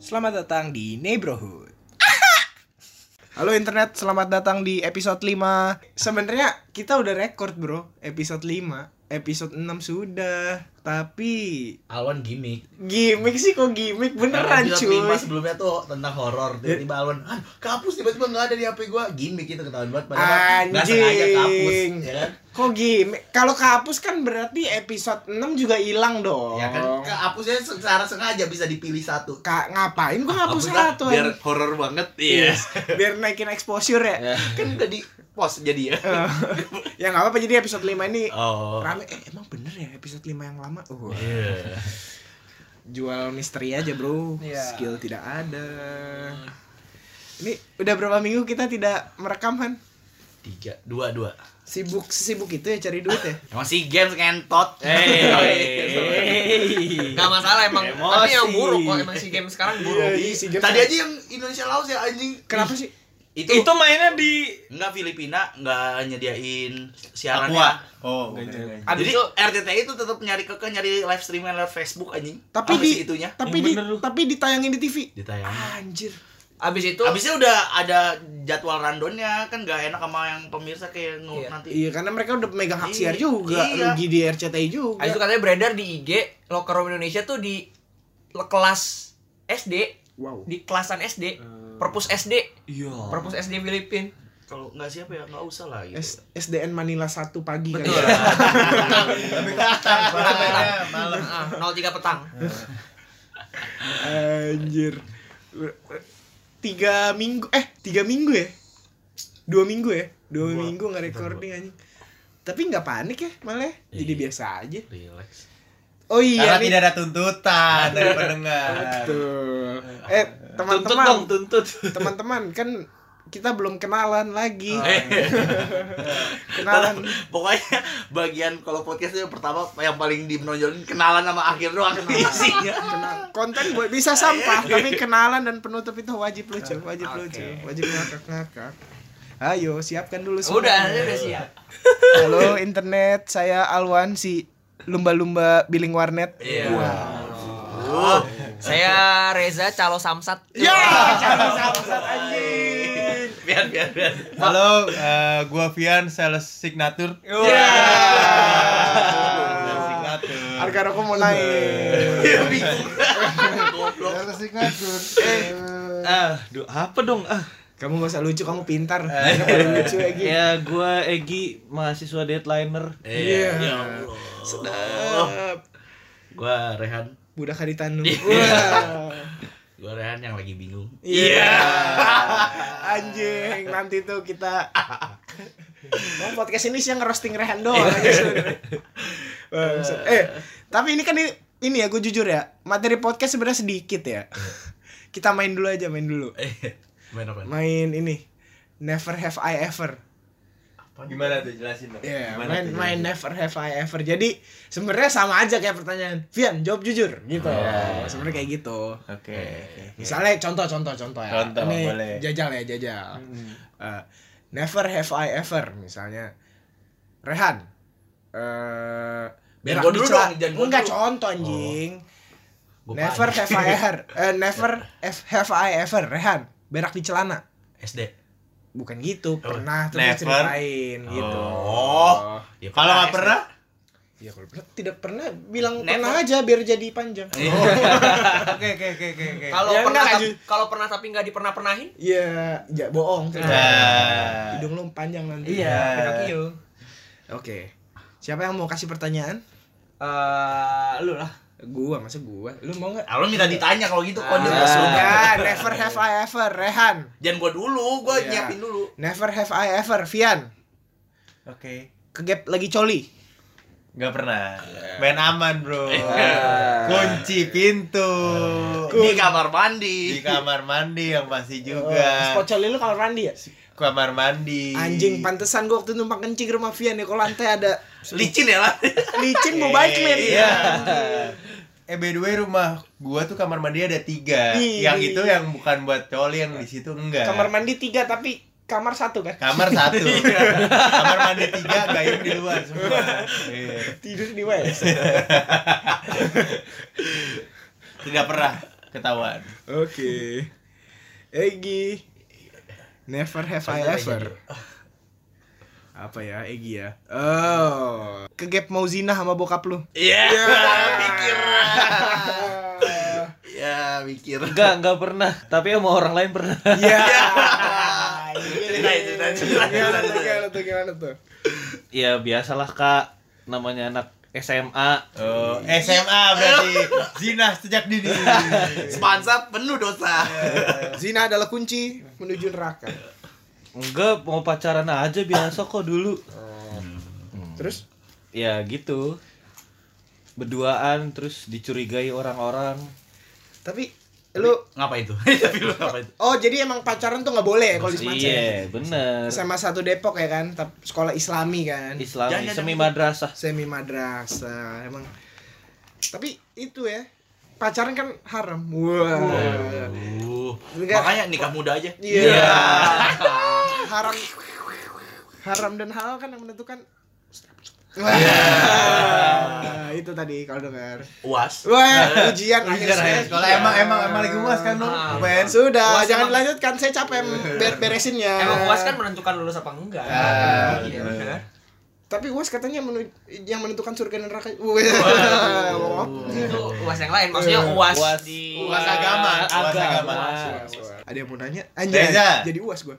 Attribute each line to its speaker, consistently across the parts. Speaker 1: Selamat datang di Neighborhood. Halo internet, selamat datang di episode 5. Sebenarnya kita udah record, Bro. Episode 5, episode 6 sudah. Tapi
Speaker 2: Alwan gimmick.
Speaker 1: gimmick sih kok gimmick beneran
Speaker 2: Karena episode
Speaker 1: cuy.
Speaker 2: lima sebelumnya tuh tentang horor. Tiba-tiba Alwan, "Ah, kapus tiba-tiba nggak ada di HP gua. Gimmick itu ketahuan banget. nggak sengaja kapus.
Speaker 1: Anjing.
Speaker 2: Ya kan?
Speaker 1: Kok gimmick? Kalau kehapus kan berarti episode 6 juga hilang dong.
Speaker 2: Ya kan? Kapusnya secara sengaja bisa dipilih satu.
Speaker 1: Ka-
Speaker 2: Ah,
Speaker 1: ngapain gua ngapus
Speaker 3: Hapus lah,
Speaker 1: satu
Speaker 3: biar
Speaker 1: biar...
Speaker 3: horor banget iya
Speaker 1: biar naikin exposure ya.
Speaker 3: kan udah di pos jadi ya
Speaker 1: ya nggak apa-apa jadi episode 5 ini
Speaker 2: Oh.
Speaker 1: rame eh, emang bener ya episode 5 yang lama oh,
Speaker 2: Iya.
Speaker 1: jual misteri aja bro
Speaker 3: Iya.
Speaker 1: skill tidak ada Hmm. ini udah berapa minggu kita tidak merekam kan
Speaker 2: Tiga, dua, dua.
Speaker 1: sibuk sibuk itu ya cari duit ya
Speaker 3: emang si games ngentot
Speaker 1: Hey.
Speaker 4: Gak masalah emang
Speaker 3: Emosi.
Speaker 4: Tapi yang buruk kok Emang si game sekarang buruk
Speaker 1: Iya, si James-
Speaker 2: Tadi aja yang Indonesia Laos ya anjing.
Speaker 1: kenapa sih
Speaker 3: itu,
Speaker 5: itu mainnya di
Speaker 3: nggak Filipina nggak nyediain
Speaker 5: Aqua.
Speaker 3: siarannya
Speaker 5: Oh,
Speaker 4: Abis
Speaker 3: jadi
Speaker 4: itu
Speaker 3: RCTI itu tetap nyari keke nyari live streaming lewat Facebook anjing
Speaker 1: tapi
Speaker 3: Apa
Speaker 1: di
Speaker 3: sih itunya
Speaker 1: tapi
Speaker 5: Yang
Speaker 1: di
Speaker 5: bener lu.
Speaker 1: tapi ditayangin di TV
Speaker 3: ditayang
Speaker 1: anjir
Speaker 4: Abis itu
Speaker 3: Abisnya udah ada jadwal randonnya kan nggak enak sama yang pemirsa kayak nge-
Speaker 4: Iya.
Speaker 3: nanti
Speaker 1: iya karena mereka udah megang hak
Speaker 3: Iya,
Speaker 1: siar juga
Speaker 3: iya.
Speaker 1: rugi di RCTI juga
Speaker 4: Abis Ah, itu kan- katanya beredar di IG Locker room Indonesia tuh di le- Kelas SD
Speaker 1: wow
Speaker 4: Di kelasan SD Perpus SD
Speaker 5: iya.
Speaker 4: Perpus SD Filipin
Speaker 3: kalau nggak siapa ya nggak usah lah gitu
Speaker 1: S- SDN Manila 1 pagi
Speaker 4: Betul
Speaker 1: kali ya. Iya,
Speaker 5: malam.
Speaker 4: Ah, 03 petang
Speaker 1: Anjir. Tiga minggu eh tiga minggu ya? Dua minggu ya? Dua
Speaker 3: Dua.
Speaker 1: minggu nggak recording anjing. Tapi nggak panik ya malah jadi biasa aja.
Speaker 3: relax
Speaker 1: Oh iya
Speaker 5: Karena
Speaker 1: nih.
Speaker 5: tidak ada tuntutan dari pendengar.
Speaker 1: Betul. Eh
Speaker 5: Tuntut dong,
Speaker 1: teman-teman
Speaker 5: tuntut.
Speaker 1: teman-teman kan kita belum kenalan lagi.
Speaker 3: Ntar,
Speaker 1: kenalan.
Speaker 3: pokoknya bagian kalau podcastnya pertama yang paling dimenonjolin kenalan sama akhir doang isinya
Speaker 1: Iya, Kenal, konten buat bisa sampah tapi kenalan dan penutup itu wajib lucu wajib
Speaker 4: Oke.
Speaker 1: lucu wajib ngakak ngakak ayo siapkan dulu semua
Speaker 4: Udah udah siap
Speaker 1: Halo internet, saya Alwan si lumba-lumba billing warnet.
Speaker 4: Iya.
Speaker 1: Wah.
Speaker 3: oh,
Speaker 4: Saya Reza Calo Samsat
Speaker 1: Ya, jangan samsat anjing.
Speaker 3: biar biar biar
Speaker 5: Halo, eh, gua Vian sales signature.
Speaker 1: Ya.
Speaker 5: Sales signature.
Speaker 1: Harga rokok mau naik.
Speaker 3: Dia bingung goblok
Speaker 5: Ah, duh, apa dong? Ah,
Speaker 1: Kamu gak usah lucu, kamu pintar. Kamu paling lucu lagi.
Speaker 5: ya gua Egi mahasiswa deadliner.
Speaker 1: Iya.
Speaker 3: ya Allah
Speaker 1: Sedap.
Speaker 3: gua Rehan
Speaker 1: Budak haritan lu.
Speaker 3: gua Rehan yang lagi bingung
Speaker 1: Iya. Anjing, nanti tuh kita Oh, podcast ini sih yang ngerosting Rehan doang aja sebenarnya. Bangsat. Eh, tapi ini kan ini, ini ya gue jujur ya, materi podcast sebenarnya sedikit ya. Kita main dulu aja, main dulu.
Speaker 3: eh main apa
Speaker 1: Main ini. Never have I ever.
Speaker 5: Gimana tuh jelasin dong?
Speaker 1: Ya,
Speaker 5: Gimana
Speaker 1: main
Speaker 5: tuh
Speaker 1: main
Speaker 5: jelasin?
Speaker 1: never have I ever. Jadi sebenarnya sama aja kayak pertanyaan. Vian, jawab jujur gitu. Sebenarnya kayak gitu.
Speaker 5: Oke.
Speaker 1: Misalnya contoh contoh contoh ya.
Speaker 5: Contoh,
Speaker 1: Ini
Speaker 5: boleh.
Speaker 1: jajal ya jajal. Eh, never have I ever misalnya. Rehan. Eh
Speaker 3: Biar
Speaker 1: Rehan
Speaker 3: gua dulu
Speaker 1: dicela-
Speaker 3: dong, jangan gua
Speaker 1: Enggak
Speaker 3: dulu. Oh,
Speaker 1: contoh anjing.
Speaker 3: Gua
Speaker 1: Never
Speaker 3: panik.
Speaker 1: have I ever. Eh, never have- have I ever. Rehan, berak di celana.
Speaker 3: SD
Speaker 1: Bukan gitu,
Speaker 3: Oh,
Speaker 1: pernah
Speaker 5: never.
Speaker 1: terus ceritain gitu.
Speaker 3: Oh. Ya,
Speaker 5: Kalau nggak
Speaker 3: SD.
Speaker 5: pernah,
Speaker 1: Ya kalau pernah tidak pernah bilang
Speaker 3: Never.
Speaker 1: pernah aja biar jadi panjang.
Speaker 5: oke oke oke oke. oke.
Speaker 4: Kalau
Speaker 1: Ya,
Speaker 4: pernah Iya.
Speaker 1: enggak,
Speaker 4: tap-
Speaker 1: Ju.
Speaker 4: kalau pernah tapi nggak dipernah-pernahin
Speaker 1: Iya, ya bohong.
Speaker 3: Eh.
Speaker 5: Nah.
Speaker 1: Hidung lu panjang nanti.
Speaker 5: Iya.
Speaker 4: Pinocchio
Speaker 1: Oke. Siapa yang mau kasih pertanyaan?
Speaker 4: Eh, Lu lah
Speaker 1: Gua, masa gua? Lu mau nggak?
Speaker 3: Alon Ah, minta ditanya kalau gitu kok dia
Speaker 4: Ah.
Speaker 3: nggak suka.
Speaker 1: Ya, never have I ever, Rehan.
Speaker 3: Jangan gua dulu, gua
Speaker 1: Iya.
Speaker 3: nyiapin dulu.
Speaker 1: Never have I ever, Vian.
Speaker 5: Oke.
Speaker 1: Kegap lagi coli.
Speaker 5: Nggak pernah.
Speaker 1: Iya.
Speaker 5: Main aman, Bro. Kunci pintu.
Speaker 3: Di kamar mandi.
Speaker 5: Di kamar mandi yang pasti
Speaker 1: Eh,
Speaker 5: juga.
Speaker 1: Spot coli lu kalau mandi ya?
Speaker 5: kamar mandi.
Speaker 1: Anjing, pantesan gua waktu numpang kencing ke rumah Vian ya, kalau lantai ada
Speaker 3: Licin ya lah.
Speaker 1: licin mau baik clean.
Speaker 5: Iya. Eh by the way rumah gua tuh kamar mandi ada tiga.
Speaker 1: Ih.
Speaker 5: Yang itu yang bukan buat coli yang di situ enggak.
Speaker 1: Kamar mandi tiga tapi kamar satu kan?
Speaker 5: Kamar satu. Iya. kamar mandi tiga gayung di luar semua. Iya.
Speaker 1: Tidur di WC.
Speaker 5: Tidak pernah. ketahuan.
Speaker 1: Oke. Egi. Never have I
Speaker 3: Iya.
Speaker 1: ever. Apa ya, Egi ya? Oh. Kegap mau zina sama bokap lu.
Speaker 3: Iya. Mikir.
Speaker 1: Ah.
Speaker 3: Ya, mikir.
Speaker 6: Enggak, enggak pernah. Tapi sama orang lain pernah.
Speaker 1: Iya.
Speaker 3: Ceritain, ceritain, ceritain.
Speaker 1: Gimana tuh, gimana tuh, gimana tuh?
Speaker 6: ya biasalah kak. Namanya anak SMA.
Speaker 5: Oh, SMA berarti zina sejak dini.
Speaker 3: Sponsor penuh dosa.
Speaker 1: Zina adalah kunci menuju neraka.
Speaker 6: Enggak, mau pacaran aja biasa kok dulu.
Speaker 1: Terus?
Speaker 6: Ya gitu. Berduaan terus dicurigai orang-orang.
Speaker 1: Tapi lu
Speaker 3: Ngapa itu? Tapi lu ngapa itu?
Speaker 1: oh jadi emang pacaran tuh nggak boleh ya kalau di Semansa ya?
Speaker 6: Iya, bener.
Speaker 1: SMA satu Depok ya kan, Tap- sekolah Islami kan.
Speaker 6: Islam
Speaker 3: Jangan, jangan,
Speaker 6: semi
Speaker 3: jangan.
Speaker 6: madrasah.
Speaker 1: Semi madrasah emang. Tapi itu ya, pacaran kan haram. Wah.
Speaker 3: Uh,
Speaker 1: Enggak.
Speaker 3: makanya nikah muda aja.
Speaker 1: Iya. Haram haram dan halal kan yang menentukan Wah, Nah, itu tadi kalau dengar.
Speaker 3: Uas.
Speaker 1: Wah, ujian
Speaker 5: Iya
Speaker 1: akhir
Speaker 5: Kalau
Speaker 1: semester.
Speaker 5: emang emang emang lagi kan, uas kan lu, Ben.
Speaker 1: Sudah,
Speaker 4: Uas
Speaker 1: jangan
Speaker 4: emang-
Speaker 1: dilanjutkan. Saya capek ber- beresinnya.
Speaker 4: Emang UAS kan menentukan lulus apa enggak.
Speaker 5: Ah,
Speaker 4: Iya,
Speaker 5: betul.
Speaker 4: bener.
Speaker 1: Tapi UAS katanya menu- yang menentukan surga dan neraka. Wah.
Speaker 4: Itu UAS yang lain, maksudnya UAS,
Speaker 6: UAS.
Speaker 4: di
Speaker 5: Uas agama, uas agama.
Speaker 1: Uas, uas. Ada yang mau nanya? Anjay,
Speaker 5: Reza.
Speaker 1: jadi UAS gua.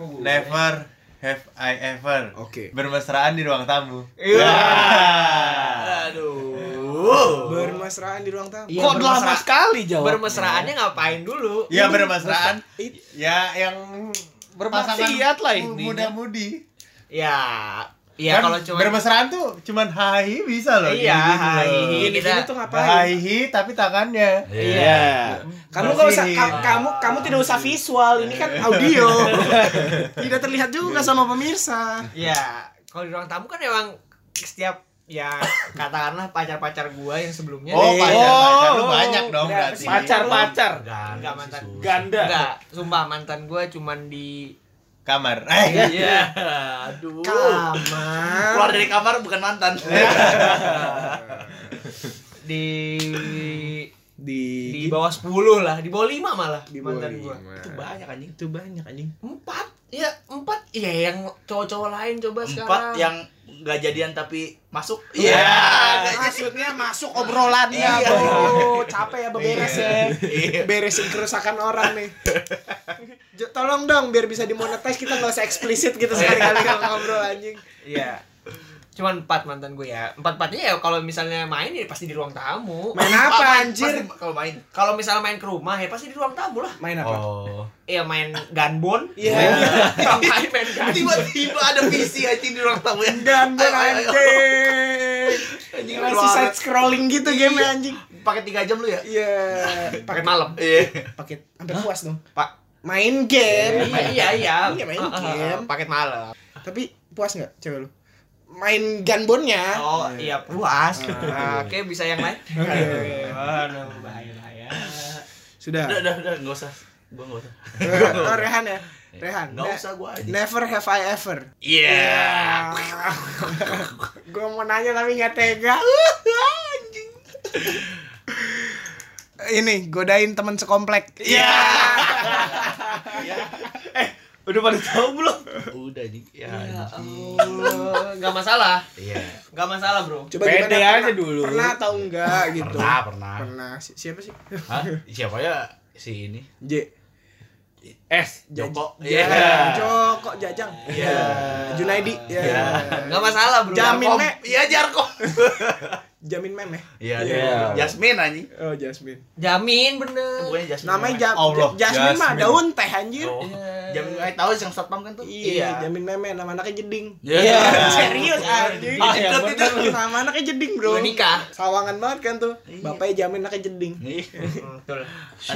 Speaker 5: Never have I ever
Speaker 1: Oke.
Speaker 5: Iya. bermesraan di ruang tamu. Ya.
Speaker 3: Aduh.
Speaker 1: Bermesraan di ruang tamu.
Speaker 4: Iya,
Speaker 6: Kok
Speaker 4: bermesra-
Speaker 6: lama sekali jawab?
Speaker 4: Bermesraannya ngapain dulu?
Speaker 5: Ya bermesraan.
Speaker 1: It-
Speaker 5: Ya yang
Speaker 6: Bermaksiat lah
Speaker 5: pasangan
Speaker 6: ini.
Speaker 5: Muda-mudi.
Speaker 4: Ya, ya
Speaker 5: Kan
Speaker 4: kalau cuma
Speaker 5: bermesraan tuh cuman hahi bisa loh.
Speaker 4: Iya,
Speaker 5: gini-gini loh.
Speaker 4: hahi.
Speaker 1: Gini gini
Speaker 4: kita-
Speaker 1: tuh ngapain?
Speaker 5: Hahi tapi tangannya.
Speaker 6: Iya.
Speaker 1: Kamu nggak usah,
Speaker 5: Bersihin.
Speaker 1: ka- kamu kamu tidak usah visual. Ini kan audio. tidak terlihat juga sama pemirsa.
Speaker 4: Ya, kalau di ruang tamu kan emang setiap ya katakanlah pacar-pacar gua yang sebelumnya
Speaker 5: Oh,
Speaker 1: Eh.
Speaker 5: pacar-pacar lu
Speaker 6: Iya Oh,
Speaker 5: banyak dong
Speaker 1: enggak,
Speaker 5: berarti.
Speaker 6: Pacar-pacar.
Speaker 4: enggak mantan.
Speaker 6: Ganda.
Speaker 4: Enggak, sumpah mantan gua cuman di
Speaker 5: Kamar. Eh,
Speaker 3: Iya. Aduh. Keluar
Speaker 1: Kamar.
Speaker 3: dari kamar bukan mantan.
Speaker 4: di
Speaker 1: Di
Speaker 4: di bawah 10 lah, di bawah 5 malah
Speaker 1: Di bawah
Speaker 4: mantan gua.
Speaker 1: lima.
Speaker 4: Itu banyak anjing.
Speaker 1: itu banyak anjing.
Speaker 4: Empat, ya empat, ya yang cowok-cowok lain coba
Speaker 3: Empat
Speaker 4: sekarang.
Speaker 3: yang gak jadian tapi masuk.
Speaker 1: Nah, Maksudnya masuk obrolannya,
Speaker 3: Ah, Iya.
Speaker 1: bro. Capek ya beberes ya.
Speaker 3: Iya.
Speaker 1: Beresin kerusakan orang nih. Jo, Tolong dong biar bisa dimonetize kita nggak usah eksplisit gitu sekali-kali kalau ngobrol anjing.
Speaker 4: Iya. Cuman empat mantan gue ya. Empat-empatnya ya kalau misalnya main ya pasti di ruang tamu.
Speaker 1: Main apa anjir?
Speaker 3: Pasti Kalau main.
Speaker 4: Kalau misalnya main ke rumah ya pasti di ruang tamu lah.
Speaker 1: Main apa?
Speaker 3: Oh.
Speaker 4: Iya main gunbon.
Speaker 1: Iya.
Speaker 4: Ngapain main gunbon?
Speaker 3: Tiba-tiba ada PC anjing di ruang tamu ya.
Speaker 1: Dan dan
Speaker 3: Ayo, ayo,
Speaker 1: anjing.
Speaker 3: Anjing
Speaker 1: Masih
Speaker 3: keluar.
Speaker 1: side scrolling gitu game anjing.
Speaker 3: Pakai 3 jam lu ya?
Speaker 1: Iya.
Speaker 4: Pakai
Speaker 1: Pakai
Speaker 4: malam.
Speaker 3: Iya.
Speaker 1: paket hampir puas dong.
Speaker 3: Pa-
Speaker 1: Main
Speaker 4: Iya
Speaker 1: game.
Speaker 4: iya iya.
Speaker 1: Iya, main
Speaker 4: Ah, ah, ah,
Speaker 1: game.
Speaker 4: Paket malam.
Speaker 1: Tapi puas nggak cewek lu? Main gunbonnya.
Speaker 4: Oh iya puas. Ah, Oke bisa yang lain.
Speaker 1: Iya, Oke.
Speaker 5: Iya.
Speaker 4: Waduh bahaya bahaya.
Speaker 1: Sudah.
Speaker 3: Udah, udah, udah, enggak usah. Gua enggak usah.
Speaker 1: Oh, Rehan ya. Rehan.
Speaker 3: Enggak
Speaker 1: Ne-
Speaker 3: usah gua aja.
Speaker 1: Never have I ever.
Speaker 3: Iya.
Speaker 1: gue mau nanya tapi nggak tega. Anjing. Ini godain teman sekomplek. Iya.
Speaker 6: Udah pada tahu belum?
Speaker 3: Udah anjing. Ya.
Speaker 4: Ya
Speaker 3: anjing.
Speaker 4: Allah. Nggak masalah.
Speaker 3: Iya.
Speaker 4: Nggak masalah bro.
Speaker 1: Coba
Speaker 6: Pede
Speaker 1: gimana,
Speaker 6: aja
Speaker 1: pernah-
Speaker 6: dulu.
Speaker 1: Pernah atau enggak gitu?
Speaker 3: Pernah, pernah.
Speaker 1: Pernah. Si- Siapa sih?
Speaker 3: Hah? Siapa ya si ini? Iya.
Speaker 1: J.
Speaker 6: S.
Speaker 3: Joko.
Speaker 1: Jajang. Joko Iya. Jajang.
Speaker 3: Iya.
Speaker 1: Junaidi. Iya.
Speaker 3: Iya.
Speaker 4: Nggak masalah bro.
Speaker 1: Jamin
Speaker 4: Jarkom.
Speaker 1: me,
Speaker 3: Iya, Jarko.
Speaker 1: jamin meme.
Speaker 3: Iya,
Speaker 6: Iya.
Speaker 3: Jarko. Jasmine anjing.
Speaker 1: Oh, Jasmine.
Speaker 4: Jamin bener.
Speaker 3: Bukannya Jasmine.
Speaker 1: Namanya Ja-
Speaker 5: Allah,
Speaker 1: Ja- Jasmine mah
Speaker 5: Jasmine.
Speaker 1: daun teh anjir.
Speaker 3: Oh.
Speaker 4: Iya.
Speaker 3: Jasmine eh tahu yang satpam kan tuh?
Speaker 1: Iya,
Speaker 4: Iya.
Speaker 1: jamin meme nama anaknya jeding.
Speaker 3: Iya.
Speaker 1: Serius anjing.
Speaker 6: Ah, yang
Speaker 1: Ikut itu nama anaknya jeding, Bro.
Speaker 4: Udah nikah.
Speaker 1: Sawangan banget kan tuh.
Speaker 3: Iya.
Speaker 1: Bapaknya jamin anaknya jeding.
Speaker 3: Nih.
Speaker 4: Hmm, Betul.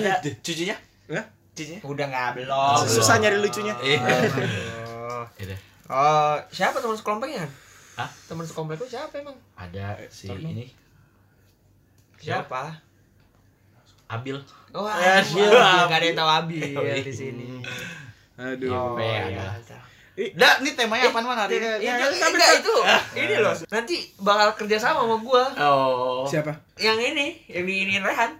Speaker 3: Ada Iya. cucunya?
Speaker 1: Hah?
Speaker 3: Cucunya?
Speaker 4: Udah nggak belum.
Speaker 1: Susah nyari lucunya.
Speaker 3: Iya.
Speaker 4: Aduh. Oh, siapa teman sekelompoknya?
Speaker 3: Hah?
Speaker 4: Teman sekelompok lu siapa emang?
Speaker 3: Ada si ini
Speaker 4: Siapa?
Speaker 3: Abil.
Speaker 4: Oh,
Speaker 3: Eh,
Speaker 4: Abi.
Speaker 3: iya,
Speaker 4: Gak ada
Speaker 3: Abi.
Speaker 4: yang tahu Abi
Speaker 3: Iya.
Speaker 4: di sini.
Speaker 1: Aduh.
Speaker 4: Oh,
Speaker 3: iya.
Speaker 4: iya.
Speaker 3: Dah, ini temanya apa mana hari ini?
Speaker 4: Iya, jangan enggak itu. Ini loh. Nanti bakal kerja sama sama gua.
Speaker 3: Oh.
Speaker 1: Siapa?
Speaker 4: Yang ini, yang diinin Rehan.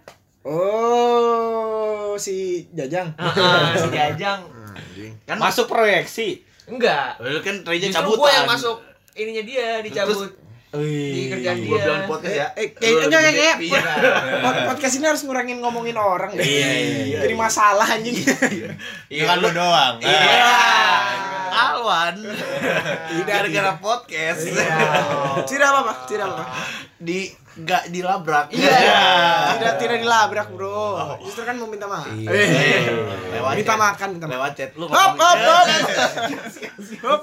Speaker 1: Oh, si Jajang.
Speaker 4: Heeh, si Jajang
Speaker 5: Anjing.
Speaker 3: Kan
Speaker 6: Masuk proyeksi.
Speaker 4: enggak.
Speaker 3: Lu kan Reja
Speaker 4: Justru
Speaker 3: cabutan.
Speaker 4: gue yang masuk ininya dia dicabut.
Speaker 6: Wih.
Speaker 4: kerjaan
Speaker 3: Gua
Speaker 4: dia.
Speaker 3: bilang podcast ya.
Speaker 1: Eh, eh, kayak-
Speaker 3: Lu
Speaker 1: enggak,
Speaker 3: lebih
Speaker 1: kayak-
Speaker 3: gede.
Speaker 1: kayak-
Speaker 3: Iya.
Speaker 1: Pod- Podcast ini harus ngurangin ngomongin orang deh.
Speaker 6: Iya, iya, iya.
Speaker 1: Jadi masalah anjing.
Speaker 3: Iya
Speaker 5: Bukan lu doang.
Speaker 3: Iya.
Speaker 4: Iya.
Speaker 3: Alwan.
Speaker 1: Tidak.
Speaker 3: Gara-gara podcast.
Speaker 1: Tidak apa-apa, tidak apa-apa.
Speaker 3: Di enggak dilabrak.
Speaker 1: Iya. Tidak tidak dilabrak, Bro. Justru kan mau minta maaf.
Speaker 3: Eh, Lewat.
Speaker 1: Minta
Speaker 3: chat.
Speaker 1: makan, minta makan.
Speaker 3: Lewat chat lu.
Speaker 1: Hop,
Speaker 3: ngomong-
Speaker 1: hop, hop. Hop.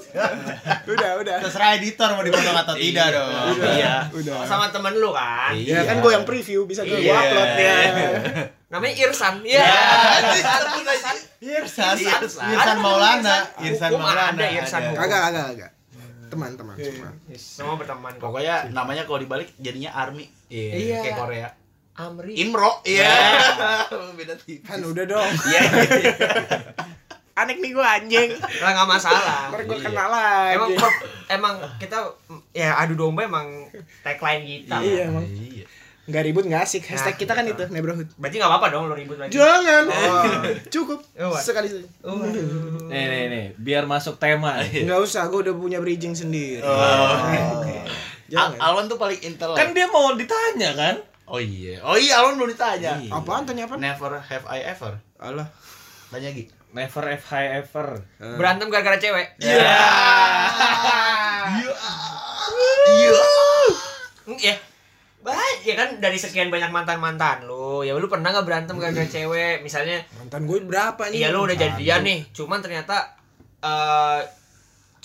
Speaker 1: Udah, udah.
Speaker 5: Eh, Terserah editor mau dipotong atau tidak dong.
Speaker 3: Iya.
Speaker 1: Udah.
Speaker 4: Sama temen lu kan.
Speaker 1: Ya kan gue yang preview bisa gue gua upload ya.
Speaker 4: Namanya Irsan. Iya.
Speaker 5: Irsan,
Speaker 4: Irsan.
Speaker 5: Irsan, Irsan Maulana,
Speaker 4: Irsan.
Speaker 5: Irsan
Speaker 4: Hukum
Speaker 5: Maulana.
Speaker 4: ada, Irsan.
Speaker 5: Ada.
Speaker 1: Kagak, kagak, kagak. Teman, teman, cuma.
Speaker 4: Semua berteman kok.
Speaker 3: Pokoknya namanya kalau dibalik jadinya Army.
Speaker 4: Iya.
Speaker 3: Kayak Korea.
Speaker 4: Amri.
Speaker 3: Imro. Iya. Beda tipis.
Speaker 1: Kan udah dong.
Speaker 3: Iya.
Speaker 1: Anek nih gue anjing.
Speaker 4: Lah nggak masalah.
Speaker 1: Ntar gue kenal lagi.
Speaker 4: Iya. Emang emang kita ya adu domba emang tagline kita.
Speaker 1: Iya, emang. Nggak ribut, nggak asik. Hashtag
Speaker 4: Nah,
Speaker 1: kita kan
Speaker 4: iya.
Speaker 1: itu, neighborhood.
Speaker 4: Berarti nggak apa-apa dong lo ribut lagi.
Speaker 1: Jangan. Cukup.
Speaker 4: Oh, what?
Speaker 1: Sekali saja.
Speaker 4: Waduh.
Speaker 6: Nih nih nih, biar masuk tema.
Speaker 5: Iya.
Speaker 6: nih.
Speaker 1: Nggak usah, gue udah punya bridging sendiri. Nah,
Speaker 3: Al-
Speaker 1: Jangan.
Speaker 3: Alwan tuh paling intel.
Speaker 6: kan dia mau ditanya kan?
Speaker 3: Oh iya. Oh iya Alwan belum ditanya.
Speaker 6: Iya.
Speaker 1: Apaan tanya apa?
Speaker 3: Never have I ever.
Speaker 1: Allah.
Speaker 3: Tanya lagi.
Speaker 6: Never E, have I ever.
Speaker 4: Berantem gara-gara cewek.
Speaker 3: Iya. Iya.
Speaker 4: Hmm, Ya. Baik, ya kan dari sekian banyak mantan-mantan lu. Ya lu pernah nggak berantem gara-gara cewek? Misalnya
Speaker 1: Mantan gue berapa nih?
Speaker 4: iya lu udah jadian nih, cuman ternyata eh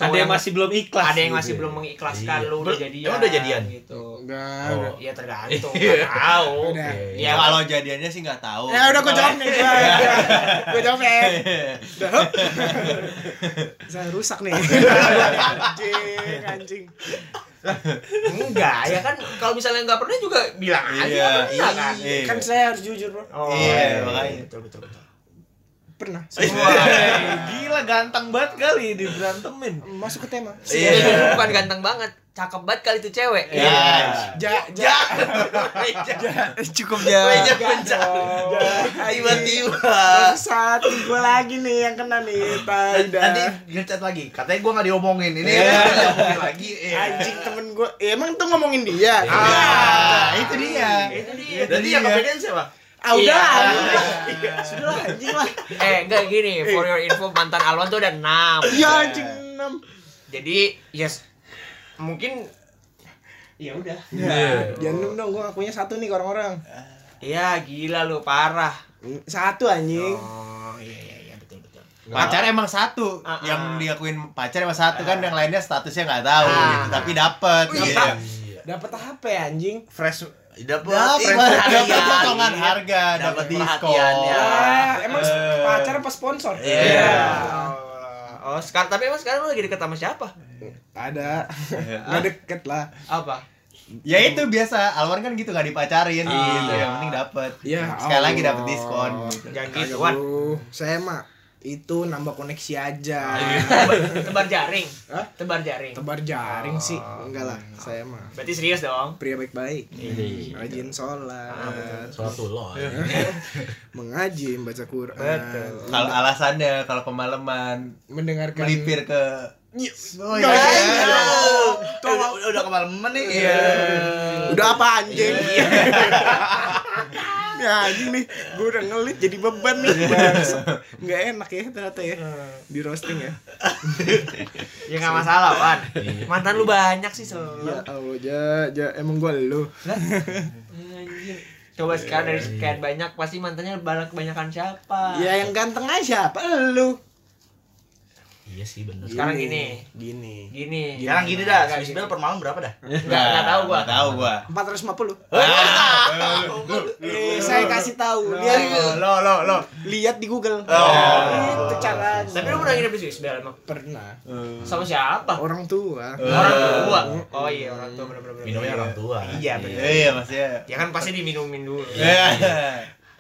Speaker 4: cowok
Speaker 6: Ada yang masih belum ikhlas.
Speaker 4: ada yang
Speaker 6: gitu
Speaker 4: masih
Speaker 6: ya.
Speaker 4: belum mengikhlaskan lu udah
Speaker 3: Ber-
Speaker 4: jadian.
Speaker 3: emang udah jadian?
Speaker 4: gitu.
Speaker 1: Enggak. udah.
Speaker 3: Oh.
Speaker 4: Iya tergantung, nggak tahu.
Speaker 1: Udah.
Speaker 5: Ya kalau jadiannya sih nggak tahu.
Speaker 6: Eh,
Speaker 1: Ya udah gue jawab nih. Gue jawab nih.
Speaker 5: Eh.
Speaker 1: Udah. hup. Saya rusak nih. anjing, anjing.
Speaker 4: Enggak, ya kan kalau misalnya nggak pernah juga bilang aja
Speaker 5: Iya,
Speaker 4: nggak pernah kan.
Speaker 5: iya.
Speaker 1: Kan saya harus jujur, Bro.
Speaker 4: Oh,
Speaker 5: Iya, makanya.
Speaker 4: Betul, betul, betul.
Speaker 1: Pernah.
Speaker 5: Iya.
Speaker 6: Wah, gila ganteng banget kali diberantemin.
Speaker 1: Masuk ke tema.
Speaker 4: Iya. Bukan ganteng banget, cakep banget kali itu cewek. Iya.
Speaker 5: Ya.
Speaker 1: Ja, ja.
Speaker 5: Cukup
Speaker 3: Meja
Speaker 5: ya.
Speaker 1: Iya.
Speaker 3: pecah. Iya. Tiba-tiba.
Speaker 1: Bangsat, gue lagi nih yang kena nih.
Speaker 3: Nanti
Speaker 1: Tanda.
Speaker 3: ngechat Eh, lagi. Katanya gue gak diomongin. Ini diomongin lagi. Iya.
Speaker 1: Anjing temen gue. Ya, emang tuh ngomongin dia. Iya.
Speaker 3: Ah, itu dia.
Speaker 4: Itu dia.
Speaker 3: Jadi yang kepedean siapa?
Speaker 1: Ah, udah.
Speaker 4: Iya.
Speaker 1: udah. Sudah lah, anjing lah.
Speaker 4: Eh, enggak gini, for your info mantan Alwan tuh ada 6.
Speaker 1: Iya, anjing. enam.
Speaker 4: Jadi, yes. Mungkin ya udah.
Speaker 1: Ya, jangan enam dong, gue ngakunya satu nih ke orang-orang.
Speaker 4: Ya gila lu parah.
Speaker 1: Satu anjing.
Speaker 4: Oh, iya iya iya betul betul.
Speaker 5: Pacar emang satu,
Speaker 4: Ah, ah.
Speaker 5: yang diakuin pacar emang satu kan, yang lainnya statusnya nggak tahu
Speaker 4: Ah.
Speaker 5: gitu, tapi dapet. gitu.
Speaker 3: Iya.
Speaker 1: Dapat apa ya anjing?
Speaker 6: Fresh
Speaker 3: Dapat.
Speaker 5: Dapat
Speaker 3: perhatian.
Speaker 5: dapat potongan harga, dapat
Speaker 3: Dapat
Speaker 5: diskon.
Speaker 3: perhatian, ya.
Speaker 1: Ah, emang
Speaker 5: Eh.
Speaker 1: pacar apa sponsor?
Speaker 3: Iya.
Speaker 4: Oh, sekarang tapi emang sekarang lu lagi deket sama siapa?
Speaker 1: Ada. Enggak deket lah.
Speaker 4: Apa?
Speaker 5: Ya itu biasa, Alwan kan gitu nggak dipacarin gitu, yang penting dapet.
Speaker 1: Ya
Speaker 5: Iya, Sekali lagi
Speaker 1: Allah.
Speaker 5: dapet diskon. gitu.
Speaker 4: Jangan
Speaker 1: Kagak,
Speaker 4: gitu, Wan.
Speaker 1: Bro. Saya mah itu nambah koneksi aja.
Speaker 4: iya. Tebar jaring.
Speaker 1: Hah?
Speaker 4: Tebar jaring.
Speaker 1: Tebar jaring sih. Ah, Enggak lah, saya mah
Speaker 4: Berarti serius dong.
Speaker 1: pria baik-baik.
Speaker 5: Iya,
Speaker 1: Rajin
Speaker 5: Ah,
Speaker 1: sholat, Iya.
Speaker 3: lo.
Speaker 1: mengaji, membaca Quran,
Speaker 4: Betul.
Speaker 5: Kalau alasannya, kalau pemalaman,
Speaker 1: mendengarkan
Speaker 5: melipir ke Oh,
Speaker 1: Nggak,
Speaker 5: iya.
Speaker 1: iya.
Speaker 3: Udah, udah Iya. kemalaman nih.
Speaker 5: Eh.
Speaker 1: Udah apa anjing?
Speaker 5: Iya.
Speaker 1: ya anjing nih, gue udah ngelit jadi beban nih.
Speaker 5: Iya.
Speaker 1: Bangsat. Nggak enak ya ternyata ya di roasting ya.
Speaker 4: Eh, Ya nggak masalah, Wan. Mantan lu banyak sih
Speaker 1: Ya
Speaker 5: Iya.
Speaker 4: selalu.
Speaker 1: Allah, ja, ja, emang gue lu.
Speaker 4: Anjir. Coba sekarang dari sekian banyak pasti mantannya banyak kebanyakan siapa?
Speaker 1: Ya yang ganteng aja siapa lu?
Speaker 3: Iya sih bener. Iya.
Speaker 4: Sekarang gini.
Speaker 1: Gini.
Speaker 4: Gini.
Speaker 3: Sekarang gini dah, Swiss Bell per malam berapa dah?
Speaker 4: Enggak, enggak tahu gua.
Speaker 5: Nggak tahu gua.
Speaker 1: 450.
Speaker 5: Ah,
Speaker 1: Eh, saya kasih tahu. Lihat
Speaker 5: Lo lo lo.
Speaker 1: lihat di Google. Itu caranya.
Speaker 4: Tapi lu pernah nginep di Swiss Bell emang?
Speaker 1: pernah
Speaker 4: Sama siapa?
Speaker 1: orang tua.
Speaker 4: Orang tua. Oh iya, orang tua bener-bener.
Speaker 3: Minumnya orang tua.
Speaker 4: Iya, bener.
Speaker 5: Iya maksudnya.
Speaker 4: Ya kan pasti diminumin dulu.
Speaker 5: Ya.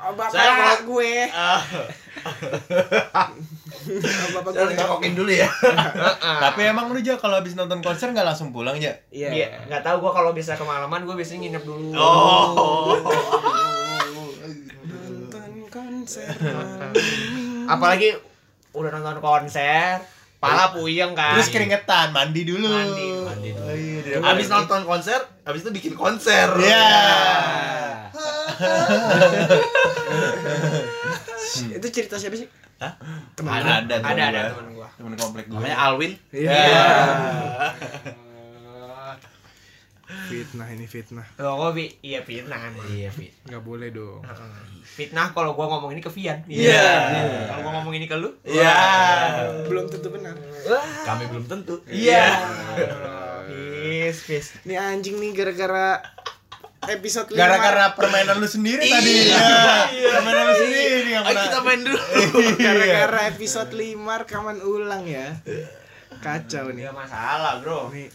Speaker 1: Oh, bapak
Speaker 3: Saya mau-
Speaker 1: gue.
Speaker 3: Ah,
Speaker 1: Oh, bapak
Speaker 3: Saya
Speaker 1: gue.
Speaker 3: cokokin dulu ya.
Speaker 5: Tapi emang lu aja kalau habis nonton konser nggak langsung pulang ya?
Speaker 1: Iya.
Speaker 4: Iya, Oh.
Speaker 5: Oh.
Speaker 4: nggak tahu gua kalau bisa kemalaman gua biasanya nginep dulu.
Speaker 3: Oh.
Speaker 1: konser
Speaker 4: Apalagi udah nonton konser, pala puyeng kan.
Speaker 5: Terus keringetan, mandi dulu.
Speaker 4: Mandi, mandi dulu.
Speaker 5: Oh, iya, dia
Speaker 3: Abis
Speaker 5: mandi.
Speaker 3: nonton konser, abis itu bikin konser.
Speaker 5: Iya.
Speaker 1: itu cerita siapa sih
Speaker 3: Hah?
Speaker 1: teman
Speaker 5: Ada,
Speaker 1: lu?
Speaker 5: ada,
Speaker 4: Ada ada
Speaker 5: temen
Speaker 4: teman
Speaker 5: gua.
Speaker 4: gua.
Speaker 5: Temen komplek gue.
Speaker 3: Namanya Alwin.
Speaker 1: iya
Speaker 4: Eh,
Speaker 1: fitnah ini fitnah
Speaker 4: Loh, gua bi iya fitnah. emang.
Speaker 2: Iya, Fit.
Speaker 1: nggak boleh dong
Speaker 4: Heeh. Fitnah kalau gua ngomong ini ke Vian.
Speaker 3: Iya.
Speaker 4: Kalau gua ngomong ini ke lu?
Speaker 3: Iya.
Speaker 1: belum tentu benar
Speaker 2: Kami belum tentu.
Speaker 4: Iya. Peace, peace.
Speaker 1: ini anjing nih gara-gara episode lima
Speaker 5: Gara-gara permainan lu sendiri tadi. Iya. Permainan lu sendiri yang
Speaker 3: Ayo kita
Speaker 5: pernah. Iya.
Speaker 3: main dulu.
Speaker 1: gara-gara episode 5 rekaman ulang ya kacau nih
Speaker 4: Enggak masalah, Bro.
Speaker 1: Nih,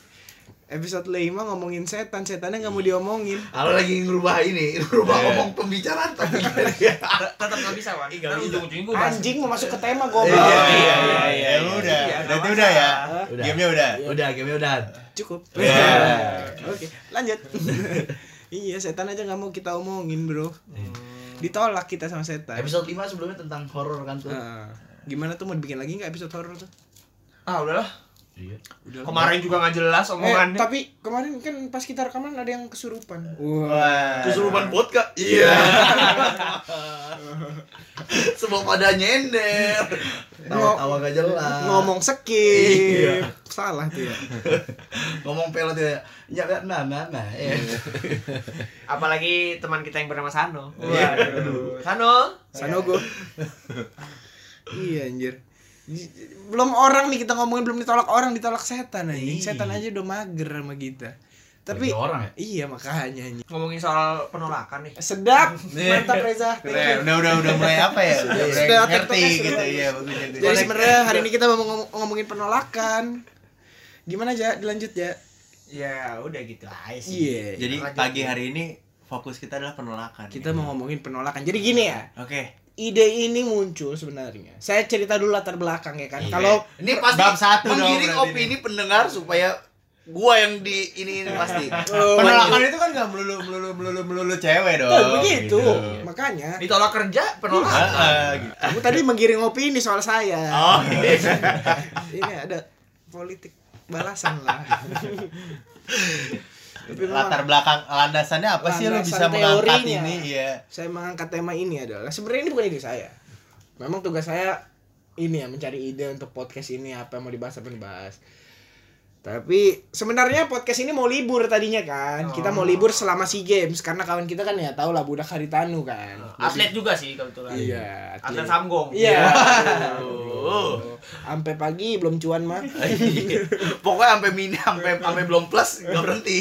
Speaker 1: episode 5 ngomongin setan setannya nggak mau diomongin
Speaker 3: Kalau lagi ngerubah ini, ngerubah ngomong pembicaraan tapi
Speaker 4: Tetap enggak bisa, Wan. Ntar ujung-ujungnya gua bahas
Speaker 1: anjing mau masuk ke tema
Speaker 5: Iya,
Speaker 1: goblok
Speaker 5: iya,
Speaker 4: iya,
Speaker 5: iya. Ya udah.
Speaker 4: Iya,
Speaker 5: Berarti
Speaker 4: nggak
Speaker 5: udah ya.
Speaker 1: masalah.
Speaker 2: Udah.
Speaker 5: Game-nya udah.
Speaker 2: Udah, game udah.
Speaker 1: cukup
Speaker 5: Iya.
Speaker 1: oke lanjut iya setan aja nggak mau kita omongin bro
Speaker 5: Hmm.
Speaker 1: ditolak kita sama setan
Speaker 3: Episode 5 sebelumnya tentang horor kan tuh.
Speaker 1: Heeh. gimana tuh mau dibikin lagi nggak episode horor tuh
Speaker 4: Ah, udahlah.
Speaker 2: Iya.
Speaker 1: Udah lah.
Speaker 4: Kemarin juga nggak jelas
Speaker 1: eh,
Speaker 4: omongannya.
Speaker 1: tapi kemarin kan pas kita rekaman ada yang kesurupan wah
Speaker 5: Wah.
Speaker 3: Kesurupan vodka. Iya. Semua pada nyender. Tawa-tawa gak jelas.
Speaker 1: ngomong skip
Speaker 3: Iya.
Speaker 1: salah tuh ya
Speaker 3: ngomong pelot ya. Ya kan mama, mama. Eh.
Speaker 4: Apalagi teman kita yang bernama Sano. Iya. Waduh. Sano.
Speaker 1: Iya. Sanogo. iya anjir. Belum orang nih kita ngomongin belum ditolak orang, ditolak setan anjing.
Speaker 3: Iya.
Speaker 1: Setan aja udah mager sama kita. Tapi
Speaker 2: Bagi orang ya.
Speaker 1: iya makanya anjing.
Speaker 4: Ngomongin soal penolakan nih.
Speaker 1: Sedap. Mantap Reza. Thank you.
Speaker 5: Keren, udah udah udah mulai apa ya? Udah, udah
Speaker 1: Sudah,
Speaker 5: ngerti
Speaker 1: TikToknya sudah.
Speaker 5: gitu ya, bagus bagus.
Speaker 1: Jadi sebenarnya hari ini kita mau ngom- ngomongin penolakan. Gimana aja dilanjut ya?
Speaker 4: Ya, udah gitu aja sih.
Speaker 1: Iya.
Speaker 5: Jadi pagi hari ini fokus kita adalah penolakan.
Speaker 1: Kita
Speaker 5: ya.
Speaker 1: mau ngomongin penolakan. Jadi gini ya,
Speaker 5: Oke.
Speaker 1: ide ini muncul sebenarnya. Saya cerita dulu latar belakang ya kan.
Speaker 5: Iya.
Speaker 1: Kalau
Speaker 3: Ini pasti
Speaker 5: Bab satu dong
Speaker 3: menggiring
Speaker 5: berarti
Speaker 3: opini pendengar supaya gua yang di ini, ini pasti.
Speaker 5: Ah,
Speaker 1: eh,
Speaker 5: Penolakan
Speaker 3: iya.
Speaker 5: itu kan nggak melulu melulu melulu melulu cewek dong.
Speaker 1: Tuh, begitu.
Speaker 5: gitu.
Speaker 1: Makanya
Speaker 4: Ditolak kerja, penolakan.
Speaker 5: Ah, ah, gitu.
Speaker 1: Kamu tadi menggiring opini soal saya.
Speaker 3: Oh, iya.
Speaker 1: Ini ada politik balasan lah. Tapi memang
Speaker 5: Latar belakang landasannya apa sih lo
Speaker 1: Landasan
Speaker 5: bisa mengangkat
Speaker 1: teorinya.
Speaker 5: ini? Iya.
Speaker 1: saya mengangkat tema ini adalah sebenarnya ini bukan ide saya. Memang tugas saya ini ya mencari ide untuk podcast ini apa yang mau dibahas apa yang dibahas. Tapi sebenarnya podcast ini mau libur tadinya kan. Kita
Speaker 4: Oh.
Speaker 1: mau libur selama SEA Games karena kawan kita kan ya tahu lah budak Haritanu kan.
Speaker 4: Oh. Atlet juga sih kebetulan.
Speaker 1: Iya. atlet.
Speaker 4: Atlet Samgong.
Speaker 1: Iya. Sampai pagi belum cuan mah.
Speaker 3: Pokoknya sampai mini, sampai sampai belum plus nggak berhenti.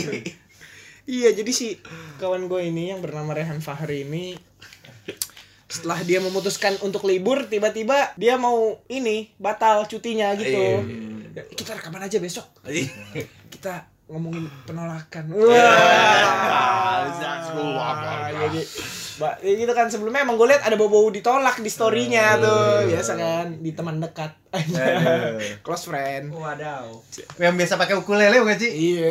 Speaker 1: Iya jadi si kawan gue ini yang bernama Rehan Fahri ini setelah dia memutuskan untuk libur tiba-tiba dia mau ini batal cutinya gitu Ya, kita rekaman aja besok
Speaker 3: Iya,
Speaker 1: kita ngomongin penolakan Iya. wah jadi Mbak, ya gitu kan sebelumnya emang gue liat ada bobo ditolak di storynya tuh biasa kan di teman dekat close friend
Speaker 4: Wadaw.
Speaker 5: Yang biasa pakai ukulele bukan sih?
Speaker 1: Iya.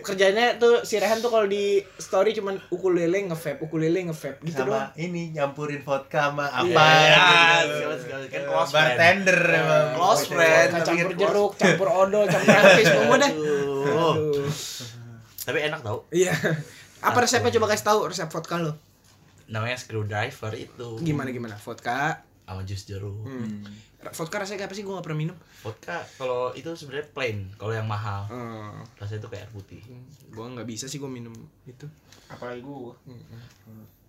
Speaker 1: kerjanya tuh si Rehan tuh kalau di story cuman ukulele ngevape ukulele ngevape gitu doang
Speaker 5: Sama ini nyampurin vodka sama apa?
Speaker 3: Iya,
Speaker 5: gitu.
Speaker 3: sekali-sekali. Kan close friend.
Speaker 5: bartender emang.
Speaker 3: Close friend.
Speaker 1: Vodka campur
Speaker 3: Bikin
Speaker 1: jeruk, campur odol, campur habis semua dah.
Speaker 3: Aduh.
Speaker 1: Aduh.
Speaker 3: Tapi enak tau.
Speaker 1: Iya. Apa resepnya coba kasih tahu resep vodka lo?
Speaker 3: Namanya screwdriver itu.
Speaker 1: Gimana gimana? Vodka.
Speaker 3: Sama jus jeruk.
Speaker 1: Hmm. Vodka rasanya kayak apa sih? Gua gak pernah minum.
Speaker 3: Vodka kalau itu sebenarnya plain, kalau yang mahal
Speaker 1: Hmm.
Speaker 3: rasanya itu kayak air putih.
Speaker 1: Gua nggak bisa sih gua minum itu.
Speaker 4: Apalagi gua.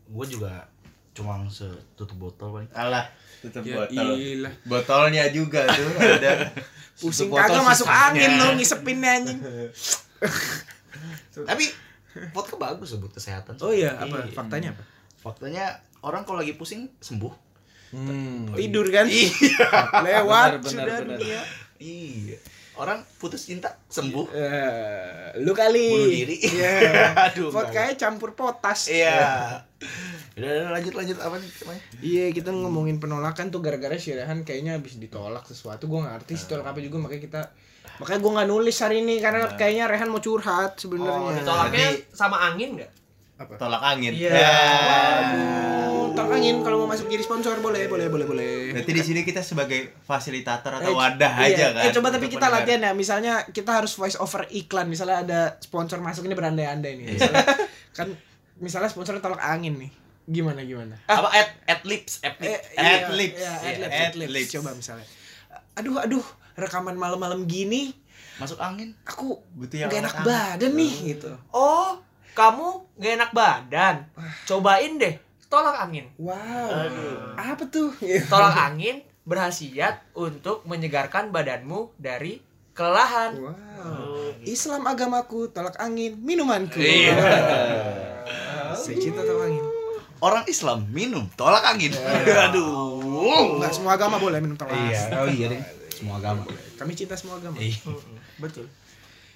Speaker 3: Gue juga cuma setutup botol paling.
Speaker 5: Alah, tutup
Speaker 1: Ya
Speaker 5: botol.
Speaker 1: ilah.
Speaker 5: Botolnya juga tuh ada.
Speaker 1: Pusing
Speaker 5: Botol
Speaker 1: kagak masuk
Speaker 5: sisanya.
Speaker 1: angin lo ngisepinnya anjing.
Speaker 3: Tapi vodka bagus loh buat kesehatan.
Speaker 1: Oh iya, apa
Speaker 3: Iya.
Speaker 1: faktanya apa?
Speaker 3: Faktanya orang kalau lagi pusing sembuh.
Speaker 5: Hmm.
Speaker 1: Tidur kan?
Speaker 3: Iya.
Speaker 1: Lewat
Speaker 6: Benar, benar,
Speaker 1: sudah
Speaker 6: benar.
Speaker 1: dunia.
Speaker 3: Iya. Orang putus cinta sembuh.
Speaker 1: Eh, lu kali.
Speaker 3: Bunuh diri.
Speaker 1: Iya.
Speaker 3: Aduh.
Speaker 1: Vodkanya campur potas.
Speaker 3: Iya. Udah, udah, lanjut lanjut apa nih? Mai?
Speaker 1: Iya kita ngomongin penolakan tuh gara-gara si Rehan kayaknya habis ditolak sesuatu gue nggak ngerti sih tolak apa juga makanya kita makanya
Speaker 5: Nah.
Speaker 6: ya.
Speaker 1: gue nggak nulis hari ini karena kayaknya Rehan mau curhat sebenarnya.
Speaker 4: Oh, ditolaknya Oh, sama angin nggak?
Speaker 1: Apa?
Speaker 5: Tolak angin.
Speaker 4: Iya.
Speaker 5: Ya.
Speaker 1: Waduh, tolak angin kalau mau masuk jadi sponsor boleh, boleh, boleh, boleh.
Speaker 5: Berarti di sini kita sebagai fasilitator atau
Speaker 1: Eh,
Speaker 5: wadah aja
Speaker 1: iya.
Speaker 5: kan.
Speaker 1: Eh coba tapi
Speaker 5: untuk
Speaker 1: kita
Speaker 5: pendengar.
Speaker 1: latihan ya. Misalnya kita harus voice over iklan. Misalnya ada sponsor masuk ini berandai-andai nih.
Speaker 5: Iya.
Speaker 1: Misalnya, kan misalnya sponsor tolak angin nih. Gimana gimana?
Speaker 3: Apa at at lips at
Speaker 1: Eh,
Speaker 3: lips.
Speaker 1: iya,
Speaker 5: Adlibs.
Speaker 1: iya,
Speaker 5: Iya,
Speaker 1: adlibs, adlibs.
Speaker 5: adlibs.
Speaker 1: Coba misalnya. Aduh aduh rekaman malam-malam gini
Speaker 3: Masuk angin.
Speaker 1: aku
Speaker 5: Butuh yang
Speaker 1: gak enak
Speaker 5: hangat.
Speaker 1: badan nih gitu.
Speaker 4: Oh, kamu gak enak badan. Cobain deh, tolak angin.
Speaker 1: Wow. Apa tuh? Gitu.
Speaker 4: Tolak angin berhasiat untuk menyegarkan badanmu dari kelelahan.
Speaker 1: Wow. Islam agamaku, tolak angin, minumanku.
Speaker 2: Iya.
Speaker 1: Saya cinta tolak angin.
Speaker 3: Orang Islam minum tolak angin. Aduh.
Speaker 1: Enggak semua agama boleh minum tolak angin.
Speaker 2: Oh iya deh. Semua agama.
Speaker 1: Kami cinta semua agama.
Speaker 2: Iya.
Speaker 1: Mm-mm. Betul.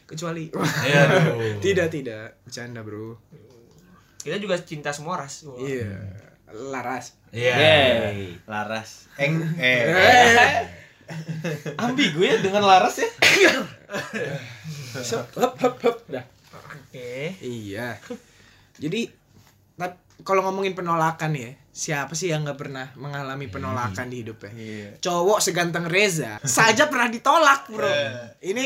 Speaker 1: Kecuali
Speaker 2: aduh.
Speaker 1: tidak tidak bercanda bro.
Speaker 4: Kita juga cinta semua ras. Wah.
Speaker 1: Iya. Laras.
Speaker 2: Iya.
Speaker 6: Yeay.
Speaker 5: Laras. Eng eh.
Speaker 1: Eh.
Speaker 6: Ambigu ya dengan Laras ya.
Speaker 1: Sup. Hup, hup, hup. Dah.
Speaker 4: Oke.
Speaker 1: Iya. Jadi tap- kalau ngomongin penolakan ya, siapa sih yang nggak pernah mengalami penolakan di hidupnya?
Speaker 5: Iya.
Speaker 1: Cowok seganteng Reza saja pernah ditolak, Bro. Ini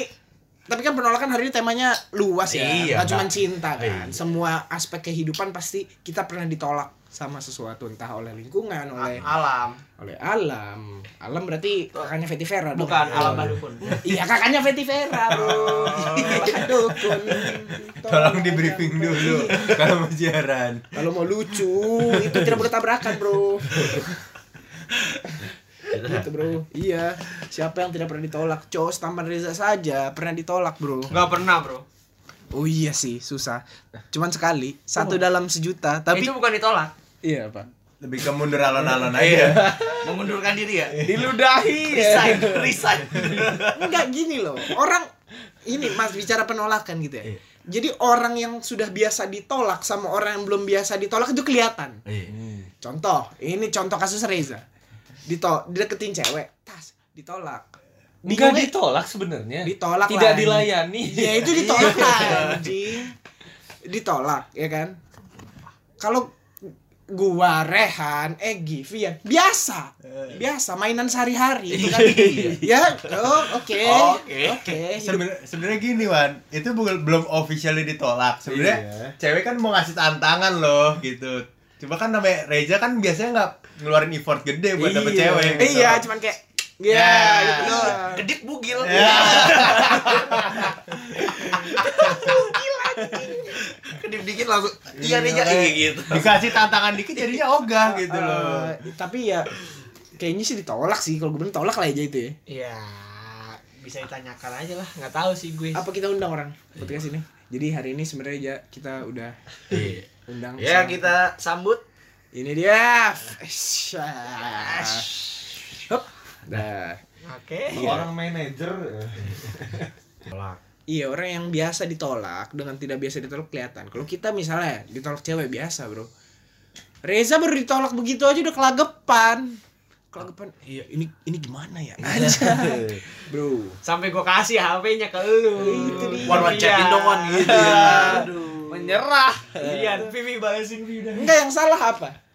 Speaker 1: tapi kan penolakan hari ini temanya luas ya,
Speaker 2: Iya,
Speaker 1: nggak cuma
Speaker 2: Pak.
Speaker 1: cinta kan. Semua aspek kehidupan pasti kita pernah ditolak sama sesuatu entah oleh lingkungan, oleh
Speaker 4: Alam,
Speaker 1: oleh alam. Alam berarti kakaknya Fetty Vera dong.
Speaker 4: bukan alam badukun.
Speaker 1: Iya kakaknya Fetty Vera bro. Dukun.
Speaker 5: Tolong di briefing dulu kalau mau siaran.
Speaker 1: Kalau mau lucu itu tidak boleh tabrakan bro. gitu bro. Iya. Siapa yang tidak pernah ditolak? Cowok tampan Reza saja pernah ditolak bro.
Speaker 4: Gak pernah bro.
Speaker 1: Oh iya sih susah. Cuman sekali satu dalam sejuta tapi
Speaker 4: Itu bukan ditolak.
Speaker 1: iya pak.
Speaker 5: Lebih ke mundur alon-alon
Speaker 1: Iya.
Speaker 5: aja.
Speaker 3: Mengundurkan diri ya.
Speaker 1: Diludahi.
Speaker 6: Iya.
Speaker 3: Resign, resign.
Speaker 1: Enggak gini loh. Orang ini Mas bicara penolakan gitu ya. Jadi orang yang sudah biasa ditolak sama orang yang belum biasa ditolak itu kelihatan.
Speaker 5: Iya.
Speaker 1: Contoh, ini contoh kasus Reza. Dito deketin cewek, tas ditolak.
Speaker 6: Enggak
Speaker 1: Bingungnya-
Speaker 6: ditolak sebenarnya.
Speaker 1: Ditolak
Speaker 6: Eh, Tidak
Speaker 1: lah.
Speaker 6: dilayani. Iya.
Speaker 1: Ya itu ditolak lah, anjing. Ditolak ya kan? Kalau gua Rehan, eh Givi yang biasa.
Speaker 5: Eh.
Speaker 1: Biasa mainan sehari-hari itu kan.
Speaker 6: Iya.
Speaker 1: ya, oh, oke.
Speaker 3: Oke.
Speaker 1: Oke. Eh, hidup-
Speaker 5: Seben- Sebenarnya gini Wan, itu bukan belum officially ditolak. Sebenarnya cewek kan mau ngasih tantangan loh gitu. Cuma kan namanya Reza kan biasanya nggak ngeluarin effort gede buat dapet cewek. gitu.
Speaker 1: Iya, cuman kayak Ya,
Speaker 5: Ya.
Speaker 1: gitu doang.
Speaker 3: Kedip bugil.
Speaker 5: Ya.
Speaker 3: Kedip dikit langsung. Iya nih ya
Speaker 5: makanya.
Speaker 3: gitu.
Speaker 5: Dikasih tantangan dikit jadinya ogah gitu loh.
Speaker 1: Eh, tapi ya kayaknya sih ditolak sih kalau gue bilang tolak lah aja itu ya.
Speaker 4: Ya bisa ditanyakan aja lah. Nggak tahu sih gue.
Speaker 1: Apa kita undang orang podcast ini? Jadi hari ini sebenarnya ya kita udah undang.
Speaker 3: Ya
Speaker 1: sama-
Speaker 3: kita sambut.
Speaker 1: Ini dia. Syah. Hup. Dah.
Speaker 4: Oke.
Speaker 1: Iya.
Speaker 6: manajer.
Speaker 1: Iya, orang yang biasa ditolak dengan tidak biasa ditolak kelihatan. Kalau kita misalnya ditolak cewek biasa, Bro. Reza baru ditolak begitu aja udah kelagepan. Kelagepan. Iya, ini ini gimana ya? Anjay. Bro.
Speaker 4: Sampai gue kasih HP-nya ke lu.
Speaker 1: Itu dia.
Speaker 3: Wan wan chatin dong wan gitu. ya. Aduh.
Speaker 4: Menyerah. Iya, Vivi balesin Vivi udah.
Speaker 1: Enggak yang salah apa?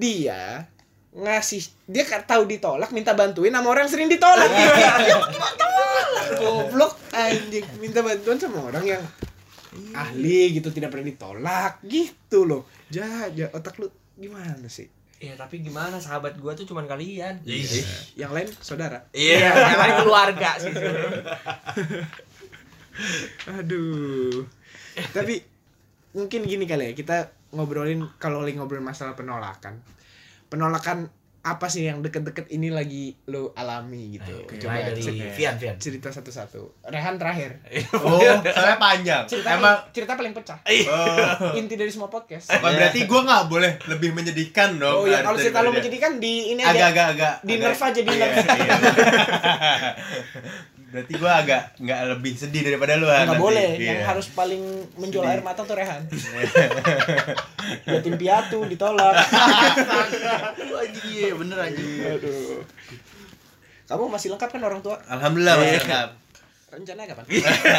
Speaker 1: Dia ngasih dia kan tahu ditolak minta bantuin sama orang yang sering ditolak gitu. Ya mau gimana tolak? Goblok anjing minta bantuan sama orang yang ahli gitu tidak pernah ditolak gitu loh. Jaja otak lu gimana sih?
Speaker 4: Iya, tapi gimana sahabat gue tuh cuman kalian.
Speaker 1: Yang lain saudara.
Speaker 4: Iya, yang lain keluarga sih.
Speaker 1: Aduh. Eh, Tapi mungkin gini kali ya kita ngobrolin kalau lagi ngobrol masalah penolakan. Penolakan apa sih yang deket-deket ini lagi lo alami gitu? Coba
Speaker 4: mulai dari-
Speaker 1: cer-
Speaker 3: Vian Vian.
Speaker 1: cerita satu-satu. Rehan terakhir.
Speaker 5: Oh,
Speaker 1: Iya.
Speaker 5: saya panjang.
Speaker 1: Cerita
Speaker 5: Emang
Speaker 1: cerita paling pecah.
Speaker 5: oh,
Speaker 1: Inti dari semua podcast.
Speaker 5: bukan berarti gua nggak boleh lebih menyedihkan
Speaker 1: Oh
Speaker 5: dong.
Speaker 1: iya, kalau
Speaker 5: harus
Speaker 1: cerita lo
Speaker 5: daripada-
Speaker 1: menjadikan di ini aja.
Speaker 5: ya. agak-agak agak
Speaker 1: Di
Speaker 5: agak-
Speaker 1: nerf aja, di
Speaker 5: iya,
Speaker 1: nerf.
Speaker 5: iya. Berarti gua agak nggak lebih sedih daripada lu. Han,
Speaker 1: Nggak
Speaker 5: nanti.
Speaker 1: boleh,
Speaker 5: Iya.
Speaker 1: yang harus paling menjual
Speaker 5: Sedih.
Speaker 1: air mata tuh Rehan. Yatim piatu ditolak.
Speaker 3: Aduh anjing iya bener anjing.
Speaker 1: Aduh. Kamu masih lengkap kan orang tua?
Speaker 5: Alhamdulillah masih
Speaker 3: Iya.
Speaker 5: lengkap.
Speaker 1: rencananya kapan?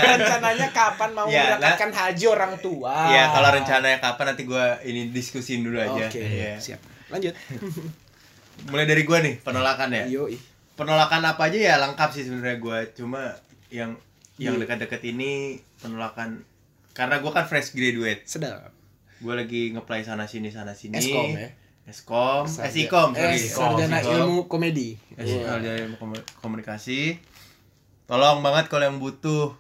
Speaker 1: rencananya kapan mau
Speaker 5: Ya,
Speaker 1: berangkatkan haji orang tua?
Speaker 5: Iya, kalau rencananya kapan nanti gua ini diskusin dulu aja.
Speaker 1: Ah. Oke,
Speaker 5: Iya.
Speaker 1: siap. Lanjut.
Speaker 5: Mulai dari gua nih penolakan ya.
Speaker 1: Yoi.
Speaker 5: Penolakan apa aja ya lengkap sih sebenarnya gua. Cuma yang yang dekat-dekat ini penolakan karena gua kan fresh graduate.
Speaker 1: Sedap.
Speaker 5: Gua lagi ngeplay sana sini sana sini.
Speaker 1: Eskom ya.
Speaker 5: Eskom,
Speaker 1: Sarja-
Speaker 5: Esikom,
Speaker 1: eh,
Speaker 5: sorry.
Speaker 1: sarjana
Speaker 5: Esikom.
Speaker 1: ilmu Iya. komedi.
Speaker 5: Eskom,
Speaker 1: Wah.
Speaker 5: Sarjana Oh, Ilmu Komu- komunikasi. Tolong banget kalau yang butuh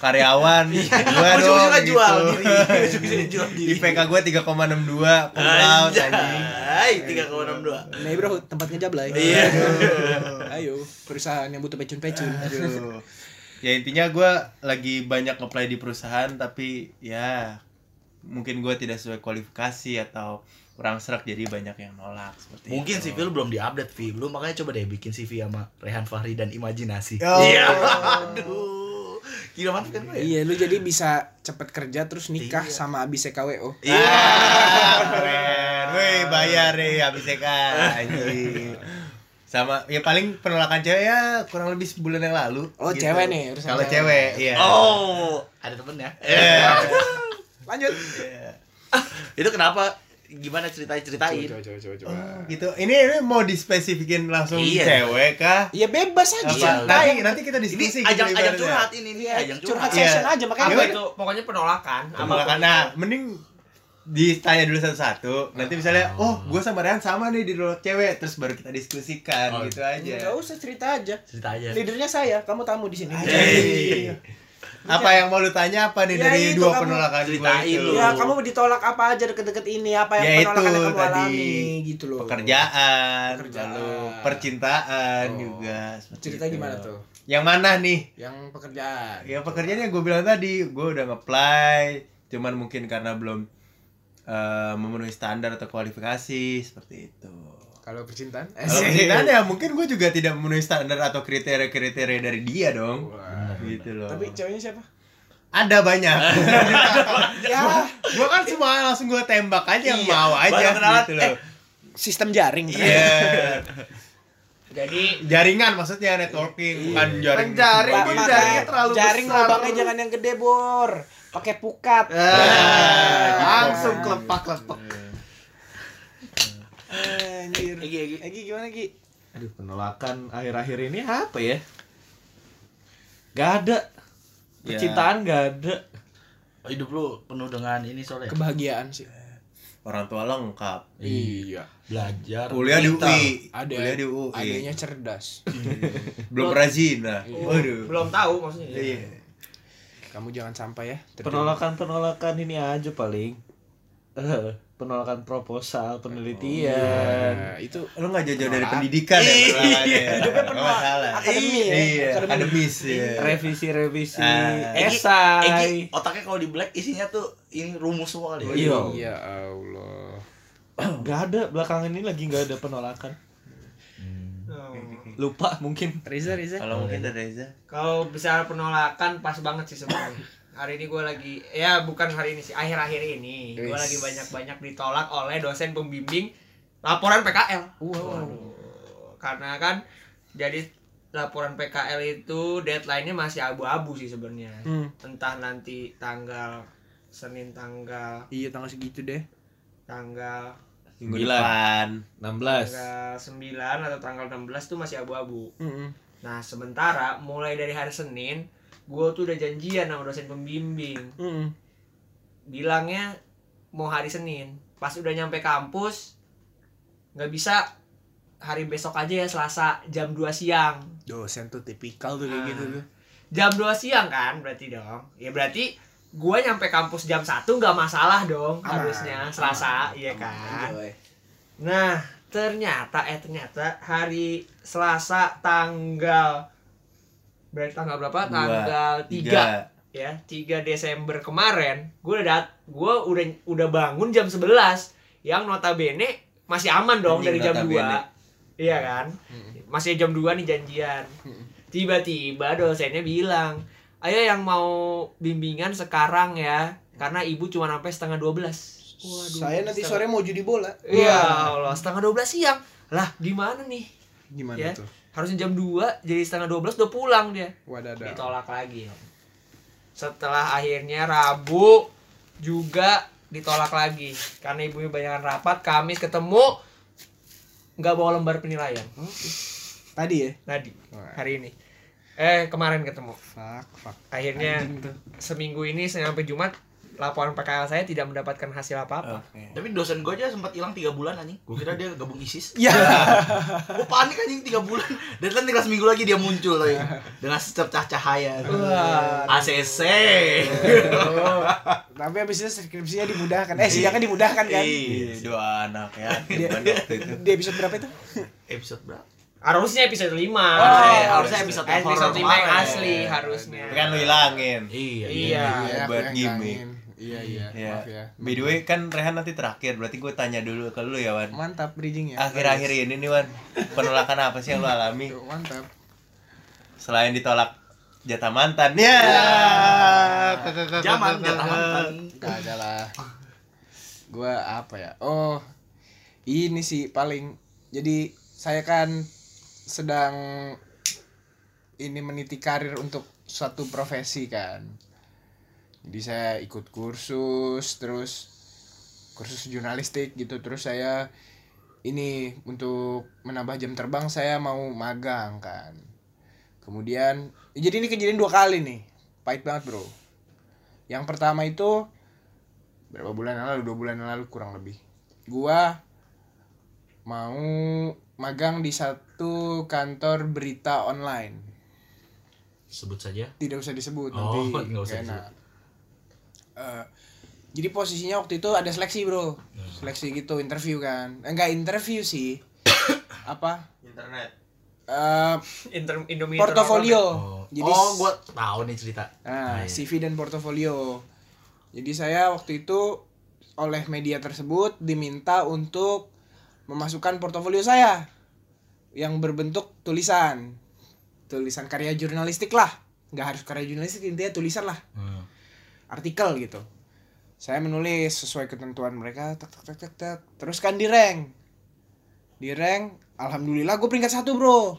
Speaker 5: karyawan gua dong
Speaker 3: Ujung-ujungnya
Speaker 5: gitu.
Speaker 3: jual diri. Ujung-ujungnya jual diri.
Speaker 5: IPK gue 3,62 cum laude anjing.
Speaker 3: Anjay, 3,62.
Speaker 1: Nah, bro, tempat ngejablay.
Speaker 3: Iya.
Speaker 1: Ayo, perusahaan yang butuh pecun-pecun.
Speaker 5: Aduh. Ya intinya gue lagi banyak ngeplay di perusahaan tapi ya mungkin gue tidak sesuai kualifikasi atau kurang serak jadi banyak yang nolak seperti
Speaker 2: Mungkin
Speaker 5: itu.
Speaker 2: CV lu belum diupdate, Vi. Lu makanya coba deh bikin CV sama Rehan Fahri dan Imajinasi.
Speaker 5: Oh.
Speaker 2: Iya. Aduh. Gila banget kan gue ya?
Speaker 1: Iya, lu jadi bisa cepet kerja terus nikah
Speaker 5: Iya.
Speaker 1: sama abis E CKWO.
Speaker 5: Ah, keren. Wih, bayar deh habis kan. Anjing. Sama ya paling penolakan cewek ya kurang lebih sebulan yang lalu. Gitu.
Speaker 1: Oh, cewek nih, urusan
Speaker 5: Kalau
Speaker 1: cewek.
Speaker 5: cewek, iya.
Speaker 2: Oh, ada temennya.
Speaker 1: Eh. Lanjut.
Speaker 2: Itu kenapa? Gimana ceritain ceritain?
Speaker 1: coba, coba, coba.
Speaker 5: Oh, gitu. Ini, ini mau dispesifikin langsung
Speaker 2: Iya.
Speaker 5: cewek kah?
Speaker 1: Iya, bebas aja.
Speaker 5: Apa?
Speaker 1: Iya.
Speaker 5: Nanti nanti
Speaker 3: Ini
Speaker 5: kita diskusi.
Speaker 3: ajang ajang
Speaker 5: gitu ibaratnya.
Speaker 3: curhat ini nih,
Speaker 1: Iya,
Speaker 3: ajang curhat.
Speaker 1: curhat
Speaker 5: Iya.
Speaker 1: session aja makanya
Speaker 4: apa
Speaker 5: Iya.
Speaker 4: itu pokoknya penolakan apa
Speaker 5: Penolakan. Nah, mending ditanya dulu satu-satu. Nanti misalnya, oh, gue sama Rehan sama nih di luar cewek, terus baru kita diskusikan
Speaker 2: Oh.
Speaker 5: gitu aja.
Speaker 1: Enggak usah cerita aja.
Speaker 2: Cerita aja.
Speaker 5: Iya.
Speaker 1: Leadernya saya, kamu tamu di sini.
Speaker 5: Anjing. Apa yang mau lu tanya apa nih
Speaker 1: Ya,
Speaker 5: dari
Speaker 1: itu
Speaker 5: dua
Speaker 1: kamu
Speaker 5: penolakan gua
Speaker 3: ceritain
Speaker 5: itu?
Speaker 3: lu.
Speaker 1: Ya, kamu ditolak apa aja deket-deket ini, apa yang
Speaker 5: gitu. Ya, itu
Speaker 1: penolakan yang kamu
Speaker 5: tadi.
Speaker 1: alami gitu loh.
Speaker 5: Pekerjaan,
Speaker 1: Pekerjaan.
Speaker 5: lalu percintaan
Speaker 1: Oh.
Speaker 5: juga. seperti
Speaker 1: Cerita
Speaker 5: itu.
Speaker 1: gimana tuh?
Speaker 5: Yang mana nih?
Speaker 1: Yang pekerjaan.
Speaker 5: Ya pekerjaannya gue bilang tadi, gue udah ngeplay, cuman mungkin karena belum eh, memenuhi standar atau kualifikasi seperti itu.
Speaker 1: Kalau percintaan? Eh,
Speaker 5: Kalau percintaan ya mungkin gue juga tidak memenuhi standar atau kriteria-kriteria dari dia dong.
Speaker 1: Wah.
Speaker 5: Gitu loh.
Speaker 1: Tapi ceweknya siapa?
Speaker 5: ada banyak.
Speaker 1: ya,
Speaker 5: gue kan semua langsung gue tembak aja yang mau aja
Speaker 3: baru kenalan,
Speaker 5: gitu loh.
Speaker 1: sistem jaring.
Speaker 5: Iya.
Speaker 4: jadi
Speaker 5: Jaringan maksudnya
Speaker 6: Iya,
Speaker 5: networking bukan jaring.
Speaker 3: Jaring,
Speaker 1: Pak,
Speaker 3: Ini
Speaker 1: makanya
Speaker 3: jaringnya terlalu
Speaker 1: jaring
Speaker 3: besar.
Speaker 1: lubangnya jangan yang gede, Bor. Pakai pukat. Nah,
Speaker 5: Ah,
Speaker 3: Langsung
Speaker 5: gitu.
Speaker 3: kelepak-kelepak.
Speaker 1: Anjir.
Speaker 3: Egi, Egi.
Speaker 1: Egi gimana, Gi?
Speaker 6: Aduh, penolakan Nah, akhir-akhir ini apa ya? Gak ada.
Speaker 5: Ya.
Speaker 6: Percintaan gak ada.
Speaker 2: Oh, hidup lu penuh dengan ini soalnya.
Speaker 1: Kebahagiaan sih.
Speaker 5: Orang tua lengkap.
Speaker 1: Iya.
Speaker 2: Belajar.
Speaker 5: Kuliah di
Speaker 2: pintar.
Speaker 5: UI.
Speaker 1: Ada.
Speaker 5: Kuliah di iya. UI.
Speaker 1: Adanya cerdas.
Speaker 5: Belum berazina. Waduh.
Speaker 4: Iya. Oh, belum tahu maksudnya
Speaker 5: Iya.
Speaker 1: Kamu jangan sampai ya. terjerumus.
Speaker 6: Penolakan-penolakan ini aja paling. Eh, penolakan
Speaker 5: Iya.
Speaker 6: proposal, penelitian.
Speaker 1: Nah, itu
Speaker 5: Lu gak jauh-jauh dari
Speaker 1: Penolakan.
Speaker 5: pendidikan ya? penolakannya.
Speaker 1: Hidupnya
Speaker 5: Nggak
Speaker 1: penolak-
Speaker 5: masalah.
Speaker 1: akademi ya,
Speaker 5: Iya,
Speaker 1: akademi.
Speaker 5: akademis ya.
Speaker 6: Revisi-revisi,
Speaker 3: Egi,
Speaker 5: Ah.
Speaker 3: Egi,
Speaker 6: esai.
Speaker 3: otaknya kalau di black isinya tuh ini rumus semua kali. ya?
Speaker 6: Iya.
Speaker 1: Ya Allah.
Speaker 6: Gak ada belakangan ini lagi gak ada penolakan.
Speaker 4: Oh.
Speaker 6: Lupa mungkin.
Speaker 1: Reza, Reza.
Speaker 5: Kalau mungkin dari Reza.
Speaker 4: Kalau bicara penolakan pas banget sih sebenarnya. Hari ini gue lagi ya bukan hari ini sih akhir-akhir ini gue
Speaker 1: Wis.
Speaker 4: lagi banyak-banyak ditolak oleh dosen pembimbing laporan PKL.
Speaker 1: Wow.
Speaker 4: Karena kan jadi laporan PKL itu deadline-nya masih abu-abu sih sebenarnya.
Speaker 1: Hmm.
Speaker 4: Entah nanti tanggal Senin tanggal
Speaker 1: Iya tanggal segitu deh.
Speaker 4: tanggal
Speaker 5: Minggu
Speaker 6: Gila.
Speaker 5: depan.
Speaker 6: 16.
Speaker 4: tanggal 9 atau tanggal 16 tuh masih abu-abu.
Speaker 1: Mm-mm.
Speaker 4: Nah, sementara mulai dari hari Senin gue tuh udah janjian sama dosen pembimbing.
Speaker 1: Mm-mm.
Speaker 4: bilangnya mau hari Senin pas udah nyampe kampus nggak bisa hari besok aja ya Selasa jam 2 siang
Speaker 1: Dosen tuh tipikal tuh kayak
Speaker 4: Ah.
Speaker 1: gitu tuh.
Speaker 4: jam 2 siang kan berarti dong ya berarti gua nyampe kampus jam 1 nggak masalah dong
Speaker 1: Aman,
Speaker 4: harusnya Selasa iya kan
Speaker 1: Enjoy.
Speaker 4: nah ternyata eh ternyata hari Selasa tanggal berarti tanggal berapa
Speaker 5: Dua,
Speaker 4: tanggal 3
Speaker 5: Tiga.
Speaker 4: ya 3 Desember kemarin gue udah dat- gua udah udah bangun jam 11 yang notabene masih aman dong
Speaker 5: Anjing,
Speaker 4: dari jam
Speaker 5: notabene.
Speaker 4: 2 iya kan
Speaker 1: Hmm.
Speaker 4: masih jam 2 nih janjian tiba-tiba dosennya bilang ayo yang mau bimbingan sekarang ya karena ibu cuma sampai setengah 12 Waduh,
Speaker 1: Saya nanti sore
Speaker 4: setengah- Iya,
Speaker 1: mau judi bola.
Speaker 4: ya Allah setengah 12 siang lah gimana nih
Speaker 1: Gimana
Speaker 4: Ya.
Speaker 1: tuh?
Speaker 4: harusnya jam 2 jadi setengah 12 udah pulang dia
Speaker 1: Wadadaw.
Speaker 4: ditolak lagi setelah akhirnya Rabu juga ditolak lagi karena ibunya banyakan rapat Kamis ketemu nggak bawa lembar penilaian
Speaker 1: Tadi ya.
Speaker 4: tadi
Speaker 3: Nah.
Speaker 1: Wah.
Speaker 4: hari ini eh kemarin ketemu
Speaker 1: Fuck, fuck.
Speaker 4: akhirnya seminggu ini sampai Jumat laporan PKL saya tidak mendapatkan hasil
Speaker 3: Oh.
Speaker 4: apa-apa
Speaker 3: Tapi dosen gue aja sempat hilang 3 bulan anjing. Gue kira dia gabung ISIS.
Speaker 1: Ya.
Speaker 3: Gue panik anjing 3 bulan. Dan kan tinggal seminggu lagi dia muncul lagi dengan secah cahaya.
Speaker 4: Wah.
Speaker 3: ACC.
Speaker 1: Tapi abis itu skripsinya dimudahkan. Eh, sidangnya dimudahkan kan?
Speaker 3: Iya.
Speaker 5: dua anak ya
Speaker 1: Dia-
Speaker 5: Gimana waktu itu
Speaker 1: Di episode berapa itu?
Speaker 3: Episode berapa?
Speaker 4: harusnya episode 5
Speaker 3: eh, harusnya episode horor
Speaker 4: Oh, episode 5 yang
Speaker 3: kemarin.
Speaker 4: asli harusnya
Speaker 5: Tapi kan lu hilangin
Speaker 3: Iya.
Speaker 4: iya
Speaker 5: Iya,
Speaker 1: aku
Speaker 5: buat
Speaker 1: yang
Speaker 5: gimmick.
Speaker 1: kangen. Iya, iya.
Speaker 5: Iya.
Speaker 1: Maaf ya.
Speaker 5: by the way kan Rehan nanti terakhir berarti gue tanya dulu ke lu ya Wan
Speaker 1: Mantap ya. bridgingnya.
Speaker 5: akhir-akhir ini nih Wan penolakan apa sih yang lu alami
Speaker 1: Tuh, Mantap.
Speaker 5: selain ditolak jatah mantan ya
Speaker 3: Zaman jatah mantan.
Speaker 1: Gak ada lah. Gua apa ya? Oh, ini sih paling. Jadi saya kan sedang ini meniti karir untuk suatu profesi kan. Jadi saya ikut kursus, terus kursus jurnalistik gitu. Terus saya ini untuk menambah jam terbang saya mau magang kan. Kemudian, jadi ini kejadian dua kali nih. Pahit banget bro. Yang pertama itu berapa bulan yang lalu? Dua bulan yang lalu kurang lebih. Gua mau magang di satu kantor berita online.
Speaker 3: Sebut saja.
Speaker 1: Tidak usah disebut
Speaker 3: Oh,
Speaker 1: nanti
Speaker 3: nggak usah
Speaker 1: nggak enak. Eh, jadi posisinya waktu itu ada seleksi bro,
Speaker 3: Hmm.
Speaker 1: seleksi gitu interview kan? Eh, Enggak interview sih, apa?
Speaker 5: internet
Speaker 1: Eh,
Speaker 4: Inter- Indomie
Speaker 1: portofolio.
Speaker 3: Oh,
Speaker 1: Jadi
Speaker 3: oh gue tahu nih cerita.
Speaker 1: Nah,
Speaker 3: Nah, iya.
Speaker 1: CV dan portofolio. Jadi saya waktu itu oleh media tersebut diminta untuk memasukkan portofolio saya yang berbentuk tulisan. Tulisan karya jurnalistik lah. Nggak harus karya jurnalistik, intinya tulisan lah.
Speaker 3: Hmm.
Speaker 1: Artikel gitu. Saya menulis sesuai ketentuan mereka, tak tak tak tak tak. Terus kan di rank. Di rank, alhamdulillah gue peringkat satu bro.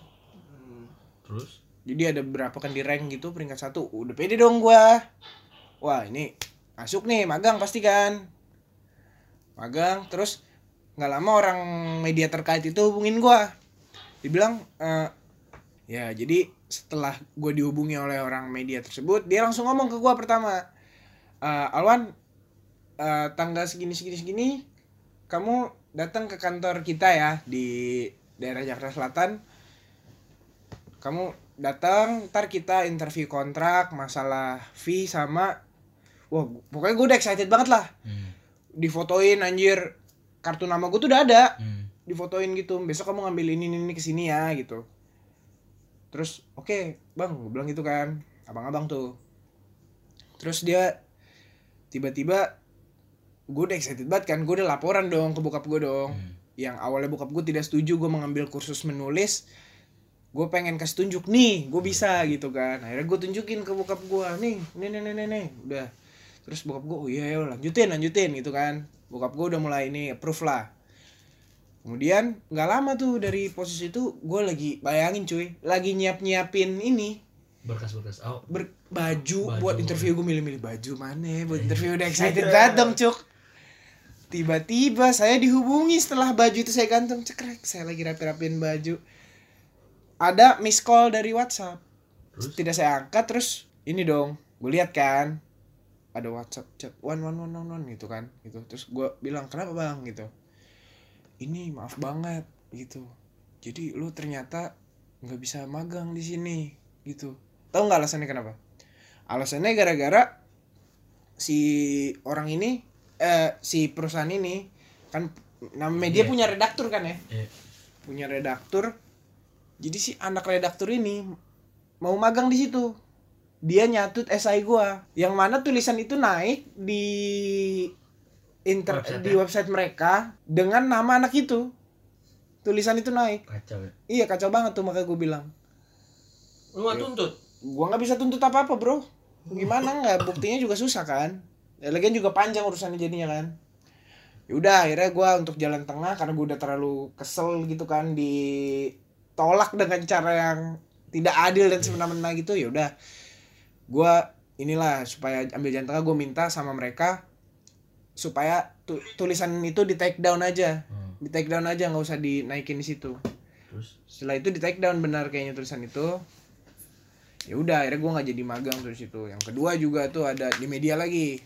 Speaker 3: Terus?
Speaker 1: Jadi ada berapa kan di rank gitu peringkat satu udah pede dong gua. Wah ini masuk nih magang pasti kan. Magang terus nggak lama orang media terkait itu hubungin gua. Dibilang eh ya jadi setelah gua dihubungi oleh orang media tersebut dia langsung ngomong ke gua pertama. "Eh, Alwan eh, tanggal segini segini segini kamu datang ke kantor kita ya di daerah Jakarta Selatan kamu datang ntar kita interview kontrak masalah fee sama wah gu- pokoknya gue udah excited banget lah
Speaker 3: Hmm.
Speaker 1: difotoin anjir kartu nama gue tuh udah ada
Speaker 3: Hmm.
Speaker 1: difotoin gitu besok kamu ngambil ini ini, ini kesini ya gitu terus oke bang gue bilang gitu kan abang-abang tuh terus dia tiba-tiba gue udah excited banget kan gue udah laporan dong ke bokap gue dong
Speaker 3: Hmm.
Speaker 1: yang awalnya bokap gue tidak setuju gue mengambil kursus menulis gue pengen kasih tunjuk nih gue bisa gitu kan akhirnya gue tunjukin ke bokap gue nih nih nih nih nih, nih. udah terus bokap gue oh iya ya lanjutin lanjutin gitu kan bokap gue udah mulai ini approve lah kemudian nggak lama tuh dari posisi itu gue lagi bayangin cuy lagi nyiap nyiapin ini
Speaker 3: Berkas-berkas. Oh,
Speaker 1: ber- baju,
Speaker 3: Baju.
Speaker 1: buat interview gue milih-milih baju mana ya, buat interview udah excited banget dong cuk tiba-tiba saya dihubungi setelah baju itu saya gantung cekrek saya lagi rapi-rapiin baju ada miss call dari WhatsApp
Speaker 3: Terus?
Speaker 1: tidak saya angkat terus ini dong gue lihat kan ada WhatsApp chat one one one one one gitu kan gitu terus gue bilang kenapa bang gitu ini maaf banget gitu jadi lu ternyata nggak bisa magang di sini gitu tahu nggak alasannya kenapa alasannya gara-gara si orang ini eh si perusahaan ini kan nama media
Speaker 3: Iya.
Speaker 1: punya redaktur kan ya
Speaker 3: Iya.
Speaker 1: punya redaktur jadi si anak redaktur ini mau magang di situ dia nyatut esai gua yang mana tulisan itu naik di inter
Speaker 3: Website
Speaker 1: di
Speaker 3: ya?
Speaker 1: website mereka dengan nama anak itu tulisan itu naik
Speaker 3: kacau ya.
Speaker 1: iya kacau banget tuh makanya gue bilang
Speaker 4: lu nggak tuntut
Speaker 1: gua nggak bisa tuntut apa apa bro gimana nggak buktinya juga susah kan ya, lagian juga panjang urusannya jadinya kan yaudah akhirnya gua untuk jalan tengah karena gua udah terlalu kesel gitu kan di ditolak dengan cara yang tidak adil dan semena-mena gitu ya udah gue inilah supaya ambil jalan tengah gue minta sama mereka supaya tu- tulisan itu di take down aja
Speaker 3: Oh,
Speaker 2: Hmm.
Speaker 1: di take down aja nggak usah dinaikin di situ
Speaker 2: Terus
Speaker 1: setelah itu di take down benar kayaknya tulisan itu ya udah akhirnya gue nggak jadi magang terus itu yang kedua juga tuh ada di media lagi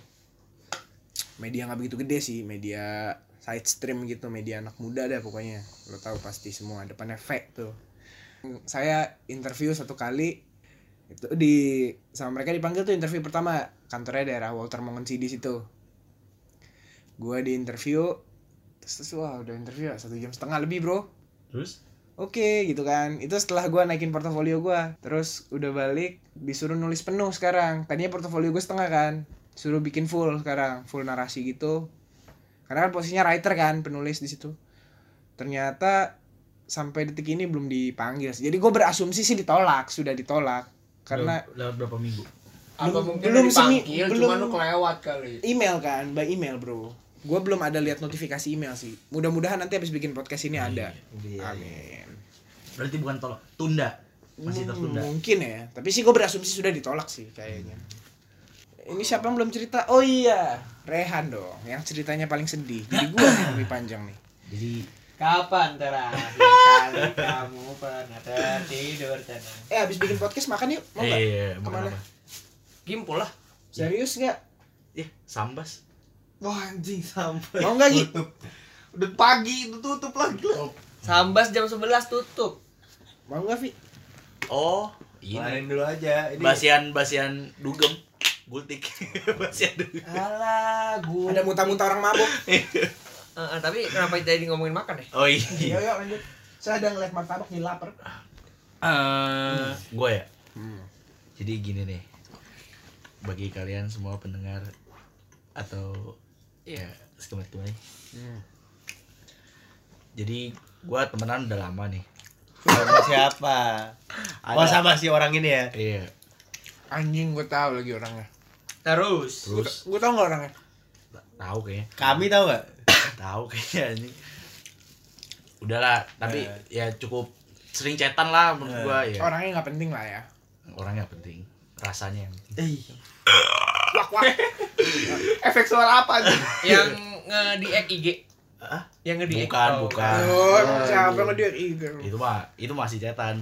Speaker 1: media nggak begitu gede sih media side stream gitu media anak muda dah pokoknya lo tahu pasti semua depannya V tuh saya interview satu kali itu di sama mereka dipanggil tuh interview pertama kantornya daerah Walter Mongensi di situ gue di interview terus, terus wah udah interview ya, satu jam setengah lebih bro
Speaker 2: terus
Speaker 1: Oke gitu kan Itu setelah gua naikin portofolio gua Terus udah balik Disuruh nulis penuh sekarang Tadinya portofolio gue setengah kan Suruh bikin full sekarang Full narasi gitu Karena kan posisinya writer kan Penulis di situ Ternyata Sampai detik ini belum dipanggil sih. Jadi gue berasumsi sih ditolak Sudah ditolak Karena
Speaker 2: Lewat- lewat berapa minggu?
Speaker 1: Belum-
Speaker 7: Apa mungkin
Speaker 1: belum
Speaker 7: belum
Speaker 1: semi-
Speaker 7: dipanggil,
Speaker 1: belum-
Speaker 7: cuman lu kelewat kali.
Speaker 1: email kan By email bro Gue belum ada lihat notifikasi email sih Mudah-mudahan nanti habis bikin podcast ini ada Iya.
Speaker 3: Iya,
Speaker 1: Amin
Speaker 2: Berarti bukan tolak, tunda. Masih tertunda.
Speaker 1: Hmm, Mungkin ya, tapi sih gue berasumsi sudah ditolak sih kayaknya. Ini siapa yang belum cerita? Oh iya, Rehan dong, yang ceritanya paling sedih. Jadi gue yang lebih panjang nih.
Speaker 2: Jadi
Speaker 4: Kapan terakhir kali kamu pernah tertidur tenang?
Speaker 1: Eh abis bikin podcast makan yuk, mau
Speaker 2: eh,
Speaker 1: nggak?
Speaker 2: iya, bukan
Speaker 1: Oh, Kemana?
Speaker 2: apa.
Speaker 4: Gimpul lah.
Speaker 1: Serius nggak?
Speaker 3: Eh,
Speaker 2: Ih, sambas.
Speaker 6: Wah anjing sampai.
Speaker 1: Mau nggak Gi?
Speaker 5: Tutup.
Speaker 3: Udah pagi itu tutup lagi lah.
Speaker 4: Sambas jam 11 tutup.
Speaker 1: Mau nggak Vi?
Speaker 3: Oh, ini
Speaker 5: Kelarin dulu aja. Ini
Speaker 3: basian basian dugem. Gultik. basian dugem.
Speaker 4: Alah, gua.
Speaker 1: Ada muta-muta orang mabuk.
Speaker 4: Eh, eh, tapi kenapa tadi ngomongin makan ya?
Speaker 3: Oh iya.
Speaker 1: yuk lanjut. Saya ada ngeliat martabak nih lapar.
Speaker 3: Gue ya.
Speaker 1: Hmm.
Speaker 3: Jadi gini nih. Bagi kalian semua pendengar atau ya sekemet gue nih. Jadi gua temenan udah lama nih.
Speaker 5: sama siapa? Oh sama si orang ini ya?
Speaker 3: Iya.
Speaker 1: Anjing gue tahu lagi orangnya.
Speaker 4: Terus.
Speaker 3: Terus
Speaker 1: Gue tahu nggak orangnya?
Speaker 3: tahu kayaknya.
Speaker 5: Kami tau gak?
Speaker 3: tahu kayaknya anjing udahlah tapi ya cukup sering cetan lah menurut gua
Speaker 2: Iya.
Speaker 3: ya
Speaker 1: Orangnya nggak penting lah ya.
Speaker 3: orangnya penting rasanya yang penting
Speaker 1: Wak wak. Efek suara apa anjing?
Speaker 4: Yang nge di IG.
Speaker 3: Hah?
Speaker 4: Yang nge di
Speaker 3: bukan bukan
Speaker 2: Ah.
Speaker 1: Oh, emang siapa yang dia itu?
Speaker 3: itu mah itu masih cetan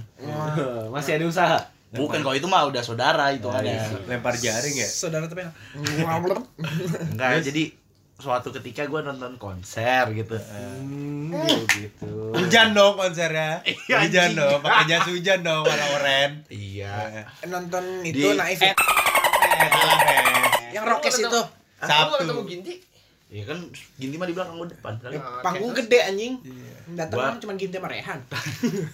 Speaker 6: Masih ada usaha.
Speaker 3: bukan kalau itu mah udah saudara itu kan
Speaker 5: iya.
Speaker 3: ya
Speaker 5: Lempar jaring ya?
Speaker 1: Saudara tapi nggak.
Speaker 3: enggak jadi suatu ketika gua nonton konser gitu
Speaker 6: Hmm, gitu.
Speaker 5: Hujan dong konsernya.
Speaker 3: Iya,
Speaker 5: Hujan
Speaker 3: anjing.
Speaker 5: dong, pakai jas hujan dong warna oranye.
Speaker 3: iya
Speaker 1: nonton itu
Speaker 3: Di-
Speaker 1: naif ya?
Speaker 5: Eh, salah, Ren.
Speaker 1: yang rokes
Speaker 4: Lu
Speaker 1: itu
Speaker 4: Sabtu.
Speaker 5: Sabtu.
Speaker 4: Ah, ketemu Ginti?
Speaker 3: ya kan gini mah di belakang gua depan kan. kali
Speaker 1: Ya,
Speaker 4: Oke,
Speaker 1: panggung
Speaker 4: terus?
Speaker 1: gede anjing
Speaker 3: Gua-
Speaker 1: datang kan cuma Ginti sama Rehan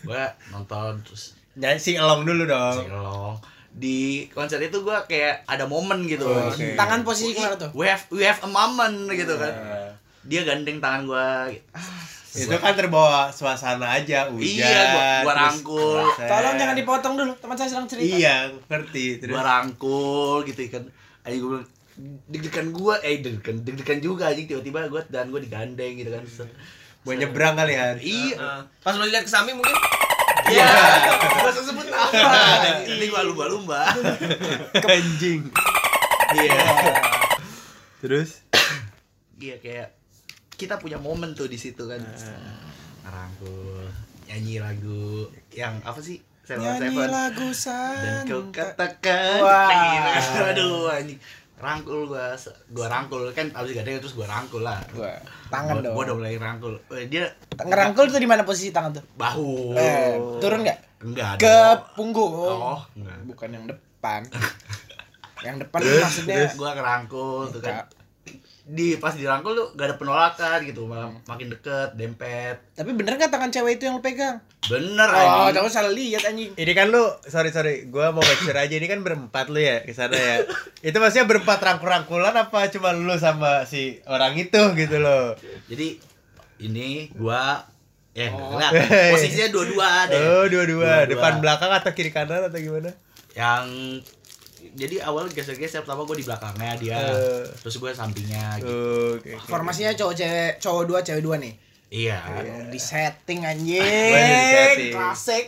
Speaker 3: gua nonton terus
Speaker 5: Nyanyi sing along dulu dong.
Speaker 3: singelong di konser itu gua kayak ada momen gitu
Speaker 5: Oh, oke.
Speaker 1: tangan posisi gimana tuh
Speaker 3: we have we have a moment gitu kan
Speaker 5: Eh,
Speaker 3: dia gandeng tangan gua gitu.
Speaker 1: Ah,
Speaker 5: Itu kan terbawa suasana aja, hujan.
Speaker 3: Iya, gua- gua
Speaker 5: terus
Speaker 3: rangkul.
Speaker 5: konser.
Speaker 1: tolong jangan dipotong dulu teman saya sedang cerita
Speaker 5: Iya, ngerti. Terus
Speaker 3: gua rangkul gitu kan ayo gua bilang deg-degan gua eh deg-degan deg-degan juga anjing tiba-tiba gua dan gua digandeng gitu kan Set.
Speaker 5: mau nyebrang kali ya.
Speaker 3: iya
Speaker 4: Eh, pas lo lihat ke Sami mungkin
Speaker 3: iya gua sebut apa ini gua lumba-lumba
Speaker 5: Anjing.
Speaker 3: iya
Speaker 5: Terus
Speaker 3: iya kayak kita punya momen tuh di situ kan rangkul nyanyi lagu yang apa sih Seven
Speaker 1: nyanyi
Speaker 3: Seven
Speaker 1: lagu
Speaker 3: dan
Speaker 1: san
Speaker 3: kau katakan
Speaker 1: Anu, Wah.
Speaker 3: Gila, aduh anjing rangkul gua se- gua rangkul kan abis gading terus gua rangkul lah
Speaker 1: Gua, tangan
Speaker 3: Gua-
Speaker 1: dong
Speaker 3: gua udah mulai rangkul Eh, dia
Speaker 1: ngerangkul tuh di mana posisi tangan tuh
Speaker 3: bahu
Speaker 1: eh, turun nggak
Speaker 3: enggak
Speaker 1: ke
Speaker 3: dong.
Speaker 1: punggung
Speaker 3: oh enggak
Speaker 1: bukan yang depan yang depan Eh, maksudnya
Speaker 3: gua ngerangkul tuh kan di pas dirangkul tuh gak ada penolakan gitu malah makin deket dempet
Speaker 1: tapi bener nggak tangan cewek itu yang lo pegang
Speaker 3: bener
Speaker 1: oh
Speaker 3: anjing.
Speaker 1: jangan salah lihat anjing
Speaker 5: ini kan lu sorry sorry, gua mau make sure aja ini kan berempat lu ya ke sana ya. itu maksudnya berempat rangkul-rangkulan apa cuma lu sama si orang itu gitu loh.
Speaker 3: jadi ini gua ya
Speaker 1: Oh.
Speaker 3: nggak kelihatan. posisinya dua-dua deh
Speaker 5: Oh, dua-dua,
Speaker 3: Dua-dua.
Speaker 5: depan belakang atau kiri kanan atau gimana?
Speaker 3: yang jadi awal geser-geser pertama gue di belakangnya dia
Speaker 5: Eh.
Speaker 3: terus gue sampingnya gitu
Speaker 5: Oke. oke.
Speaker 1: formasinya cowok cewek cowok dua cewek dua nih
Speaker 3: Iya.
Speaker 1: Belum di setting
Speaker 5: Ah, Belum di
Speaker 1: anjing.
Speaker 5: setting.
Speaker 1: Klasik.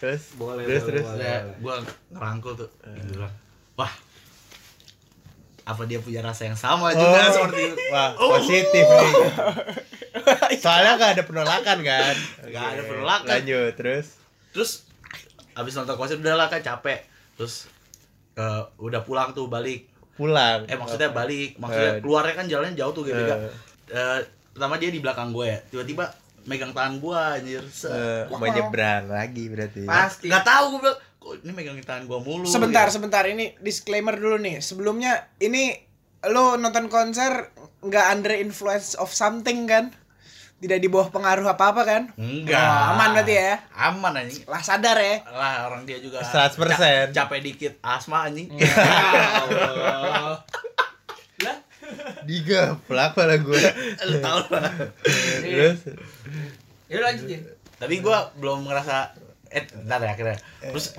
Speaker 5: Terus
Speaker 6: Boleh,
Speaker 5: terus
Speaker 6: boleh,
Speaker 5: terus. Ya. Eh.
Speaker 6: boleh.
Speaker 3: Udah, gua ngerangkul tuh. Dibilang, wah. Apa dia punya rasa yang sama juga
Speaker 5: Oh.
Speaker 3: seperti
Speaker 5: Wah, positif nih. Soalnya gak ada penolakan kan?
Speaker 3: Nggak ada
Speaker 5: Oke,
Speaker 3: penolakan.
Speaker 5: Lanjut terus.
Speaker 3: terus abis nonton konser udah lah kan capek terus eh, udah pulang tuh balik
Speaker 5: Pulang.
Speaker 3: eh maksudnya balik maksudnya
Speaker 5: Eh.
Speaker 3: keluarnya kan jalannya jauh tuh gitu
Speaker 5: Eh,
Speaker 3: pertama dia di belakang gue ya tiba-tiba megang tangan gue anjir
Speaker 5: eh,
Speaker 3: set.
Speaker 5: mau nyebrang lagi berarti.
Speaker 4: Pasti.
Speaker 3: nggak tahu gue bilang kok ini megang tangan gue mulu
Speaker 5: Iya.
Speaker 1: Sebentar,
Speaker 3: gitu.
Speaker 1: sebentar. Ini disclaimer dulu nih. Sebelumnya ini lo nonton konser nggak under influence of something kan? Tidak di bawah pengaruh apa-apa kan?
Speaker 3: enggak
Speaker 1: Oh, aman berarti ya?
Speaker 3: aman anjing
Speaker 1: Lah sadar ya.
Speaker 3: lah orang dia juga
Speaker 5: 100%.
Speaker 3: ca- capek dikit asma anjing
Speaker 1: Iya.
Speaker 5: Digeplak pala gue.
Speaker 3: lu tau lah
Speaker 5: terus
Speaker 4: Ya udah, lanjutin.
Speaker 5: Iya.
Speaker 3: tapi gue belum ngerasa eh ntar ya akhirnya terus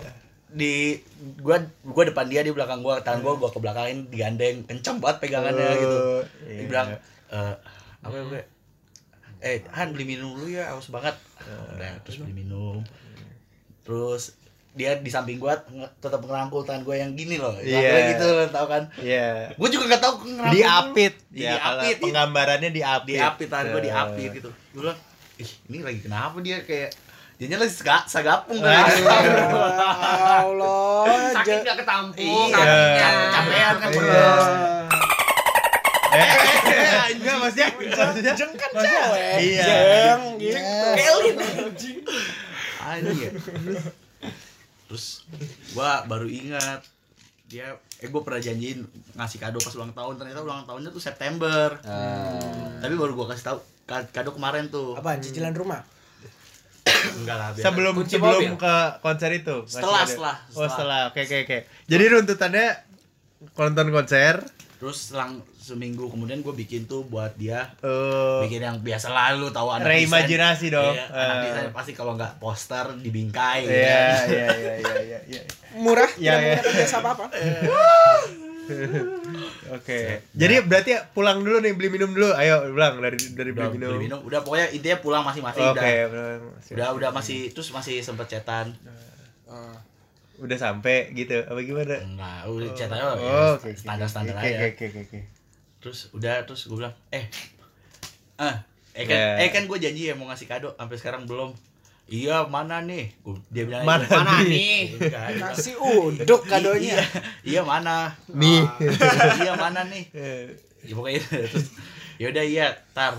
Speaker 3: di gua gua depan dia di belakang gua tangan gua gua ke belakangin digandeng kencang banget pegangannya
Speaker 5: Oh,
Speaker 3: gitu
Speaker 5: iya.
Speaker 3: dibilang eh apa ya gue eh Han beli minum dulu ya haus banget
Speaker 5: Oh,
Speaker 3: udah
Speaker 5: iya.
Speaker 3: terus beli minum terus dia di samping gua nge- tetap ngerangkul tangan gua yang gini loh
Speaker 5: Iya.
Speaker 3: Ngerangkulnya gitu loh tau kan
Speaker 5: Iya.
Speaker 3: gua juga gak tau ngerangkul
Speaker 5: Diapit.
Speaker 3: dulu.
Speaker 5: Ya, kalau
Speaker 3: diapit itu
Speaker 5: penggambarannya diapit.
Speaker 3: diapit tangan gue
Speaker 5: Eh,
Speaker 3: diapit gitu gue bilang ih ini lagi kenapa dia kayak dia lagi sega- sagapung kan
Speaker 5: Ah.
Speaker 1: Ya Allah.
Speaker 4: Sakit
Speaker 1: Ja-
Speaker 4: nggak ketampung.
Speaker 3: iya
Speaker 4: kakinya.
Speaker 3: capean kan
Speaker 5: Iya.
Speaker 3: bro.
Speaker 5: Eh, enggak maksudnya. maksudnya-
Speaker 1: Jeng kan
Speaker 5: maksudnya-
Speaker 1: cewek.
Speaker 5: Iya.
Speaker 1: Jeng gitu.
Speaker 4: Kelin.
Speaker 3: Anjing ya. terus gua baru ingat dia eh gue pernah janjiin ngasih kado pas ulang tahun ternyata ulang tahunnya tuh September
Speaker 5: Ah.
Speaker 3: tapi baru gua kasih tahu ka- kado kemarin tuh
Speaker 1: Apa cicilan rumah?
Speaker 3: enggak lah biar
Speaker 5: sebelum
Speaker 4: Kunci
Speaker 5: sebelum
Speaker 4: mobil.
Speaker 5: ke konser itu masih
Speaker 3: Setelah,
Speaker 5: ada.
Speaker 3: setelah,
Speaker 5: oh
Speaker 3: setelah.
Speaker 5: setelah oke oke oke jadi runtutannya nonton konser
Speaker 3: terus selang seminggu kemudian gue bikin tuh buat dia
Speaker 5: eh
Speaker 3: bikin yang biasa lalu tahu anak
Speaker 5: Reimajinasi
Speaker 3: desain.
Speaker 5: dong.
Speaker 3: Iya, anak
Speaker 5: Eh.
Speaker 3: desain pasti kalau nggak poster dibingkai gitu
Speaker 5: iya
Speaker 3: kan.
Speaker 5: iya iya iya iya, iya
Speaker 1: Murah,
Speaker 5: Iya,
Speaker 1: tidak
Speaker 5: iya.
Speaker 1: menggunakan jasa apa-apa.
Speaker 5: oke
Speaker 3: Iya.
Speaker 5: jadi berarti pulang dulu nih beli minum dulu ayo pulang dari dari beli
Speaker 3: udah
Speaker 5: minum
Speaker 3: beli minum udah pokoknya intinya pulang masing-masing
Speaker 5: oke
Speaker 3: udah
Speaker 5: pulang.
Speaker 3: udah udah masih terus masih sempet cetan
Speaker 5: udah sampai gitu apa gimana
Speaker 3: nah udah cetannya
Speaker 5: Oh, oke, oke,
Speaker 3: standar standar
Speaker 5: oke,
Speaker 3: aja
Speaker 5: oke oke oke
Speaker 3: terus udah terus gue bilang eh eh eh kan
Speaker 5: Ya.
Speaker 3: eh kan gue janji ya mau ngasih kado sampai sekarang belum iya mana nih Gua- dia bilang
Speaker 5: Mana
Speaker 4: Mana
Speaker 5: nih?
Speaker 4: nih?
Speaker 1: Nasi uduk
Speaker 3: iya,
Speaker 1: kadonya.
Speaker 3: iya mana
Speaker 5: nih
Speaker 3: iya mana nih
Speaker 5: Eh,
Speaker 3: ya pokoknya terus yaudah iya tar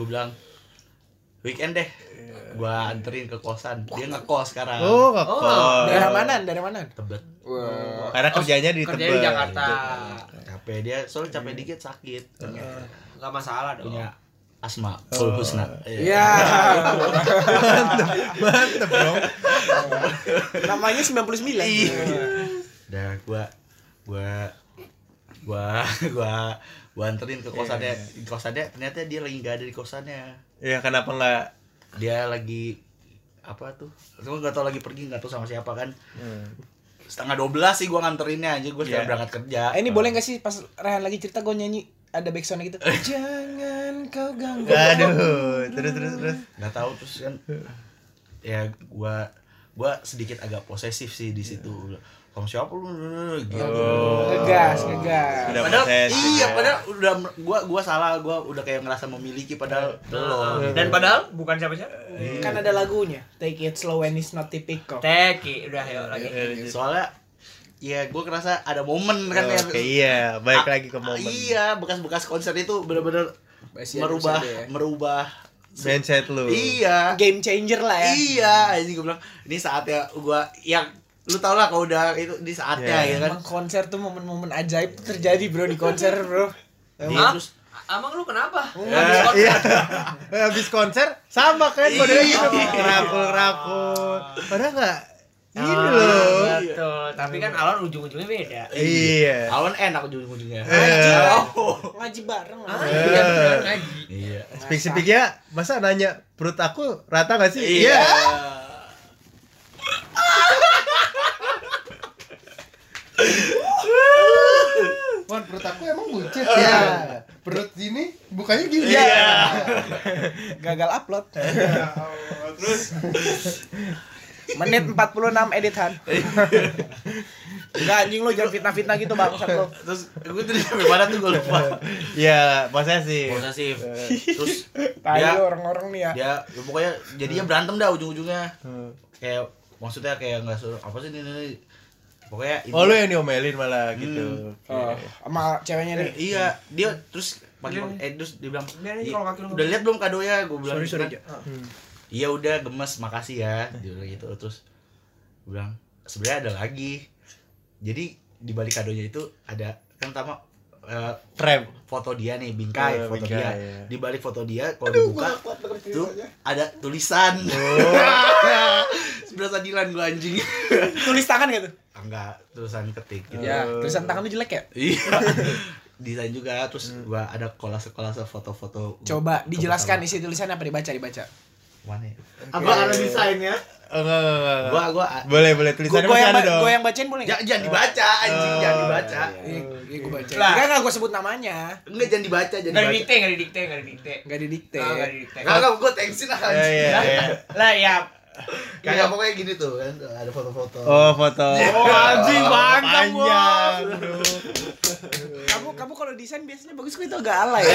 Speaker 3: gue bilang weekend deh gue anterin ke kosan dia ngekos sekarang
Speaker 5: oh ngekos
Speaker 4: Oh,
Speaker 1: Daerah mana? Daerah mana?
Speaker 3: tebet
Speaker 1: Wah.
Speaker 5: karena Oh, kerjanya di
Speaker 4: Kerja di
Speaker 5: Tebet. Iya.
Speaker 4: Jakarta.
Speaker 3: capek dia soalnya capek dikit sakit punya,
Speaker 4: Gak masalah dong.
Speaker 5: Iya.
Speaker 3: punya asma full husna Iya.
Speaker 1: Ya,
Speaker 5: mantep dong
Speaker 1: namanya 99.
Speaker 5: Iya.
Speaker 3: udah gue gue gue gue gue anterin ke kosannya kosannya ternyata dia lagi nggak ada di kosannya
Speaker 5: ya kenapa nggak
Speaker 3: dia lagi apa tuh gue nggak tahu lagi pergi nggak tahu sama siapa kan
Speaker 5: Hmm.
Speaker 3: setengah 12 sih gua nganterinnya aja gua sudah
Speaker 5: Iya.
Speaker 3: berangkat kerja
Speaker 1: Eh, ini boleh gak sih pas Rehan lagi cerita gue nyanyi ada backsound gitu. Jangan kau ganggu.
Speaker 5: Eh, aduh terus terus terus
Speaker 3: nggak tahu terus kan ya gua gua sedikit agak posesif sih di situ
Speaker 5: Iya.
Speaker 3: sama siapa lu gitu
Speaker 1: Ngegas, ngegas.
Speaker 5: Udah
Speaker 3: padahal
Speaker 5: Oh. posesif,
Speaker 3: iya
Speaker 5: ya.
Speaker 3: padahal udah gua gua salah gua udah kayak ngerasa memiliki padahal
Speaker 5: Iya. Ah,
Speaker 3: belum
Speaker 4: Ah. Dan padahal bukan siapa-siapa.
Speaker 1: Kan ada lagunya. Take it slow and it's not typical.
Speaker 4: Teki, udah yuk
Speaker 5: Iya,
Speaker 4: lagi.
Speaker 3: soalnya ya gua ngerasa ada momen kan ya
Speaker 5: Oke, iya, baik lagi ke momen.
Speaker 3: iya bekas-bekas konser itu bener-bener merubah
Speaker 1: ya.
Speaker 5: ya.
Speaker 3: merubah
Speaker 5: Mindset lu.
Speaker 3: iya
Speaker 1: Game changer lah ya.
Speaker 3: Iya, anjing gue bilang, ini saatnya gua yang lu tau lah kalau udah itu di saatnya
Speaker 5: Iya.
Speaker 3: ya kan.
Speaker 1: Emang konser tuh momen-momen ajaib tuh terjadi bro di konser bro.
Speaker 3: Dia
Speaker 4: Hah?
Speaker 3: terus
Speaker 4: Amang lu kenapa?
Speaker 6: Oh,
Speaker 5: Eh, iya. Eh, Habis konser sama kan modelnya gitu. Rakul-rakul. Padahal enggak ini loh.
Speaker 4: Betul, tapi kan alon ujung-ujungnya beda.
Speaker 5: Iya.
Speaker 3: awan enak ujung-ujungnya.
Speaker 5: Eh,
Speaker 1: Ngaji bareng lah.
Speaker 4: Ah, iya, bener,
Speaker 6: Eh.
Speaker 4: ngaji.
Speaker 3: Iya.
Speaker 5: speak ya, masa nanya perut aku rata gak sih?
Speaker 3: Iya.
Speaker 5: Wan, perut aku emang buncit ya. perut ini bukanya gini
Speaker 1: Iya. Gagal upload.
Speaker 5: Ya terus
Speaker 1: Menit 46 editan. Enggak anjing lu jangan fitnah-fitnah gitu bangsat lu.
Speaker 3: Terus gue tadi sampai mana tuh gue lupa.
Speaker 5: ya
Speaker 4: Iya.
Speaker 5: posesif
Speaker 3: Posesif. Terus
Speaker 5: Ya.
Speaker 1: Tai
Speaker 3: dia
Speaker 1: lu orang-orang nih
Speaker 5: Iya,
Speaker 1: ya.
Speaker 3: dia ya pokoknya jadinya
Speaker 4: Hmm.
Speaker 3: berantem dah ujung-ujungnya.
Speaker 5: Hmm.
Speaker 3: Kayak maksudnya kayak nggak suruh apa sih ini, ini. Pokoknya ini-
Speaker 5: oh lu yang diomelin malah gitu
Speaker 1: Oh, sama ceweknya nih.
Speaker 3: Eh, iya, dia terus pagi eh terus dia bilang,
Speaker 4: Biar aja
Speaker 3: "Iya,
Speaker 4: kalau kaki lu
Speaker 3: udah lihat belum kadonya? Gue bilang,
Speaker 1: Sorry, sorry,
Speaker 3: "Kan,
Speaker 5: Hmm.
Speaker 3: Iya udah gemes, makasih ya. Dia bilang gitu terus gue bilang sebenarnya ada lagi. Jadi di balik kadonya itu ada kan pertama eh,
Speaker 5: trap
Speaker 3: foto dia nih bingkai
Speaker 5: Eh,
Speaker 3: foto
Speaker 5: bingkai,
Speaker 3: dia.
Speaker 5: iya.
Speaker 3: Di balik foto dia kalau dibuka tuh ada tulisan.
Speaker 5: Oh.
Speaker 3: Sebelah sadilan gue anjing.
Speaker 5: Iya.
Speaker 1: Tulis tangan gitu.
Speaker 3: Ah, Enggak, tulisan ketik gitu.
Speaker 1: Ya, tulisan tangan lu jelek ya?
Speaker 3: Iya. Desain juga terus
Speaker 5: Hmm.
Speaker 3: gua ada kolase-kolase foto-foto.
Speaker 1: Coba dijelaskan isi
Speaker 3: isi.
Speaker 1: tulisannya apa dibaca dibaca.
Speaker 3: Mana? ya?
Speaker 4: Apa ada desainnya?
Speaker 5: enggak enggak enggak
Speaker 3: Gua gua
Speaker 5: boleh boleh
Speaker 1: Gue
Speaker 5: tulisannya masih
Speaker 1: yang
Speaker 5: ada
Speaker 1: ba-
Speaker 5: dong Ya.
Speaker 1: gua yang bacain boleh
Speaker 3: Ja-
Speaker 1: enggak?
Speaker 3: jangan dibaca anjing,
Speaker 5: Oh,
Speaker 3: jangan dibaca.
Speaker 1: Iya, iya gua bacain.
Speaker 4: Lah.
Speaker 1: Enggak enggak gua sebut namanya.
Speaker 3: Enggak jangan dibaca, jangan
Speaker 4: Enggak
Speaker 3: dibaca.
Speaker 4: didikte, enggak didikte, enggak didikte.
Speaker 1: Enggak didikte.
Speaker 5: Nah,
Speaker 4: Oh, nggak didikte.
Speaker 3: Enggak enggak gua tensin lah
Speaker 5: Iya,
Speaker 3: anjing.
Speaker 5: iya, iya.
Speaker 4: Lah Iya. ya.
Speaker 3: Kagak pokoknya gini tuh kan ada foto-foto.
Speaker 5: oh foto
Speaker 3: Oh, anjing,
Speaker 5: bangga panjang bro.
Speaker 1: Kamu kamu kalau desain biasanya bagus kok itu agak alay ya.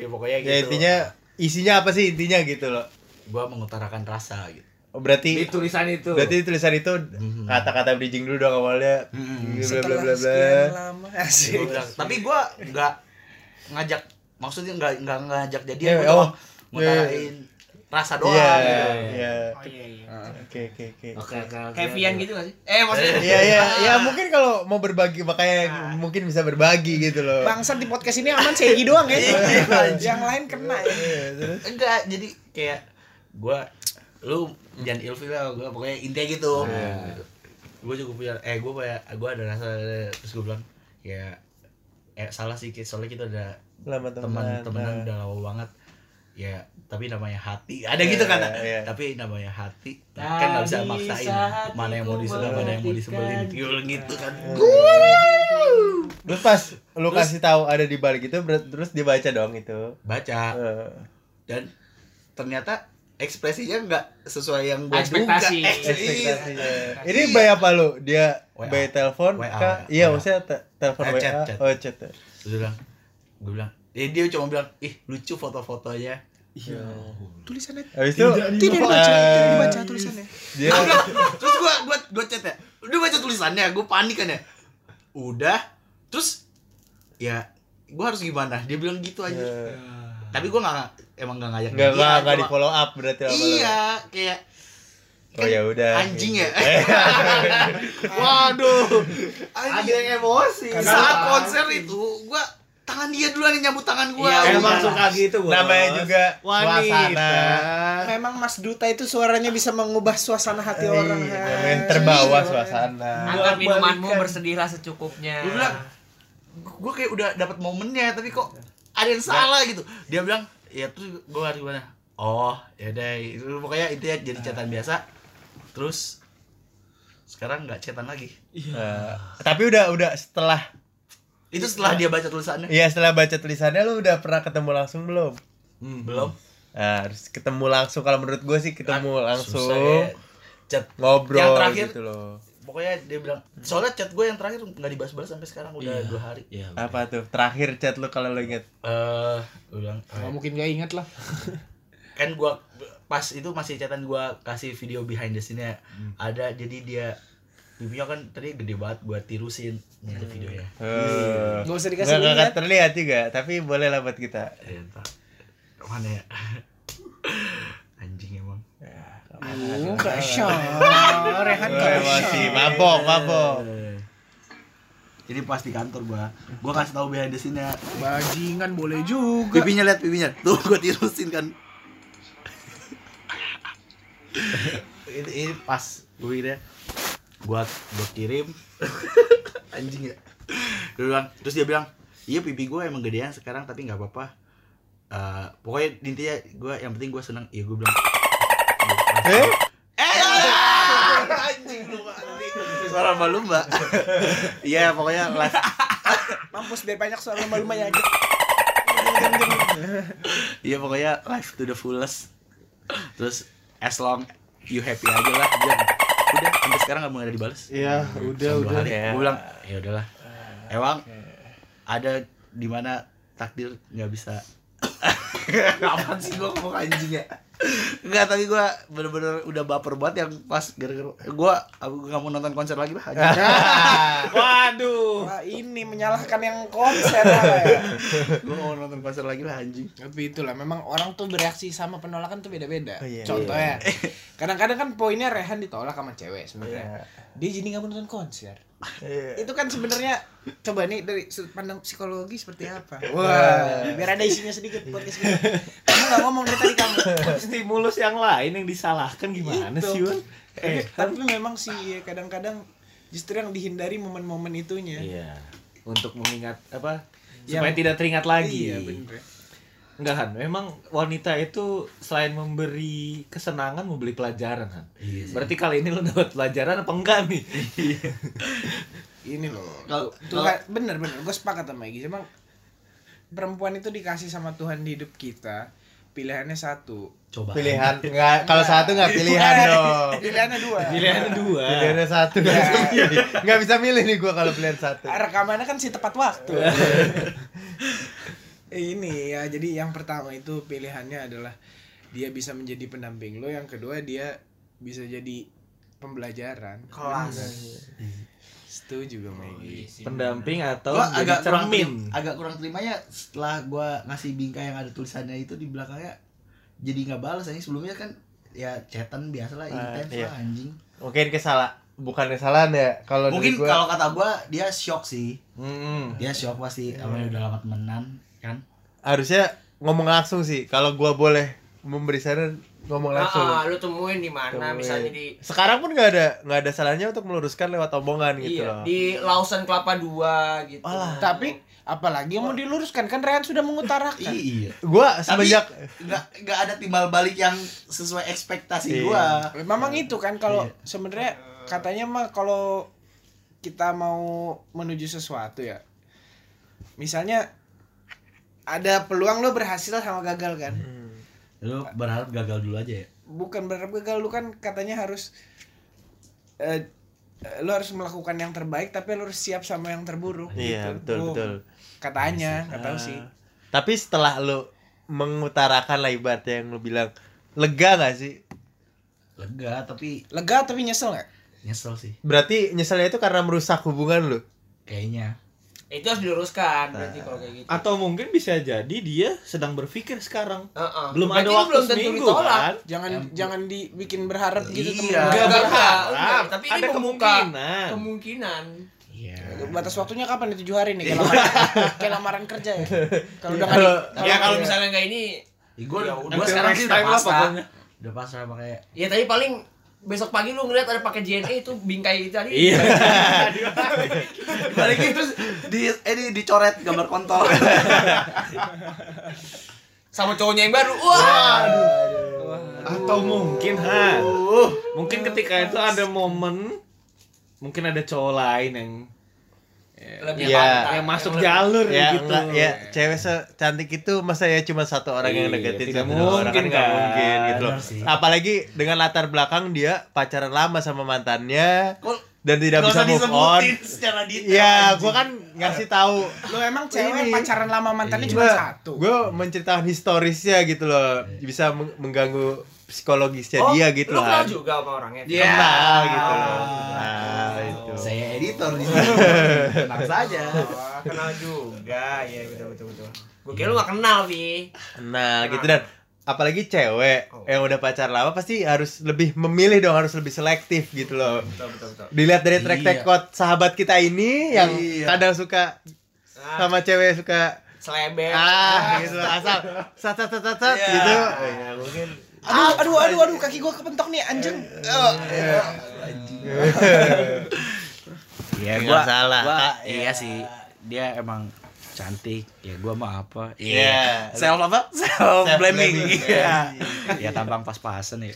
Speaker 3: Ya pokoknya gitu.
Speaker 5: ya intinya isinya apa sih intinya gitu loh
Speaker 3: gua mengutarakan rasa gitu.
Speaker 5: Oh,
Speaker 4: Di
Speaker 5: berarti
Speaker 4: tulisan itu.
Speaker 5: berarti tulisan itu
Speaker 3: Mhm.
Speaker 5: kata-kata bridging dulu dong awalnya bla bla bla
Speaker 1: Setelah
Speaker 5: bla
Speaker 1: sekian lama.
Speaker 3: Ya, gua
Speaker 1: Asik.
Speaker 5: Iya.
Speaker 3: bilang, tapi gua enggak ngajak maksudnya enggak enggak ngajak
Speaker 5: Iya,
Speaker 3: jadian gua
Speaker 5: oh.
Speaker 3: doang ngutarain rasa doang
Speaker 5: iya
Speaker 3: gitu.
Speaker 5: iya
Speaker 4: Oh iya iya.
Speaker 5: oke oke oke
Speaker 4: Oke oke.
Speaker 3: iya,
Speaker 4: Kevian gitu gak sih? Eh maksudnya
Speaker 5: Iya iya ya mungkin kalau mau berbagi makanya mungkin bisa berbagi gitu loh.
Speaker 1: Bangsat di podcast ini aman Segi doang ya. Yang lain kena ya.
Speaker 3: enggak jadi kayak gua lu jangan ilfil lah gua pokoknya intinya gitu
Speaker 5: Iya.
Speaker 3: gua cukup punya eh gua punya gua ada rasa terus gua bilang ya eh salah sih Ki. soalnya kita ada
Speaker 5: Lama
Speaker 3: teman
Speaker 5: teman nah.
Speaker 3: temenan udah lama banget ya tapi namanya hati ada gitu
Speaker 5: Iya,
Speaker 3: kan
Speaker 5: iya.
Speaker 3: tapi namanya hati kan nggak bisa
Speaker 4: Tadi
Speaker 3: maksain
Speaker 4: saat
Speaker 3: mana yang mau
Speaker 4: itu
Speaker 3: disuka mana yang mau disebelin
Speaker 4: menghentikan
Speaker 3: Gua bilang gitu kan
Speaker 5: Terus pas lu kasih tahu ada di balik itu ber- terus dibaca dong itu.
Speaker 3: baca
Speaker 5: Eh,
Speaker 3: dan ternyata ekspresinya nggak sesuai yang gua duga.
Speaker 4: Ekspektasi.
Speaker 3: Eh,
Speaker 5: ekspektasinya. Ini by apa lu? Dia
Speaker 3: WA.
Speaker 5: by telepon
Speaker 3: WA,
Speaker 5: kah?
Speaker 3: WA.
Speaker 5: Iya, maksudnya te- telepon
Speaker 3: Eh,
Speaker 5: WA.
Speaker 3: chat, chat.
Speaker 5: Oh, chat.
Speaker 3: Terus dia bilang, gue bilang, eh, dia cuma bilang, ih lucu foto-fotonya.
Speaker 1: Tulisannya
Speaker 5: Habis itu
Speaker 1: tidak dibaca,
Speaker 5: eh,
Speaker 1: tidak dibaca tulisannya.
Speaker 5: Dia
Speaker 3: Terus gue gua gua chat ya, udah baca tulisannya, gue panik kan ya. Udah, terus ya gue harus gimana? Dia bilang gitu aja.
Speaker 5: eh,
Speaker 3: Tapi gue nggak emang nggak ngajak
Speaker 5: nggak
Speaker 3: dia,
Speaker 5: nggak nggak
Speaker 3: gua-
Speaker 5: di follow up berarti lama-lama.
Speaker 3: Iya, kayak
Speaker 5: Oh ya udah.
Speaker 3: anjing ya.
Speaker 5: Iya.
Speaker 3: Waduh.
Speaker 2: Ada
Speaker 3: Anjing.
Speaker 2: yang emosi.
Speaker 3: Di saat konser itu, gue tangan dia duluan yang nyambut tangan gue.
Speaker 4: Iya,
Speaker 2: Emang suka gitu, Bos.
Speaker 5: Namanya juga suasana.
Speaker 1: Memang Mas Duta itu suaranya bisa mengubah suasana hati
Speaker 5: Iya,
Speaker 1: orang.
Speaker 5: Namanya terbawa suasana.
Speaker 4: Angkat minumanmu bersedihlah secukupnya.
Speaker 3: Gua bilang gue kayak udah dapat momennya tapi kok ada yang salah gitu dia bilang ya terus gue harus gimana oh ya deh itu pokoknya itu ya jadi catatan
Speaker 5: Nah.
Speaker 3: biasa terus sekarang nggak catatan lagi
Speaker 5: Eh, tapi udah udah setelah
Speaker 3: itu setelah dia baca tulisannya
Speaker 5: Iya setelah baca tulisannya lu udah pernah ketemu langsung belum? Hmm.
Speaker 3: belum
Speaker 5: Nah, harus ketemu langsung kalau menurut gue sih ketemu langsung
Speaker 3: Susah ya. chat
Speaker 5: ngobrol
Speaker 3: Yang terakhir-
Speaker 5: gitu loh.
Speaker 3: pokoknya dia bilang soalnya chat gue yang terakhir nggak dibahas-bahas sampai sekarang udah
Speaker 5: Iya.
Speaker 3: dua hari ya
Speaker 5: Apa tuh? Terakhir chat lu kalau lu inget.
Speaker 3: eh gua bilang
Speaker 5: Iya.
Speaker 3: "Eh,
Speaker 1: Nggak mungkin gak ingat lah.
Speaker 3: kan gua pas itu masih catatan gua kasih video behind the scene-nya ada jadi dia pipinya kan tadi gede banget gua tirusin Ini ada videonya
Speaker 5: Eh.
Speaker 1: Nggak usah dikasih
Speaker 5: Nggak nggak
Speaker 1: lihat.
Speaker 5: terlihat juga, tapi boleh lah buat kita.
Speaker 3: eh, entah mana ya anjing emang
Speaker 1: Uh, Kasha. Rehan
Speaker 5: Gue emosi,
Speaker 1: Kasha.
Speaker 5: mabok, mabok.
Speaker 3: jadi pas di kantor gua gua kasih tahu behind the scene-nya
Speaker 1: Bajingan boleh juga.
Speaker 3: pipinya lihat pipinya tuh gua tirusin kan ini, ini pas gue ini ya. gua gua kirim anjing ya dia bilang, terus dia bilang iya pipi gua emang gedean sekarang tapi nggak apa-apa Eh, pokoknya intinya gua yang penting gua seneng iya gua bilang
Speaker 5: Eh?
Speaker 3: Eh, anjing lu Mbak. Suara malu mbak Iya pokoknya live
Speaker 1: Mampus biar banyak soal lumba-lumba ya.
Speaker 3: Iya pokoknya life to the fullest. Terus as long you happy aja lah. Jan. Udah sampai sekarang nggak mau ada dibales.
Speaker 6: Iya, udah
Speaker 3: Dua
Speaker 6: udah.
Speaker 3: hari.
Speaker 6: Ya.
Speaker 3: Gue bilang ya udahlah. Emang ada di mana takdir nggak bisa. Apaan sih gue
Speaker 6: Oh,
Speaker 3: ngomong anjing ya? Enggak, tapi gue bener-bener udah baper banget yang pas gara-gara gue nggak mau nonton konser lagi lah. anjing.
Speaker 6: Waduh.
Speaker 1: Wah, ini menyalahkan yang konser apa ya.
Speaker 3: gue mau nonton konser lagi lah anjing
Speaker 1: Tapi itulah memang orang tuh bereaksi sama penolakan tuh beda-beda.
Speaker 6: Oh, iya. Iya.
Speaker 1: Contohnya, kadang-kadang kan poinnya Rehan ditolak sama cewek sebenarnya. Dia jadi nggak mau nonton konser. Itu kan sebenarnya coba nih dari sudut pandang psikologi seperti apa? Wah, biar ada isinya sedikit
Speaker 6: Iya.
Speaker 1: podcast kita. Kamu nggak ngomong dari tadi kamu.
Speaker 6: Stimulus yang lain yang disalahkan gimana
Speaker 5: Gitu.
Speaker 1: Itu.
Speaker 6: sih, Wan? Eh.
Speaker 1: Tapi, tapi memang sih iya, kadang-kadang justru yang dihindari momen-momen itunya.
Speaker 6: Iya. Untuk mengingat apa?
Speaker 1: Yang-
Speaker 6: Supaya tidak teringat lagi.
Speaker 1: Iya, bener.
Speaker 6: Enggak Han, memang wanita itu selain memberi kesenangan memberi pelajaran Han. Berarti kali ini lo dapat pelajaran apa enggak nih?
Speaker 1: Ini loh.
Speaker 3: kalau
Speaker 1: Tuhan, bener bener, gue sepakat sama Egy. Emang perempuan itu dikasih sama Tuhan di hidup kita, pilihannya satu.
Speaker 6: Iya,
Speaker 3: coba
Speaker 5: Pilihan nggak kalau satu nggak pilihan
Speaker 1: Eh,
Speaker 5: Iya dong.
Speaker 1: Pilihannya dua.
Speaker 6: Pilihan dua.
Speaker 5: Pilihannya satu nggak bisa
Speaker 6: Iya.
Speaker 5: milih. Nggak bisa milih nih gua kalau pilihan satu.
Speaker 1: Rekamannya kan si tepat waktu. Ini ya, jadi yang pertama itu pilihannya adalah dia bisa menjadi pendamping lo, yang kedua dia bisa jadi pembelajaran.
Speaker 4: Kelas.
Speaker 1: Setuju gue sama
Speaker 3: Iya
Speaker 6: iya.
Speaker 1: Egy.
Speaker 6: Pendamping atau
Speaker 3: gua
Speaker 6: jadi
Speaker 3: agak kurang
Speaker 6: cermin.
Speaker 3: terim- agak kurang terimanya setelah gua ngasih bingkai yang ada tulisannya itu di belakangnya jadi nggak balas anjing sebelumnya kan ya chatan biasa
Speaker 6: Ah,
Speaker 3: lah intens
Speaker 5: iya.
Speaker 3: lah anjing
Speaker 5: Mungkin kesalah bukan kesalahan ya kalau dari
Speaker 3: mungkin
Speaker 5: gua.
Speaker 3: kalau kata gua dia shock sih
Speaker 5: Mm-mm.
Speaker 3: dia shock pasti
Speaker 6: Iya.
Speaker 3: awalnya udah lama temenan kan
Speaker 5: harusnya ngomong langsung sih kalau gua boleh memberi saran ngomong langsung
Speaker 4: Ah, ah, lu temuin di mana
Speaker 5: Temuin.
Speaker 4: misalnya di
Speaker 5: sekarang pun nggak ada nggak ada salahnya untuk meluruskan lewat omongan gitu
Speaker 4: iya,
Speaker 5: loh
Speaker 4: di Lausan Kelapa 2 gitu.
Speaker 1: Tapi apalagi yang mau diluruskan kan Rehan sudah mengutarakan.
Speaker 3: iya
Speaker 5: gua
Speaker 3: tapi
Speaker 5: semenjak
Speaker 3: nggak nggak ada timbal balik yang sesuai ekspektasi
Speaker 5: Iya.
Speaker 3: gua
Speaker 1: Memang itu kan kalau sebenarnya katanya mah kalau kita mau menuju sesuatu ya. Misalnya ada peluang lo berhasil sama gagal kan.
Speaker 5: Hmm.
Speaker 3: lu berharap gagal dulu aja ya
Speaker 1: Bukan berharap gagal lu kan katanya harus eh, eh, lo harus melakukan yang terbaik tapi lo harus siap sama yang terburuk.
Speaker 5: iya
Speaker 1: gitu.
Speaker 5: betul
Speaker 1: Lu-
Speaker 5: betul Iya
Speaker 1: Katanya, nggak tahu sih.
Speaker 5: tapi setelah lu mengutarakan lah ibaratnya yang lu bilang lega gak sih
Speaker 3: lega tapi
Speaker 1: Lega tapi nyesel nggak?
Speaker 3: nyesel sih
Speaker 5: berarti nyeselnya itu karena merusak hubungan lu
Speaker 3: kayaknya
Speaker 4: Itu harus diluruskan berarti kalau kayak gitu.
Speaker 6: Atau mungkin bisa jadi dia sedang berpikir sekarang.
Speaker 4: Heeh.
Speaker 6: Belum
Speaker 4: Berarti
Speaker 6: ada
Speaker 4: lu
Speaker 6: waktu
Speaker 4: belum tentu
Speaker 6: seminggu
Speaker 4: ditolak.
Speaker 6: kan?
Speaker 1: Jangan
Speaker 5: Ya,
Speaker 1: jangan dibikin berharap gitu temen lu.
Speaker 3: Iya.
Speaker 4: Enggak,
Speaker 6: Nggak
Speaker 4: enggak,
Speaker 6: berharap.
Speaker 4: enggak. Tapi ini
Speaker 6: ada
Speaker 4: membuka
Speaker 6: kemungkinan.
Speaker 4: kemungkinan.
Speaker 3: iya
Speaker 1: Batas waktunya kapan nih? 7 hari nih kayak lamaran, kayak lamaran kerja ya. Kalau udah nggak di-
Speaker 4: Ya kalau misalnya enggak ini,
Speaker 3: Ya, gue
Speaker 4: Ya udah.
Speaker 3: gue sekarang sih udah
Speaker 6: Time lah
Speaker 3: pasrah.
Speaker 6: pokoknya.
Speaker 3: Udah pasrah pakai
Speaker 4: ya tapi paling besok pagi lu ngeliat ada pakai JNE itu bingkai itu tadi.
Speaker 6: Iya.
Speaker 3: balikin terus di eh di, dicoret gambar kontol.
Speaker 4: Sama cowoknya yang baru. Wah.
Speaker 6: Atau mungkin Han. Mungkin ketika itu ada momen mungkin ada cowok lain yang
Speaker 4: Lebih
Speaker 5: Iya.
Speaker 4: pantas.
Speaker 6: yang masuk
Speaker 4: lebih-
Speaker 6: jalur
Speaker 5: ya
Speaker 6: gitu.
Speaker 5: enggak, ya cewek secantik itu masa ya cuma satu orang yang
Speaker 6: Iya,
Speaker 5: deketin
Speaker 6: tidak
Speaker 5: satu dua orang
Speaker 6: mungkin
Speaker 5: kan nggak
Speaker 6: kan.
Speaker 5: mungkin gitu loh
Speaker 3: Benar sih.
Speaker 5: apalagi dengan latar belakang dia pacaran lama sama mantannya
Speaker 3: Kok
Speaker 5: dan tidak
Speaker 3: nggak
Speaker 5: bisa
Speaker 3: usah
Speaker 5: move on
Speaker 3: disebutin secara detail.
Speaker 5: ya
Speaker 3: anjing.
Speaker 5: gua kan ngasih tahu
Speaker 1: Lo emang cewek
Speaker 5: Ini.
Speaker 1: pacaran lama mantannya cuma
Speaker 5: Gua-
Speaker 1: satu.
Speaker 5: gua menceritakan historisnya gitu loh bisa meng- mengganggu psikologisnya
Speaker 4: Oh,
Speaker 5: dia gitu
Speaker 4: Lu
Speaker 5: loh
Speaker 4: kenal juga sama orangnya.
Speaker 3: Iya.
Speaker 5: kenal gitu loh Kenal itu
Speaker 3: Saya editor di sini. Tenang saja.
Speaker 4: Wah, Oh, kenal juga. Iya, betul betul betul. Gue kira lu gak kenal, Vi.
Speaker 5: Nah, gitu dan apalagi cewek
Speaker 4: Oh.
Speaker 5: yang udah pacar lama pasti harus lebih memilih dong, harus lebih selektif gitu loh.
Speaker 4: Betul betul betul.
Speaker 5: Dilihat dari track
Speaker 3: Iya.
Speaker 5: record sahabat kita ini yang
Speaker 3: Iya.
Speaker 5: kadang suka
Speaker 4: Nah,
Speaker 5: sama cewek suka
Speaker 4: selebel.
Speaker 5: ah gitu asal sat sat sat sat, sat,
Speaker 3: Iya.
Speaker 5: gitu.
Speaker 1: Aduh, aduh, aduh, aduh, kaki gua kepentok nih, anjing. Eh.
Speaker 3: Iya,
Speaker 5: Nggak
Speaker 3: gua
Speaker 5: salah,
Speaker 3: gua-
Speaker 5: Kak.
Speaker 3: Iya sih. Dia emang cantik. Ya gua mah apa?
Speaker 5: Iya.
Speaker 3: Self apa? Self blaming.
Speaker 5: Self-blaming.
Speaker 3: Iya. ya tampang pas-pasan ya.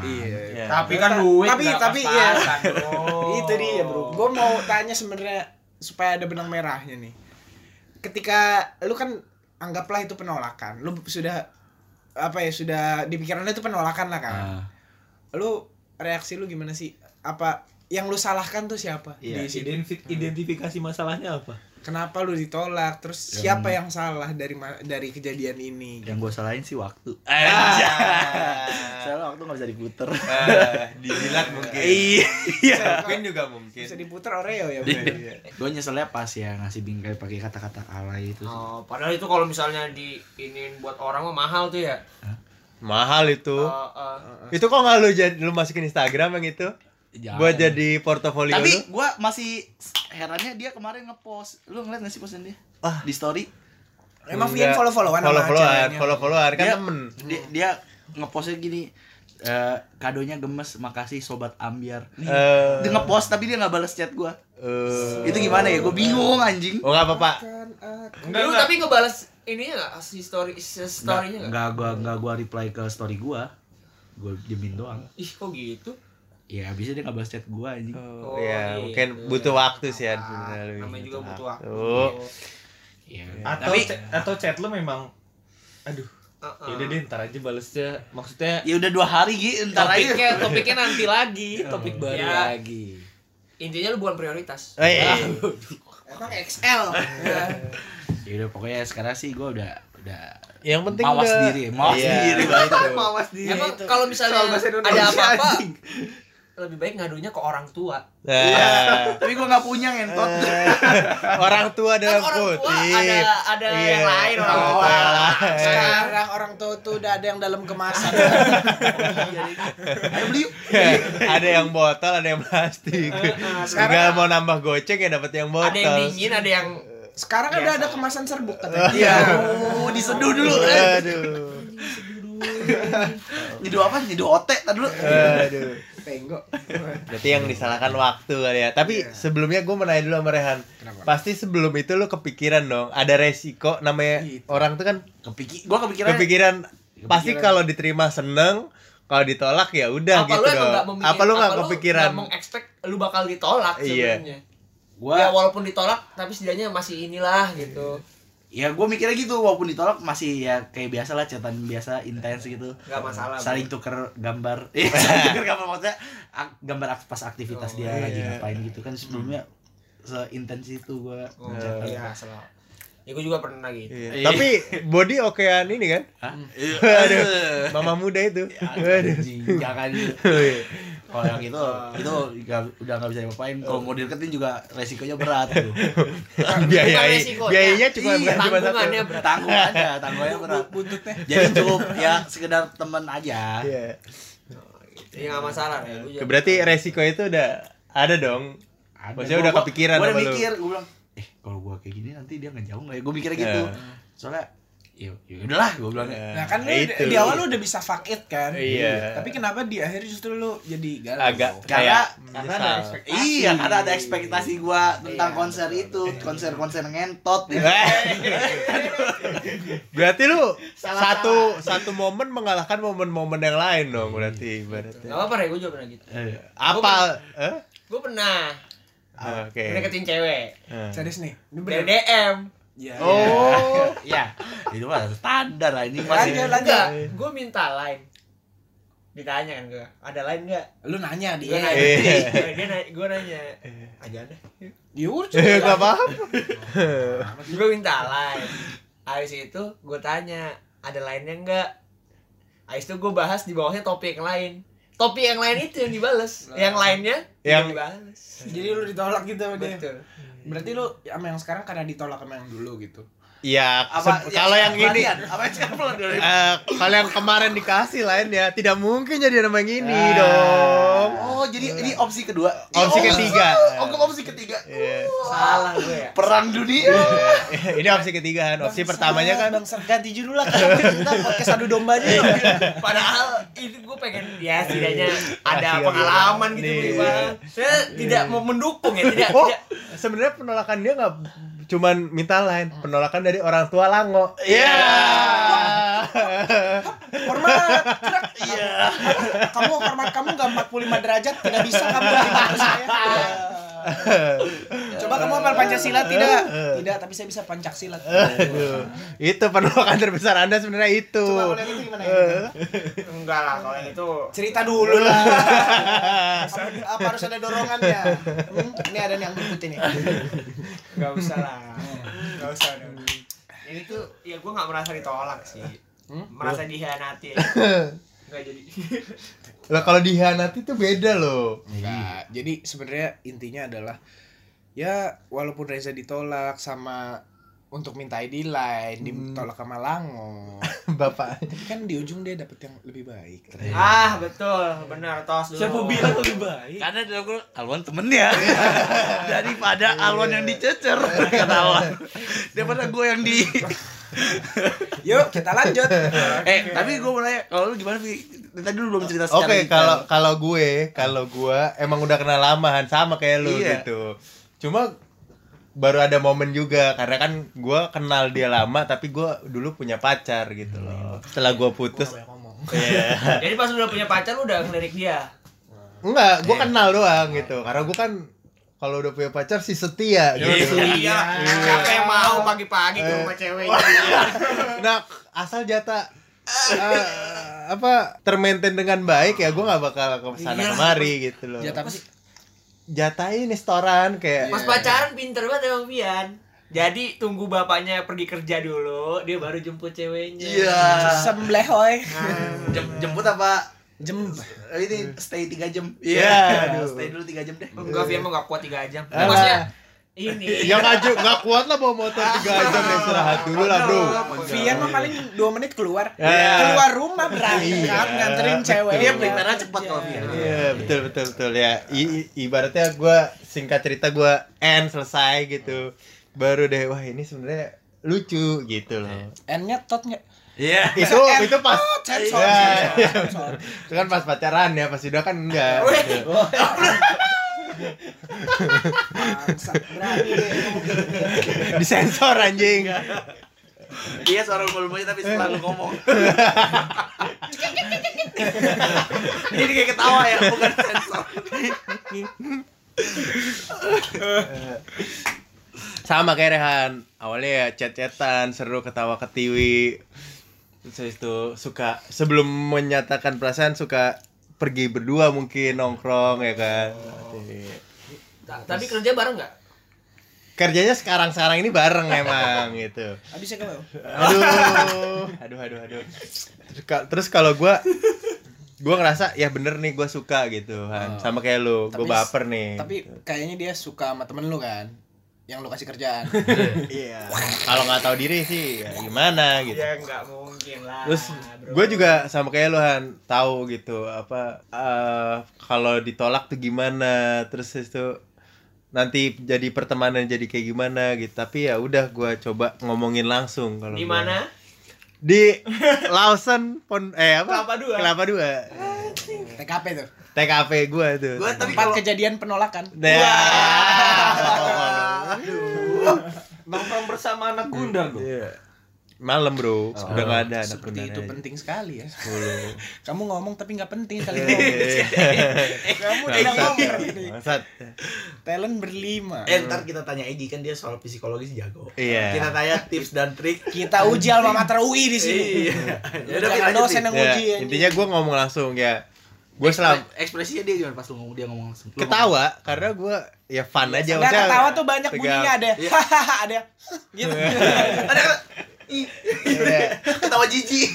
Speaker 3: Iya.
Speaker 4: Tapi iya. kan
Speaker 1: Ta-
Speaker 4: duit
Speaker 1: tapi- iya. Oh.
Speaker 4: nggak
Speaker 1: tapi,
Speaker 4: pas-pasan, bro.
Speaker 1: Itu dia, Bro. Gua mau tanya sebenarnya supaya ada benang merahnya nih. Ketika lu kan anggaplah itu penolakan. Lu sudah apa ya sudah di pikiran lu itu penolakan lah kan.
Speaker 3: Ah,
Speaker 1: Lu reaksi lu gimana sih? Apa yang lu salahkan tuh siapa di
Speaker 3: Iya,
Speaker 1: situ?
Speaker 6: identifikasi masalahnya apa?
Speaker 1: Kenapa lu ditolak? Terus
Speaker 3: Yang-
Speaker 1: siapa yang salah dari ma- dari kejadian ini?
Speaker 3: yang gue salahin sih waktu. Aja. Soalnya waktu nggak bisa diputer.
Speaker 5: Ah, dijilat mungkin.
Speaker 3: Iya.
Speaker 5: Mungkin juga mungkin.
Speaker 1: Bisa diputar Oreo ya,
Speaker 5: Iya,
Speaker 1: Bro.
Speaker 5: iya.
Speaker 3: Gue nyeselnya pas ya ngasih bingkai pakai kata-kata alay itu.
Speaker 4: Oh, padahal itu kalau misalnya di iniin buat orang mah mahal tuh ya.
Speaker 5: Mahal itu.
Speaker 4: Eh, eh,
Speaker 5: Itu kok nggak lu jadi lu masukin Instagram yang itu?
Speaker 3: Jangan.
Speaker 5: Buat jadi portofolio
Speaker 3: Tapi
Speaker 5: lu?
Speaker 3: gue masih herannya dia kemarin ngepost. Lu ngeliat nggak sih postinnya dia?
Speaker 5: Ah.
Speaker 3: Di story
Speaker 1: Emang Vian
Speaker 5: Enggak.
Speaker 1: follow-followan sama
Speaker 5: Iya. Follow-followan,
Speaker 1: ceweknya?
Speaker 5: follow-followan kan
Speaker 3: Dia-
Speaker 5: temen.
Speaker 3: dia, dia ngepostnya gini. eh, kadonya gemes, makasih sobat ambiar.
Speaker 5: Eh,
Speaker 3: Dia ngepost tapi dia nggak balas chat gue.
Speaker 5: eh.
Speaker 3: Itu gimana ya? Gue bingung anjing.
Speaker 5: Oh nggak apa-apa.
Speaker 1: Kan aku-
Speaker 5: Eh,
Speaker 4: lu tapi ngebales ininya enggak si story si story-nya nggak?
Speaker 3: Nggak gua nggak gua reply ke story gua. Gua diemin doang.
Speaker 4: Ih, kok gitu?
Speaker 3: Ya abisnya dia nggak balas chat gua anjing.
Speaker 4: Oh,
Speaker 5: Oh,
Speaker 4: iya.
Speaker 5: ya, mungkin butuh waktu sih ya sebenarnya
Speaker 4: Ah,
Speaker 5: lebih
Speaker 4: namanya juga butuh waktu.
Speaker 3: Iya.
Speaker 6: Atau
Speaker 3: Tapi
Speaker 6: ce- atau chat lu memang aduh,
Speaker 4: Heeh.
Speaker 6: yaudah deh ntar aja balesnya. Maksudnya
Speaker 3: ya udah dua hari gitu ntar aja.
Speaker 4: Topiknya, topiknya nanti lagi.
Speaker 5: Iya.
Speaker 6: topik baru
Speaker 4: Ya.
Speaker 6: lagi.
Speaker 4: Intinya lu bukan prioritas.
Speaker 5: Oh, iya.
Speaker 1: Emang XL. Ya.
Speaker 3: Ya udah pokoknya sekarang sih gua udah udah
Speaker 5: Yang penting
Speaker 3: mawas
Speaker 5: udah-
Speaker 3: diri, mawas
Speaker 5: Iya.
Speaker 3: diri.
Speaker 1: Mawas diri.
Speaker 4: Emang kalau misalnya
Speaker 1: Soal bahasa Indonesia,
Speaker 4: ada apa-apa lebih baik ngadunya ke orang tua.
Speaker 5: Nah,
Speaker 3: Tapi gua nggak punya ngentot.
Speaker 5: Eh, orang tua
Speaker 4: Kan
Speaker 5: dalam
Speaker 4: orang tua ada
Speaker 5: kutip.
Speaker 4: ada
Speaker 5: Ya, Iya.
Speaker 4: yang lain orang
Speaker 5: Orang
Speaker 4: tua.
Speaker 5: tua.
Speaker 1: Sekarang orang tua tuh udah ada yang dalam kemasan.
Speaker 3: Ayo beli yuk.
Speaker 5: ada yang botol, ada yang
Speaker 4: Eh,
Speaker 5: plastik. Tinggal mau nambah goceng ya dapat yang botol.
Speaker 4: Ada yang dingin, ada yang
Speaker 1: Sekarang kan
Speaker 4: Biasa.
Speaker 1: udah ada kemasan serbuk katanya.
Speaker 5: Iya.
Speaker 3: Oh, diseduh dulu. eh.
Speaker 5: Aduh.
Speaker 3: Nyeduh apa? Nyeduh otek tadi dulu.
Speaker 5: Aduh.
Speaker 1: Tengok.
Speaker 5: Berarti yang disalahkan waktu kali ya. Tapi
Speaker 1: Iya.
Speaker 5: sebelumnya gue menanya dulu sama Rehan.
Speaker 1: Kenapa?
Speaker 5: Pasti sebelum itu lu kepikiran dong. Ada resiko namanya
Speaker 1: Gitu.
Speaker 5: orang tuh kan
Speaker 3: Kepikir gua kepikiran.
Speaker 5: kepikiran. Pasti kalau diterima seneng, kalau ditolak ya
Speaker 4: apa
Speaker 5: udah gitu
Speaker 4: lu emang
Speaker 5: dong.
Speaker 4: nggak memikir-
Speaker 5: apa lu nggak kepikiran?
Speaker 4: nggak mengexpect lu bakal ditolak
Speaker 5: Iya.
Speaker 4: sebenarnya.
Speaker 3: Gua
Speaker 4: Ya walaupun ditolak tapi setidaknya masih inilah gitu.
Speaker 3: ya gue mikirnya gitu walaupun ditolak masih ya kayak biasa lah catatan biasa intens gitu
Speaker 4: Gak masalah.
Speaker 3: saling tuker gambar Iya, saling tuker gambar maksudnya ak- gambar ak- pas aktivitas
Speaker 4: Oh,
Speaker 3: dia
Speaker 5: iya.
Speaker 3: lagi ngapain gitu kan sebelumnya Hmm. seintens itu gue
Speaker 4: Oh,
Speaker 5: Eh.
Speaker 4: iya, salah. Ya gue juga pernah gitu.
Speaker 5: Iya. Tapi body okean ini kan,
Speaker 3: aduh
Speaker 5: mama muda itu.
Speaker 4: Ya,
Speaker 5: Aduh.
Speaker 3: anjing, jangan kalau yang itu itu nggak- udah nggak bisa diapain kalau mau deketin juga resikonya berat tuh
Speaker 5: Biayai,
Speaker 4: resikonya.
Speaker 5: biayanya cuma
Speaker 4: Iya,
Speaker 5: bukan cuma satu.
Speaker 4: tanggungannya berat.
Speaker 3: tanggungannya tanggungannya berat
Speaker 1: Buntutnya.
Speaker 3: jadi cukup ya sekedar teman aja
Speaker 5: Iya.
Speaker 4: Ya nggak masalah ya. Gua juga-
Speaker 5: Berarti resiko itu udah ada dong. Maksudnya udah kepikiran
Speaker 3: gue
Speaker 5: sama lu.
Speaker 3: mikir gue bilang eh kalau gue kayak gini nanti dia ngejauh nggak ya gue mikirnya gitu
Speaker 5: Iya.
Speaker 3: soalnya ya ya udahlah gue bilang ya
Speaker 1: Nah kan lu
Speaker 5: Nah,
Speaker 1: di di awal lu udah bisa fuck it kan.
Speaker 5: Iya.
Speaker 1: Tapi kenapa di akhir justru lu jadi galau?
Speaker 5: agak
Speaker 3: Karena-
Speaker 5: kayak menyesal.
Speaker 3: iya karena ada ekspektasi gue tentang
Speaker 5: Iya.
Speaker 3: konser itu konser konser ngentot ya.
Speaker 5: Eh. Berarti lu
Speaker 4: Salah,
Speaker 5: satu satu momen mengalahkan momen-momen yang lain dong
Speaker 4: Gak
Speaker 5: berarti ibaratnya.
Speaker 4: apa-apa ya, gue juga pernah gitu.
Speaker 3: Eh,
Speaker 5: Apa? Eh?
Speaker 4: Gue pernah
Speaker 5: Oke.
Speaker 4: deketin cewek
Speaker 5: Eh.
Speaker 1: Serius nih. Ini bener.
Speaker 4: dari DM.
Speaker 1: Iya.
Speaker 5: Oh.
Speaker 3: ya itu mah standar lah ini masih
Speaker 1: Lanjut lanjut.
Speaker 4: Enggak, gue minta line. Ditanya kan gue, ada line nggak?
Speaker 1: Lu nanya
Speaker 4: Gue
Speaker 1: dia.
Speaker 4: nanya,
Speaker 5: Iya.
Speaker 4: Dia- dia nanya, gue nanya, aja deh.
Speaker 1: Yur.
Speaker 5: Eh, Gak paham.
Speaker 4: Gue minta line. Habis itu gue tanya, ada lainnya nggak? Habis itu gue bahas di bawahnya topik yang lain. Topik yang lain itu yang dibales,
Speaker 7: Nah.
Speaker 4: yang lainnya
Speaker 5: Yang-
Speaker 4: yang dibales.
Speaker 1: Jadi lu ditolak gitu sama dia.
Speaker 4: Betul.
Speaker 1: Berarti lu sama yang sekarang karena ditolak sama yang dulu gitu.
Speaker 5: Ya,
Speaker 3: apa
Speaker 5: se- kalau yang ini
Speaker 3: pelarian? apa yang sekarang pelarian?
Speaker 5: eh, kalau yang kemarin dikasih lain ya tidak mungkin jadi nama yang ini
Speaker 3: Ah.
Speaker 5: dong.
Speaker 3: oh jadi ini opsi kedua
Speaker 5: Opsi
Speaker 3: Oh,
Speaker 5: ketiga.
Speaker 3: oh, opsi ketiga
Speaker 5: Iya.
Speaker 4: Salah gue ya.
Speaker 3: perang dunia
Speaker 5: Ini opsi ketiga kan. Opsi pertamanya kan
Speaker 1: Bang Ser ganti judul lah kan kita podcast adu domba aja. yuk.
Speaker 5: Iya.
Speaker 4: Padahal ini gue pengen ya setidaknya
Speaker 5: Kasih
Speaker 4: ada
Speaker 5: gak
Speaker 4: pengalaman
Speaker 5: boleh.
Speaker 4: gitu
Speaker 5: Iya.
Speaker 4: beribadah. Saya tidak mau mendukung ya, tidak
Speaker 5: Oh,
Speaker 4: tidak.
Speaker 5: sebenarnya penolakan dia nggak cuman minta lain, penolakan dari orang tua Lango. Iya.
Speaker 1: Hormat. cerak.
Speaker 5: Iya.
Speaker 1: Kamu hormat kamu enggak 45 derajat tidak bisa kamu terima saya.
Speaker 5: Iya.
Speaker 1: Coba kamu hafal Pancasila tidak? Tidak, tapi saya bisa Pancasila.
Speaker 5: Aduh, itu penolakan terbesar Anda sebenarnya itu. Eh.
Speaker 1: Coba kalau yang itu gimana ya?
Speaker 7: Enggak lah kalau yang itu
Speaker 1: Cerita dulu lah. Apa, apa harus ada dorongannya? Hmm, ini ada nih yang ya? putih nih.
Speaker 7: enggak usah lah. Enggak usah. udah, udah. Ini tuh ya gua enggak merasa ditolak sih.
Speaker 5: Hmm?
Speaker 7: Merasa dikhianati. Enggak jadi.
Speaker 5: Lah kalau dihianati itu beda loh.
Speaker 1: Enggak. Jadi sebenarnya intinya adalah ya walaupun Reza ditolak sama untuk minta ID lain
Speaker 5: Hmm.
Speaker 1: ditolak sama Lango.
Speaker 5: Bapak.
Speaker 1: Tapi kan di ujung dia dapet yang lebih baik.
Speaker 7: Ah, betul. Benar tos dulu.
Speaker 6: Siapa bilang lebih baik?
Speaker 3: Karena dia gue Alwan temennya daripada Alwan yang dicecer kata Alwan daripada gue yang di
Speaker 1: Yuk, kita lanjut. Ya,
Speaker 3: eh tapi gue mau nanya kalau lu gimana Vi? tadi lu belum cerita secara
Speaker 5: Oke,
Speaker 3: detail.
Speaker 5: kalau kalau gue, kalau gue emang udah kenal lama Han, sama kayak lu
Speaker 3: Iya.
Speaker 5: gitu. Cuma baru ada momen juga karena kan gue kenal dia lama tapi gue dulu punya pacar gitu loh. Setelah gue putus,
Speaker 1: ya.
Speaker 3: Iya.
Speaker 4: Jadi pas lu udah punya pacar lu udah ngelirik dia.
Speaker 5: enggak,
Speaker 7: Iya.
Speaker 5: gue kenal doang gitu. Karena gue kan kalau udah punya pacar si setia gitu.
Speaker 7: Iya. Siapa yang mau pagi-pagi ke rumah cewek?
Speaker 5: Nah, asal jatah eh, apa termaintain dengan baik ya gue nggak bakal ke sana kemari gitu loh.
Speaker 1: Jatah apa sih?
Speaker 5: Jatahin restoran kayak
Speaker 4: Pas pacaran pinter banget emang Pian. Jadi tunggu bapaknya pergi kerja dulu, dia baru jemput ceweknya.
Speaker 3: iya
Speaker 1: Semblehoy.
Speaker 3: Jem- jemput apa
Speaker 1: Jem.
Speaker 3: Eh, ini stay 3 jam
Speaker 5: Iya.
Speaker 3: Aduh, stay dulu 3 jam deh
Speaker 4: Enggak, Pian mau enggak kuat 3 jam.
Speaker 5: Alah.
Speaker 4: Maksudnya ini.
Speaker 5: Ya nggak ju- nggak kuat lah bawa motor 3 jam ya, istirahat dulu lah bro.
Speaker 1: Vian mah paling 2 menit keluar.
Speaker 5: Iya.
Speaker 1: Keluar rumah berangkat
Speaker 5: Iya.
Speaker 1: nganterin cewek.
Speaker 3: dia prepare cepat kalau Vian
Speaker 5: Iya betul betul betul ya. I- i- ibaratnya gue singkat cerita gue end selesai gitu. Baru deh wah ini sebenarnya lucu gitu loh.
Speaker 1: N-nya tot nggak?
Speaker 3: iya
Speaker 5: Itu itu pas
Speaker 1: Tot, sensor.
Speaker 5: Iya, iya.
Speaker 1: sensor.
Speaker 5: itu kan pas pacaran ya pas sudah kan enggak. gitu.
Speaker 1: Bangsat, berani deh.
Speaker 5: Disensor anjing.
Speaker 3: iya suara volumenya tapi selalu ngomong ini kayak ketawa ya bukan sensor
Speaker 5: Sama kayak Rehan. Awalnya ya chat-chatan seru ketawa ketiwi. Terus itu suka sebelum menyatakan perasaan suka pergi berdua mungkin nongkrong ya kan.
Speaker 4: Ta- Tapi kerja bareng enggak?
Speaker 5: kerjanya sekarang-sekarang ini bareng emang gitu.
Speaker 1: Abisnya kau.
Speaker 5: Aduh, aduh, aduh, aduh. Terus ka- Terus kalau gua gua ngerasa ya bener nih gua suka gitu Han. sama kayak lu gua
Speaker 1: Tapi-
Speaker 5: baper nih
Speaker 1: Tapi kayaknya dia suka sama temen lu kan? Yang lu kasih kerjaan.
Speaker 5: iya kalau nggak tahu diri sih ya gimana
Speaker 3: Iya.
Speaker 5: gitu
Speaker 4: Iya.
Speaker 7: Ya enggak mungkin lah.
Speaker 5: terus
Speaker 4: Ah,
Speaker 7: bro.
Speaker 5: gua juga sama kayak lu Han tahu gitu apa eh kalau ditolak tuh gimana terus itu nanti jadi pertemanan jadi kayak gimana gitu tapi ya udah gua coba ngomongin langsung kalau
Speaker 4: Di
Speaker 5: gua.
Speaker 4: mana?
Speaker 5: di Lawson Pon eh apa?
Speaker 7: Kelapa Dua.
Speaker 5: Kelapa Dua.
Speaker 1: TKP tuh.
Speaker 5: TKP gua tuh.
Speaker 3: gue tapi
Speaker 1: Tempat
Speaker 3: kalau
Speaker 1: kejadian penolakan.
Speaker 5: Nah.
Speaker 6: Nongkrong bersama anak gundar loh.
Speaker 5: Iya. Malam, Bro. Udah enggak ada anak
Speaker 1: Seperti
Speaker 5: benar
Speaker 1: itu
Speaker 5: aja.
Speaker 1: penting sekali ya.
Speaker 5: Sepuluh.
Speaker 1: Kamu ngomong tapi nggak penting kali
Speaker 5: Iya.
Speaker 1: ngomong. Kamu tidak ngomong.
Speaker 5: Bangsat.
Speaker 1: Talent berlima.
Speaker 3: eh, ntar kita tanya Egi kan dia soal psikologis jago
Speaker 5: Iya.
Speaker 3: kita tanya tips dan trik
Speaker 1: Kita uji alma mater UI di sini.
Speaker 3: iya ya udah kita
Speaker 1: Jangan dosen yang
Speaker 5: Ya,
Speaker 1: uji.
Speaker 5: intinya gua ngomong langsung ya. Gua
Speaker 3: Nah,
Speaker 5: selam
Speaker 3: ekspresinya dia gimana pas lu ngomong dia ngomong langsung Lu
Speaker 5: ketawa karena gua ya fun aja
Speaker 1: Nggak
Speaker 5: maksudnya.
Speaker 1: ketawa tuh banyak
Speaker 5: tegang.
Speaker 1: bunyinya ada.
Speaker 3: Iya.
Speaker 1: Hahaha ada. yang Gitu.
Speaker 3: ngomong. ada kan? Ih.
Speaker 5: Iya.
Speaker 3: ketawa jijik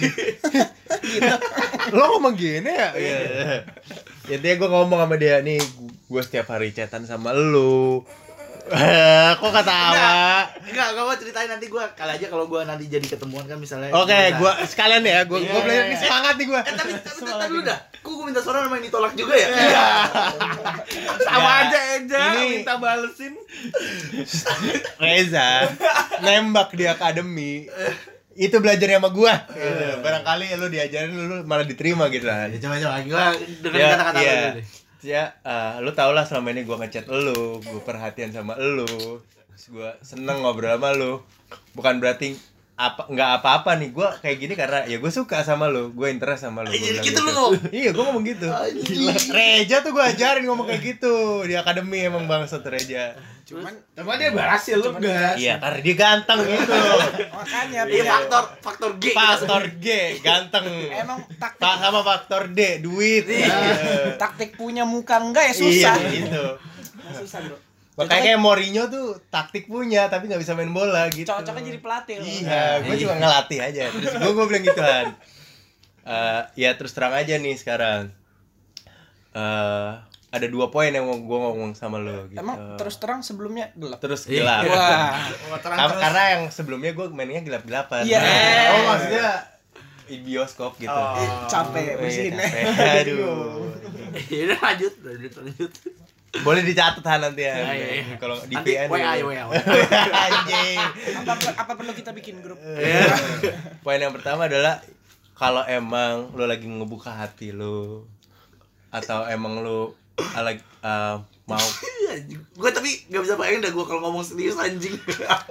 Speaker 5: lo ngomong gini ya Iya. intinya gue ngomong sama dia nih gue setiap hari chatan sama lu Eh, kok ketawa
Speaker 3: enggak enggak mau ceritain nanti gua kali aja kalau gua nanti jadi ketemuan kan misalnya
Speaker 5: oke
Speaker 3: Kita-
Speaker 5: gue sekalian ya gue gue
Speaker 3: Iya,
Speaker 5: belajar
Speaker 3: iya,
Speaker 5: nih
Speaker 3: iya.
Speaker 5: semangat nih gue
Speaker 3: eh tapi tapi tapi dulu dah kok gua minta saran sama yang ditolak juga ya
Speaker 5: sama aja aja minta balesin Reza nembak di akademi itu belajar sama gue barangkali lu diajarin lu malah diterima gitu lah
Speaker 3: ya coba coba gua dengan
Speaker 5: Ya,
Speaker 3: kata-kata
Speaker 5: iya.
Speaker 3: lu deh.
Speaker 5: ya eh, lu tau lah selama ini gue ngechat lu gue perhatian sama lu gue seneng ngobrol sama lu bukan berarti apa nggak apa-apa nih gue kayak gini karena ya gue suka sama lo gue interest sama lo
Speaker 3: Jadi gitu lu ngomong?
Speaker 5: iya gue ngomong gitu Reja tuh gue ajarin ngomong kayak gitu di akademi emang bangsa Reja
Speaker 1: Cuman
Speaker 2: Tapi dia berhasil lu enggak.
Speaker 5: iya karena dia ganteng gitu
Speaker 1: makanya
Speaker 3: Iya
Speaker 1: Pak.
Speaker 3: faktor faktor G.
Speaker 5: faktor G ganteng
Speaker 1: Emang taktik
Speaker 5: Fa- sama faktor D duit Iya.
Speaker 1: taktik punya muka enggak ya susah.
Speaker 5: iya, gitu
Speaker 1: Nah, susah, Bro.
Speaker 5: makanya kayak Mourinho tuh taktik punya tapi nggak bisa main bola gitu
Speaker 1: Cocoknya jadi pelatih loh.
Speaker 5: Iya, gue cuma ngelatih aja. Terus gue gue bilang gitu kan. Eh, ya terus terang aja nih sekarang. Eh, ada dua poin yang mau gue ngomong sama lo gitu.
Speaker 1: Emang terus terang sebelumnya gelap.
Speaker 5: terus
Speaker 3: Iya.
Speaker 5: gelap.
Speaker 1: Wah.
Speaker 5: Karena, karena yang sebelumnya gue mainnya gelap-gelapan.
Speaker 1: Iya.
Speaker 5: Oh maksudnya di bioskop gitu.
Speaker 3: Oh.
Speaker 1: capek mesin.
Speaker 5: Capek. Aduh.
Speaker 3: Ya udah lanjut, lanjut, lanjut.
Speaker 5: Boleh dicatat Han, nanti ya.
Speaker 3: Iya, iya, iya.
Speaker 5: Kalau di
Speaker 3: Nanti
Speaker 5: VN.
Speaker 3: WA, WA, WA.
Speaker 5: Anjing.
Speaker 1: Apa, apa perlu kita bikin grup?
Speaker 5: Poin yang pertama adalah kalau emang lo lagi ngebuka hati lo atau emang lo lagi eh, mau
Speaker 3: Gue Iya, tapi gak bisa bayangin dah gue kalau ngomong serius anjing.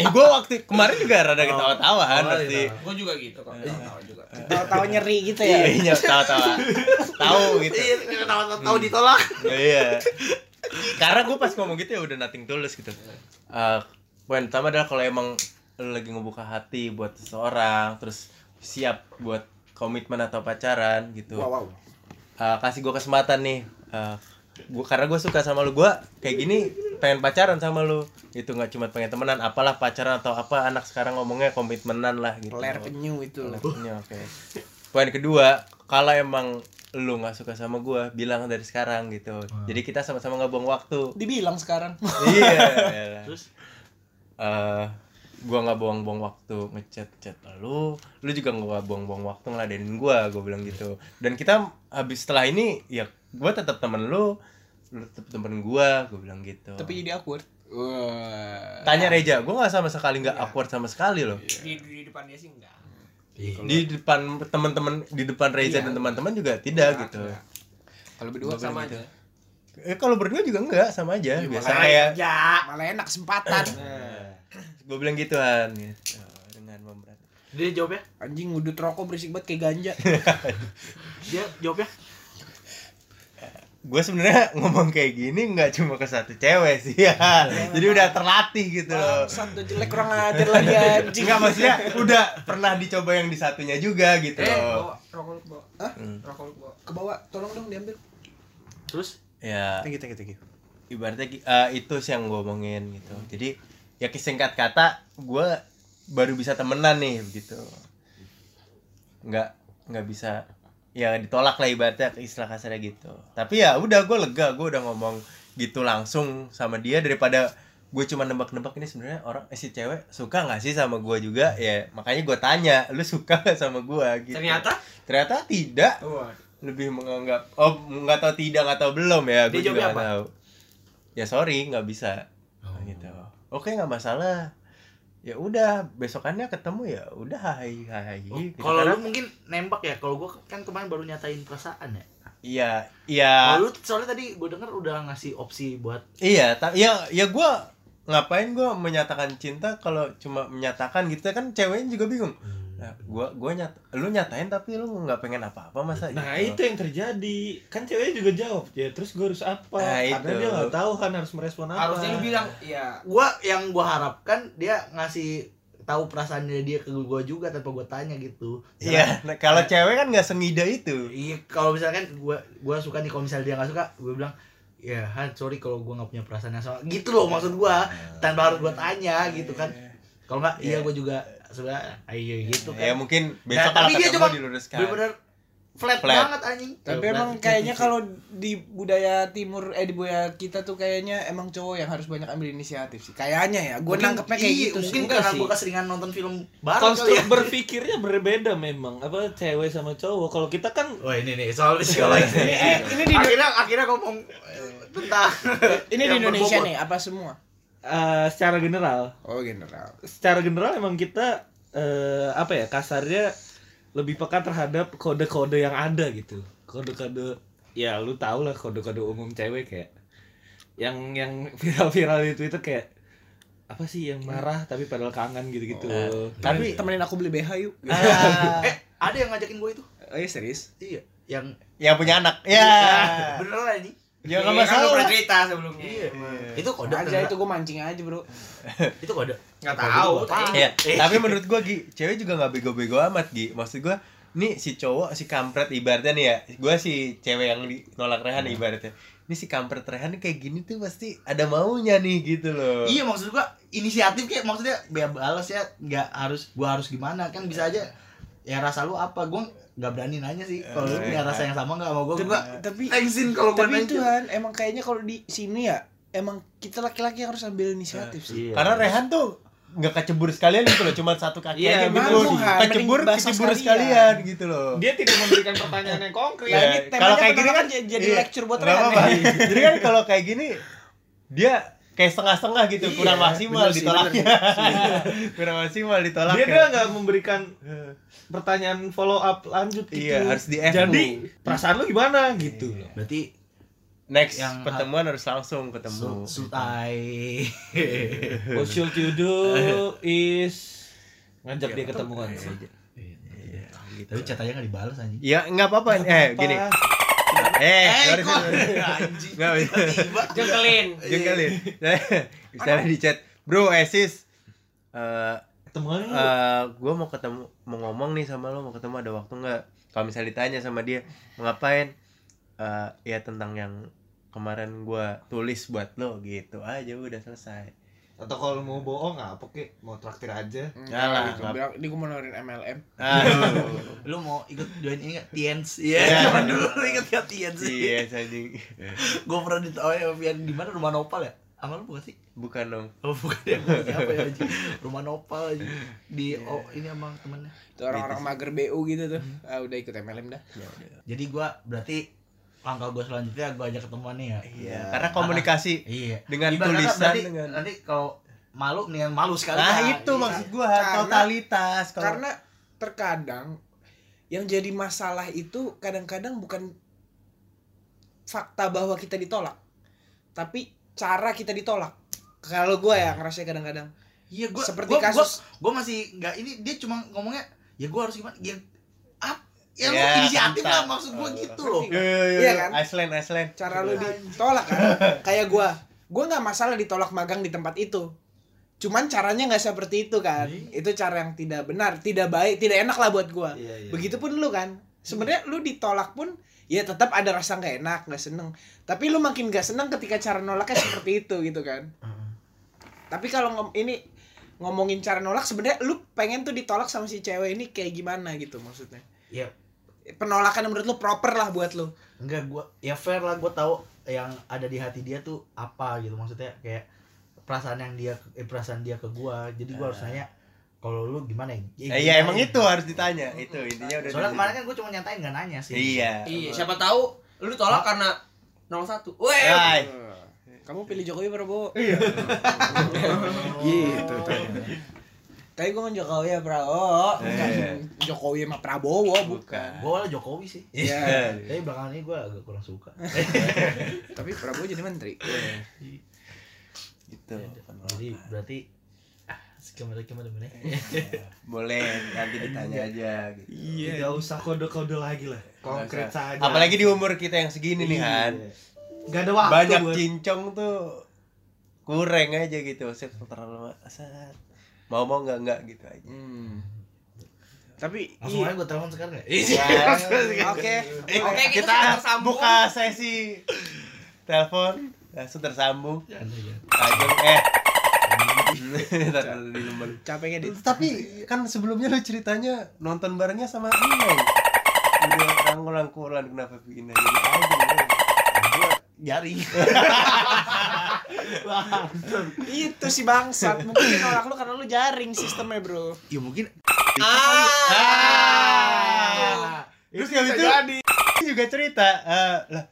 Speaker 5: eh gue waktu kemarin juga rada ketawa-tawa kan pasti
Speaker 7: Gue juga gitu
Speaker 3: Eh.
Speaker 7: kok. Tahu juga.
Speaker 3: Iya.
Speaker 1: Tahu-tahu nyeri gitu
Speaker 5: iya
Speaker 1: ya.
Speaker 5: iya, tawa-tawa tahu gitu
Speaker 3: Iya, tahu tahu ditolak.
Speaker 5: iya karena gue pas ngomong gitu ya udah nothing tulus gitu Eh, poin pertama adalah kalau emang lo lagi ngebuka hati buat seseorang terus siap buat komitmen atau pacaran gitu
Speaker 1: Wow, wow.
Speaker 5: Uh, kasih gue kesempatan nih Uh, gua karena gue suka sama lu gue kayak gini pengen pacaran sama lu itu nggak cuma pengen temenan apalah pacaran atau apa anak sekarang ngomongnya komitmenan lah gitu
Speaker 1: Ler penyu itu.
Speaker 5: Ler penyu, oke poin kedua kalau emang lu nggak suka sama gue bilang dari sekarang gitu jadi kita sama-sama nggak buang waktu
Speaker 1: Dibilang sekarang.
Speaker 5: iya iyalah. Eh, gua nggak buang-buang waktu ngechat chat lu lu juga nggak buang-buang waktu ngeladenin gua gua bilang gitu dan kita habis setelah ini ya gua tetap temen lu lu tetap temen gua gua bilang gitu
Speaker 1: Tapi jadi awkward. Wah.
Speaker 5: tanya Reja gua nggak sama sekali nggak awkward sama sekali loh
Speaker 4: Iya.
Speaker 7: Di, di depan dia sih enggak.
Speaker 5: di depan teman-teman di depan Reja dan teman-teman juga tidak gitu
Speaker 1: Kalau berdua sama aja.
Speaker 5: eh, kalau berdua juga enggak sama aja biasa
Speaker 1: makanya.
Speaker 5: kayak
Speaker 1: Ya, malah enak kesempatan.
Speaker 5: gua bilang gituan gitu, dengan memberat
Speaker 3: Dia jawabnya,
Speaker 1: Anjing ngudut rokok berisik banget kayak ganja.
Speaker 3: dia jawabnya.
Speaker 5: gue sebenarnya ngomong kayak gini nggak cuma ke satu cewek sih ya jadi udah terlatih gitu loh
Speaker 1: Satu jelek kurang ajar lagi anjing.
Speaker 5: nggak maksudnya udah pernah dicoba yang di satunya juga gitu
Speaker 7: Eh,
Speaker 5: loh
Speaker 7: bawa
Speaker 5: Hmm.
Speaker 7: rokok lu bawa.
Speaker 1: Hah?
Speaker 7: Rokok lu bawa.
Speaker 1: Ke bawah, tolong dong diambil.
Speaker 3: Terus
Speaker 5: ya
Speaker 1: Thank you, thank you, thank you.
Speaker 5: ibaratnya ki- eh, itu sih yang gue omongin gitu jadi ya singkat kata gue baru bisa temenan nih gitu nggak nggak bisa ya ditolak lah ibaratnya istilah kasarnya gitu tapi ya udah gue lega gue udah ngomong gitu langsung sama dia daripada gue cuma nebak-nebak ini sebenarnya orang eh, si cewek suka nggak sih sama gue juga ya makanya gue tanya lu suka nggak sama gue gitu
Speaker 7: Ternyata?
Speaker 5: ternyata tidak lebih menganggap oh nggak tahu tidak nggak tahu belum ya gue
Speaker 3: Dia jawabnya
Speaker 5: juga nggak
Speaker 3: apa? Oh.
Speaker 5: tahu ya sorry nggak bisa gitu oke nggak masalah ya udah besokannya ketemu ya udah hai hai gitu.
Speaker 3: Oh, kalau
Speaker 5: Karena-
Speaker 3: lu mungkin nembak ya. Kalau gue kan kemarin baru nyatain perasaan ya.
Speaker 5: iya iya
Speaker 3: Kalau Oh, lu soalnya tadi gue denger udah ngasih opsi buat
Speaker 5: Iya, ta- ya ya gua ngapain gua menyatakan cinta kalau cuma menyatakan gitu kan ceweknya juga bingung.
Speaker 1: Ya.
Speaker 5: Nah, gua gua nyat lu nyatain tapi lu nggak pengen apa-apa masa
Speaker 6: Nah
Speaker 3: Iya.
Speaker 5: gitu.
Speaker 6: itu yang terjadi Kan ceweknya juga jawab ya Terus gue harus apa
Speaker 5: Nah,
Speaker 6: Karena
Speaker 5: itu.
Speaker 6: dia gak tahu kan harus merespon apa
Speaker 7: Harusnya lu bilang, iya.
Speaker 3: gua yang gua harapkan dia ngasih tahu perasaannya dia ke gua juga tanpa gua tanya gitu. Jangan-
Speaker 5: Iya, nah, kalau cewek kan nggak sengida itu.
Speaker 3: Iya, kalau misalkan gua gua suka nih kalau misalnya dia nggak suka, gua bilang ya Han, sorry kalau gua nggak punya perasaan yang sama gitu loh maksud gua
Speaker 5: Hmm.
Speaker 3: tanpa harus gua tanya gitu kan kalau nggak iya gua juga sebenarnya ayo gitu kan
Speaker 5: Ya mungkin besok
Speaker 3: Nah, tapi
Speaker 5: kalau
Speaker 3: dia
Speaker 5: ketemu
Speaker 3: cuma
Speaker 5: diluruskan.
Speaker 3: bener-bener flat,
Speaker 5: Flat.
Speaker 3: banget anjing
Speaker 1: Tapi
Speaker 3: Flat. gitu
Speaker 1: emang kayaknya kalau di budaya timur eh di budaya kita tuh kayaknya emang cowok yang harus banyak ambil inisiatif sih. Kayaknya ya. Gue
Speaker 3: Mungkin-
Speaker 1: nangkepnya kayak
Speaker 3: iya,
Speaker 1: gitu
Speaker 3: mungkin
Speaker 1: sih.
Speaker 6: Enggak
Speaker 3: karena
Speaker 6: sih.
Speaker 3: gua keseringan nonton film baru kali
Speaker 6: Konstruk
Speaker 3: ya
Speaker 6: berpikirnya berbeda memang Apa cewek sama cowok Kalau kita kan
Speaker 3: Wah Oh, ini nih soal psikologi. ini di akhirnya akhirnya ngomong eh, tentang
Speaker 1: Ini di
Speaker 3: yang
Speaker 1: Indonesia
Speaker 3: berbobot.
Speaker 1: nih apa semua?
Speaker 6: eh, secara general
Speaker 1: Oh general.
Speaker 6: Secara general emang kita eh, Apa ya kasarnya Lebih peka terhadap kode-kode yang ada gitu Kode-kode Ya lu tau lah kode-kode umum cewek kayak Yang yang viral-viral di Twitter kayak apa sih yang marah tapi padahal kangen gitu-gitu.
Speaker 1: Tapi temenin aku beli BH yuk. Ah.
Speaker 3: eh ada yang ngajakin gue itu
Speaker 1: Oh iya serius?
Speaker 3: iya yang Iya.
Speaker 5: Yang punya anak. Ya.
Speaker 3: beneran ini Iya.
Speaker 5: Ya
Speaker 7: Iya, kan
Speaker 5: enggak
Speaker 7: lu
Speaker 5: masalah.
Speaker 7: pernah cerita sebelumnya.
Speaker 3: itu kode
Speaker 1: Aja itu gue mancing aja bro.
Speaker 3: itu kode Eh,
Speaker 7: Enggak tahu, tai.
Speaker 5: Iya, tapi menurut gua Gi, cewek juga nggak bego-bego amat Gi. Maksud gua, nih si cowok si kampret ibaratnya nih ya, gua si cewek yang di- nolak Rehan
Speaker 1: Iya.
Speaker 5: ibaratnya. Ini si kampret Rehan kayak gini tuh pasti ada maunya nih gitu loh.
Speaker 3: Iya maksud gua inisiatif kayak maksudnya biar balas ya nggak harus gua harus gimana kan bisa aja ya rasa lu apa gua nggak berani nanya sih kalau lu punya rasa yang sama nggak sama gua gua
Speaker 1: Tapi
Speaker 3: thanksin kalau gua
Speaker 1: tapi
Speaker 3: nanya
Speaker 1: Tuhan emang kayaknya kalau di sini ya emang kita laki-laki harus ambil inisiatif sih.
Speaker 3: Iya.
Speaker 5: Karena Rehan tuh nggak kecebur sekalian gitu loh, cuma satu kaki
Speaker 1: Iya,
Speaker 5: aja gitu.
Speaker 1: malu, Han.
Speaker 5: Kecebur,
Speaker 1: Mending basah
Speaker 5: kecebur
Speaker 1: sekalian.
Speaker 5: sekalian gitu loh.
Speaker 7: Dia tidak memberikan pertanyaan yang konkret.
Speaker 5: Ya,
Speaker 1: ini Iya, temanya
Speaker 5: kalau kayak gini
Speaker 1: beneran
Speaker 5: kan
Speaker 1: j- jadi
Speaker 5: iya,
Speaker 1: lecture buat
Speaker 5: nggak
Speaker 1: Rehan
Speaker 5: apa-apa. Jadi kan kalau kayak gini dia kayak setengah-setengah gitu, kurang maksimal
Speaker 1: bener sih,
Speaker 5: ditolaknya. kurang maksimal ditolaknya.
Speaker 6: Dia dia nggak memberikan pertanyaan follow up lanjut gitu.
Speaker 5: Iya, harus di FU.
Speaker 6: Jadi perasaan lu gimana gitu. loh.
Speaker 3: berarti
Speaker 5: next
Speaker 3: Yang-
Speaker 5: pertemuan harus langsung ketemu.
Speaker 3: sutai
Speaker 6: Usul to Oh, do is ngajak dia ketemu kan.
Speaker 3: tapi catanya nggak dibalas anjing
Speaker 5: Ya nggak apa-apa. Eh gini. Eh, harus
Speaker 3: anjing
Speaker 5: nggak bisa.
Speaker 7: Jengkelin.
Speaker 5: Iya. Jengkelin. Misalnya di chat, bro, eh sis, eh,
Speaker 6: Ketemuan lu.
Speaker 5: eh, gue mau ketemu, mau ngomong nih sama lo, mau ketemu ada waktu nggak? Kalau misalnya ditanya sama dia, mau ngapain? Eh, ya tentang yang kemarin gue tulis buat lo gitu aja udah selesai.
Speaker 6: Atau kalau mau bohong apa kek mau traktir aja.
Speaker 5: Yalah, nggak-
Speaker 1: Bilang, Ini gue mau nawarin MLM.
Speaker 5: Aduh.
Speaker 3: lu mau ikut join ini nggak tiens iya zaman dulu inget nggak tiens sih
Speaker 5: Iya, anjing.
Speaker 3: gua pernah ditawain sama Pian di mana rumah nopal ya sama lu bukan sih
Speaker 5: Bukan dong.
Speaker 3: Oh bukan ya, bukan siapa ya anjing. Rumah Nopal anjing. Di oh ini sama temennya.
Speaker 1: Itu orang-orang mager BU gitu tuh. Ah, udah ikut MLM dah.
Speaker 3: Jadi gua berarti langkah gua selanjutnya gua ajak ketemuan nih ya.
Speaker 5: Iya, karena komunikasi
Speaker 3: Karena- iya.
Speaker 5: dengan
Speaker 3: Ibarat
Speaker 5: tulisan
Speaker 3: berarti,
Speaker 5: dengan
Speaker 3: nanti kalau malu mendingan malu sekali.
Speaker 5: Nah,
Speaker 3: Kak.
Speaker 5: itu
Speaker 3: Iya.
Speaker 5: maksud gua
Speaker 1: Karena-
Speaker 5: totalitas kalau
Speaker 1: Karena terkadang yang jadi masalah itu kadang-kadang bukan fakta bahwa kita ditolak, tapi cara kita ditolak. Kalau gue ya ngerasa kadang-kadang
Speaker 3: Iya gua
Speaker 1: seperti
Speaker 3: gua, gua,
Speaker 1: kasus
Speaker 3: gua masih nggak ini dia cuma ngomongnya ya gua harus gimana ya up ya lu
Speaker 5: Ya,
Speaker 3: inisiatif lah
Speaker 5: bentar.
Speaker 3: maksud gua gitu loh.
Speaker 5: Yo, yo, yo,
Speaker 1: Iya
Speaker 5: yo.
Speaker 1: kan?
Speaker 5: Iceland, Iceland.
Speaker 1: cara lu ditolak kan kayak gua gua nggak masalah ditolak magang di tempat itu cuman caranya nggak seperti itu kan itu cara yang tidak benar tidak baik tidak enak lah buat gua begitupun lu kan sebenarnya lu ditolak pun ya tetap ada rasa nggak enak nggak seneng tapi lu makin nggak seneng ketika cara nolaknya seperti itu gitu kan tapi kalau ngom- ini ngomongin cara nolak sebenarnya lu pengen tuh ditolak sama si cewek ini kayak gimana gitu maksudnya
Speaker 3: Iya.
Speaker 1: penolakan yang menurut lu proper lah buat lu
Speaker 3: Enggak gua ya fair lah gua tahu yang ada di hati dia tuh apa gitu maksudnya kayak perasaan yang dia eh, perasaan dia ke gua. Jadi gua harus nanya kalau lu gimana ya?
Speaker 5: Eh, iya,
Speaker 3: gimana
Speaker 5: emang
Speaker 3: ya?
Speaker 5: itu harus ditanya. Itu intinya udah.
Speaker 3: Soalnya
Speaker 5: di-
Speaker 3: kemarin kan gue cuma nyatain gak nanya sih.
Speaker 5: Iya.
Speaker 7: Iya, siapa tahu lu tolak karena 01. Weh.
Speaker 5: Hai.
Speaker 1: kamu pilih Jokowi Prabowo
Speaker 6: Iya,
Speaker 5: Gitu.
Speaker 1: Tapi gue kan Jokowi ya Prabowo
Speaker 5: Eh.
Speaker 1: Bukan Jokowi sama Prabowo bukan
Speaker 3: Gue awalnya Jokowi sih.
Speaker 5: Eh,
Speaker 1: Iya
Speaker 3: Tapi belakangan ini gue agak kurang suka.
Speaker 1: Tapi Prabowo jadi menteri
Speaker 5: Gitu.
Speaker 3: Jadi berarti ah, skema skema demi
Speaker 5: Boleh nanti ditanya aja gitu.
Speaker 6: Iya, nggak usah kode-kode lagi lah. Konkret saja.
Speaker 5: Apalagi di umur kita yang segini nih, Han.
Speaker 6: nggak ada Iya. waktu
Speaker 5: Banyak
Speaker 6: buat
Speaker 5: cincong tuh kurang aja gitu. Maksudnya terlalu saat mau mau nggak nggak gitu aja.
Speaker 1: Hmm. Tapi
Speaker 3: Langsung aja
Speaker 1: iya.
Speaker 3: gue telepon sekarang ya.
Speaker 1: Oke
Speaker 7: Oke, kita,
Speaker 5: kita
Speaker 7: sudah tersambung.
Speaker 5: buka sesi telepon langsung tersambung
Speaker 3: Jangan, jangan.
Speaker 5: tajam eh Ntar dulu di nomor.
Speaker 1: Capeknya di
Speaker 5: tapi kan sebelumnya lo ceritanya nonton barengnya sama Inang udah rangkulan-rangkulan kenapa Inang jadi aja
Speaker 3: Gua Jaring.
Speaker 1: Itu si bangsat Mungkin dia nolak lu karena lu jaring sistemnya bro
Speaker 3: Ya mungkin
Speaker 5: ah terus yang itu ini juga cerita eh, lah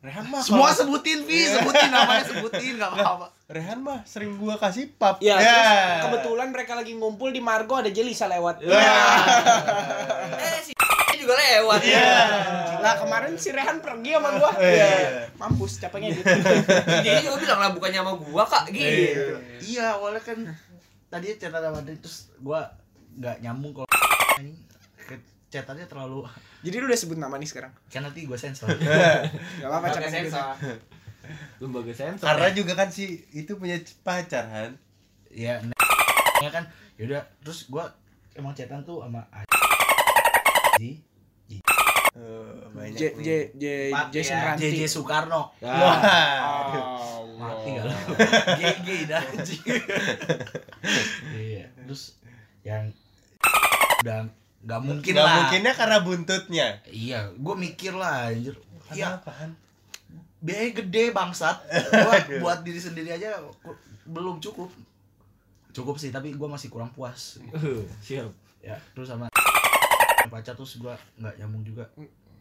Speaker 5: Rehan mah
Speaker 3: semua
Speaker 5: kalau-
Speaker 3: sebutin Vi, sebutin namanya sebutin gak apa-apa.
Speaker 5: Rehan mah sering gua kasih pap
Speaker 1: Ya
Speaker 5: Ya.
Speaker 1: terus Iya. kebetulan mereka lagi ngumpul di Margo ada Jelisa lewat
Speaker 5: Ya.
Speaker 7: Eh, si
Speaker 4: juga lewat. Iya.
Speaker 1: Lah kemarin si Rehan pergi sama gua.
Speaker 5: Iya.
Speaker 1: Mampus capeknya gitu.
Speaker 4: Dia juga bilang lah bukannya sama gua kak gitu.
Speaker 3: Iya, awalnya kan tadi cerita sama Adri terus gua nggak nyambung kalau ke chatannya terlalu
Speaker 1: Jadi lu udah sebut nama nih sekarang.
Speaker 3: kan nanti gua sensor.
Speaker 1: Gak apa-apa
Speaker 4: Pakai
Speaker 1: capeknya gitu.
Speaker 4: sensor.
Speaker 6: Lembaga sensor.
Speaker 5: Karena juga kan si itu punya pacar kan.
Speaker 3: ya n- ya kan yaudah terus gua emang chatan tuh sama A- Ji-
Speaker 5: Oh,
Speaker 1: J
Speaker 5: banyak
Speaker 1: J J
Speaker 5: nih.
Speaker 4: Empat
Speaker 1: Jason
Speaker 4: ya.
Speaker 1: Ranti.
Speaker 3: JJ Soekarno Ah.
Speaker 5: Wah.
Speaker 3: mati gak lo GG dah anjing. iya terus yang udah nggak mungkin
Speaker 5: Nggak
Speaker 3: lah
Speaker 5: mungkinnya karena buntutnya.
Speaker 3: iya gua mikir lah anjir iya
Speaker 5: apaan?
Speaker 3: biaya gede bangsat buat buat diri sendiri aja ku- belum cukup cukup sih tapi gua masih kurang puas
Speaker 6: Eh, Siap.
Speaker 3: ya terus sama pacar terus gua nggak nyambung juga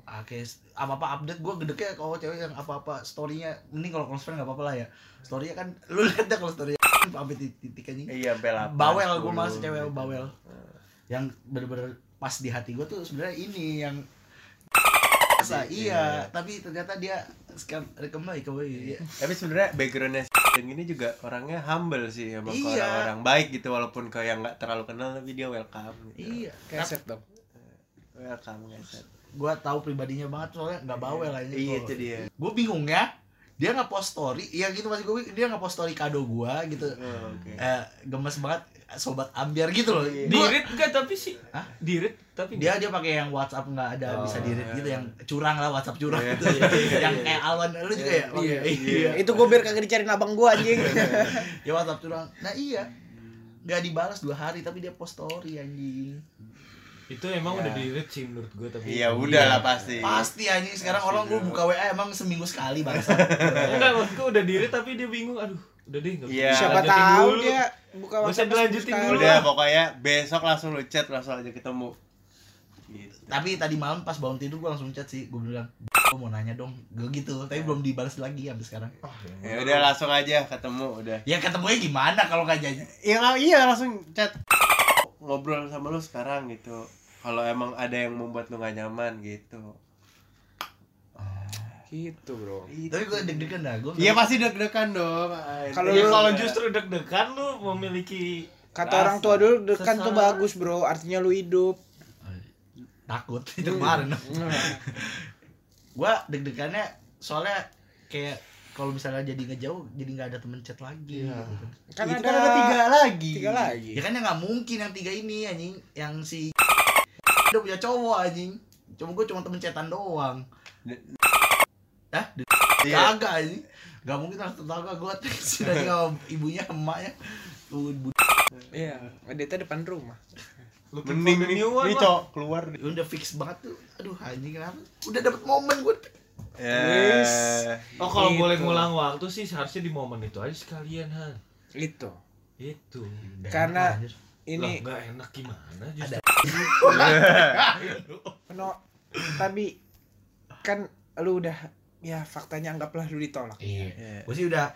Speaker 3: Oke, apa apa update gua gede kayak kalau cewek yang apa apa storynya mending kalau close friend nggak apa apa lah ya storynya kan lu lihat deh kalau storynya update titik titik anjing
Speaker 5: Iya, sampai 8,
Speaker 3: bawel gue
Speaker 5: 10,
Speaker 3: mas cewek
Speaker 5: gitu.
Speaker 3: bawel yang bener-bener pas di hati gue tuh sebenarnya ini yang masa iya tapi ternyata dia sekarang rekam lagi kau iya
Speaker 5: Tapi sebenarnya backgroundnya si yang ini juga orangnya humble sih emang ke
Speaker 3: Iya.
Speaker 5: orang-orang baik gitu walaupun kau yang nggak terlalu kenal tapi dia welcome. Gitu.
Speaker 3: iya
Speaker 1: Keset dong.
Speaker 5: Welcome guys.
Speaker 3: gue tahu pribadinya banget soalnya nggak bawel lah ini
Speaker 5: Iya itu dia.
Speaker 3: gue bingung ya dia nggak post story ya gitu masih gue dia nggak post story kado gue gitu
Speaker 5: Oh, Oke.
Speaker 3: Eh, gemes banget sobat ambiar gitu loh
Speaker 5: Iya.
Speaker 3: Gua-
Speaker 4: Dirit enggak tapi sih.
Speaker 3: Hah?
Speaker 4: Dirit tapi
Speaker 3: dia aja pakai yang WhatsApp nggak ada bisa di read gitu yang curang lah WhatsApp curang
Speaker 5: Oh, Iya.
Speaker 3: gitu yang kayak awan lu juga ya Pakai- iya
Speaker 1: Itu gue biar kagak dicariin abang gua anjing.
Speaker 3: ya WhatsApp curang nah iya nggak dibalas dua hari tapi dia post story anjing
Speaker 6: Itu emang udah di read sih menurut gue tapi.
Speaker 5: Iya udah lah pasti.
Speaker 3: pasti anjing sekarang orang gue buka WA emang seminggu sekali bangsa
Speaker 6: Enggak, maksud gue udah di read tapi dia bingung. Aduh, udah deh enggak
Speaker 5: Iya.
Speaker 1: Siapa
Speaker 6: Lanjutin
Speaker 1: tahu
Speaker 6: dulu.
Speaker 1: dia buka
Speaker 6: Nggak usah
Speaker 1: WhatsApp
Speaker 6: dilanjutin
Speaker 1: sekali.
Speaker 6: dulu.
Speaker 5: Udah pokoknya besok langsung lu chat langsung aja ketemu. Gitu.
Speaker 3: tapi tadi malam pas bangun tidur gue langsung chat sih gue bilang gue mau nanya dong gue gitu
Speaker 5: Iya.
Speaker 3: tapi belum dibalas lagi sampai sekarang
Speaker 5: Ya udah
Speaker 3: Hmm.
Speaker 5: langsung aja ketemu udah.
Speaker 3: ya ketemunya gimana kalau nggak jadi
Speaker 5: Ya lah, iya langsung chat ngobrol sama lu sekarang gitu. Kalau emang ada yang membuat lu gak nyaman gitu.
Speaker 1: Gitu, Bro.
Speaker 3: tapi gue deg-degan dah gue
Speaker 5: Iya pasti deg-degan dong. Ah,
Speaker 1: Kalau
Speaker 5: iya,
Speaker 6: Ya, kalau
Speaker 5: iya.
Speaker 6: justru deg-degan lu memiliki
Speaker 1: Kata
Speaker 6: rasa.
Speaker 1: orang tua dulu dekan tuh
Speaker 6: Sesaat.
Speaker 1: bagus, Bro. Artinya lu hidup.
Speaker 3: takut itu kemarin gua deg-degannya soalnya kayak kalau misalnya jadi ngejauh jadi nggak ada temen chat lagi gitu.
Speaker 1: Kan
Speaker 5: itu
Speaker 1: ada,
Speaker 5: kan ada tiga lagi.
Speaker 1: Tiga lagi.
Speaker 3: ya kan ya nggak mungkin yang tiga ini anjing yang si udah punya cowok anjing cuma gue cuma temen chatan doang Hah? De-
Speaker 5: Iya.
Speaker 3: kagak anjing nggak mungkin harus tetangga gue sudah sama ibunya emaknya tuh bu-
Speaker 1: Iya, Adeta depan rumah.
Speaker 5: Mending
Speaker 6: Looking for the
Speaker 5: nih,
Speaker 6: new
Speaker 5: nih,
Speaker 6: one lah.
Speaker 5: Iya. cok keluar. deh.
Speaker 3: udah fix banget tuh aduh anjing kenapa udah dapet momen gue
Speaker 1: Wis.
Speaker 5: Ya.
Speaker 6: Oh, kalau
Speaker 1: Gitu.
Speaker 6: boleh ngulang waktu sih seharusnya di momen itu aja sekalian, Han.
Speaker 1: Itu.
Speaker 6: Itu.
Speaker 1: Karena
Speaker 6: Lah,
Speaker 1: ini
Speaker 6: nggak enak gimana justru.
Speaker 1: no tapi kan lu udah ya faktanya anggaplah lu ditolak.
Speaker 3: iya gue sih udah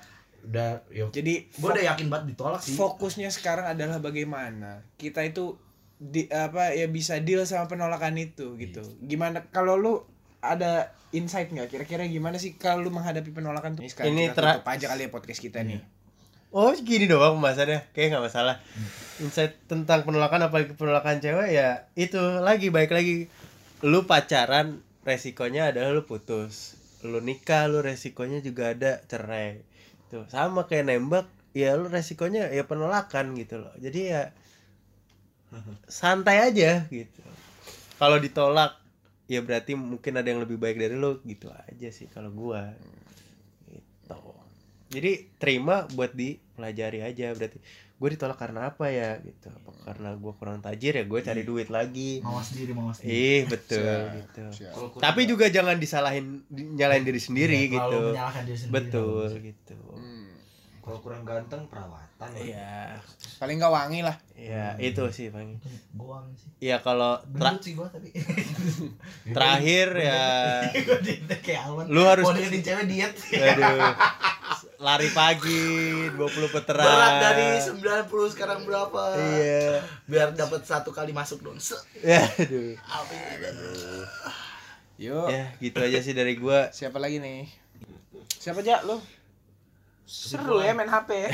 Speaker 3: udah ya
Speaker 1: Jadi
Speaker 3: gue udah yakin banget ditolak sih
Speaker 1: fokusnya sekarang adalah bagaimana kita itu di apa ya bisa deal sama penolakan itu gitu gimana kalau lu ada insight nggak kira-kira gimana sih kalau lu menghadapi penolakan tuh ini, sekarang
Speaker 5: Ini
Speaker 1: kita
Speaker 5: tera-
Speaker 1: tutup aja kali ya podcast kita nih
Speaker 5: Oh gini doang pembahasannya, kayak nggak masalah. Insight tentang penolakan apalagi penolakan cewek ya itu lagi baik lagi. Lu pacaran resikonya adalah lu putus. Lu nikah lu resikonya juga ada cerai. Tuh sama kayak nembak ya lu resikonya ya penolakan gitu loh. Jadi ya santai aja gitu. Kalau ditolak ya berarti mungkin ada yang lebih baik dari lu gitu aja sih kalau gua. Gitu jadi terima buat dipelajari aja berarti gue ditolak karena apa ya gitu apa karena gue kurang tajir ya gue
Speaker 3: Hmm.
Speaker 5: cari duit lagi
Speaker 3: mawas diri mawas diri ya,
Speaker 5: ih betul gitu Iya. tapi juga jangan disalahin di- nyalain diri sendiri
Speaker 3: Iya, terlalu
Speaker 5: gitu
Speaker 3: menyalahkan diri sendiri.
Speaker 5: betul gitu
Speaker 1: Hmm,
Speaker 6: Kalau kurang ganteng perawatan ya.
Speaker 5: Iya,
Speaker 1: paling nggak wangi lah
Speaker 5: ya
Speaker 3: Hmm.
Speaker 5: itu sih bang
Speaker 3: Goang sih.
Speaker 5: Iya kalau tra-
Speaker 3: Gendut sih gua tapi.
Speaker 5: terakhir ya
Speaker 3: Gua diet kayak Alwan.
Speaker 5: Lu harus-
Speaker 3: mau deketin cewek diet.
Speaker 5: aduh lari pagi 20 peteran
Speaker 3: Berat dari 90 sekarang berapa?
Speaker 5: iya
Speaker 3: Biar dapat satu kali masuk dong. Se-
Speaker 5: ya aduh
Speaker 1: Yuk.
Speaker 5: ya gitu aja sih dari gua
Speaker 1: Siapa lagi nih? Siapa aja lu? Seru ya main HP ya.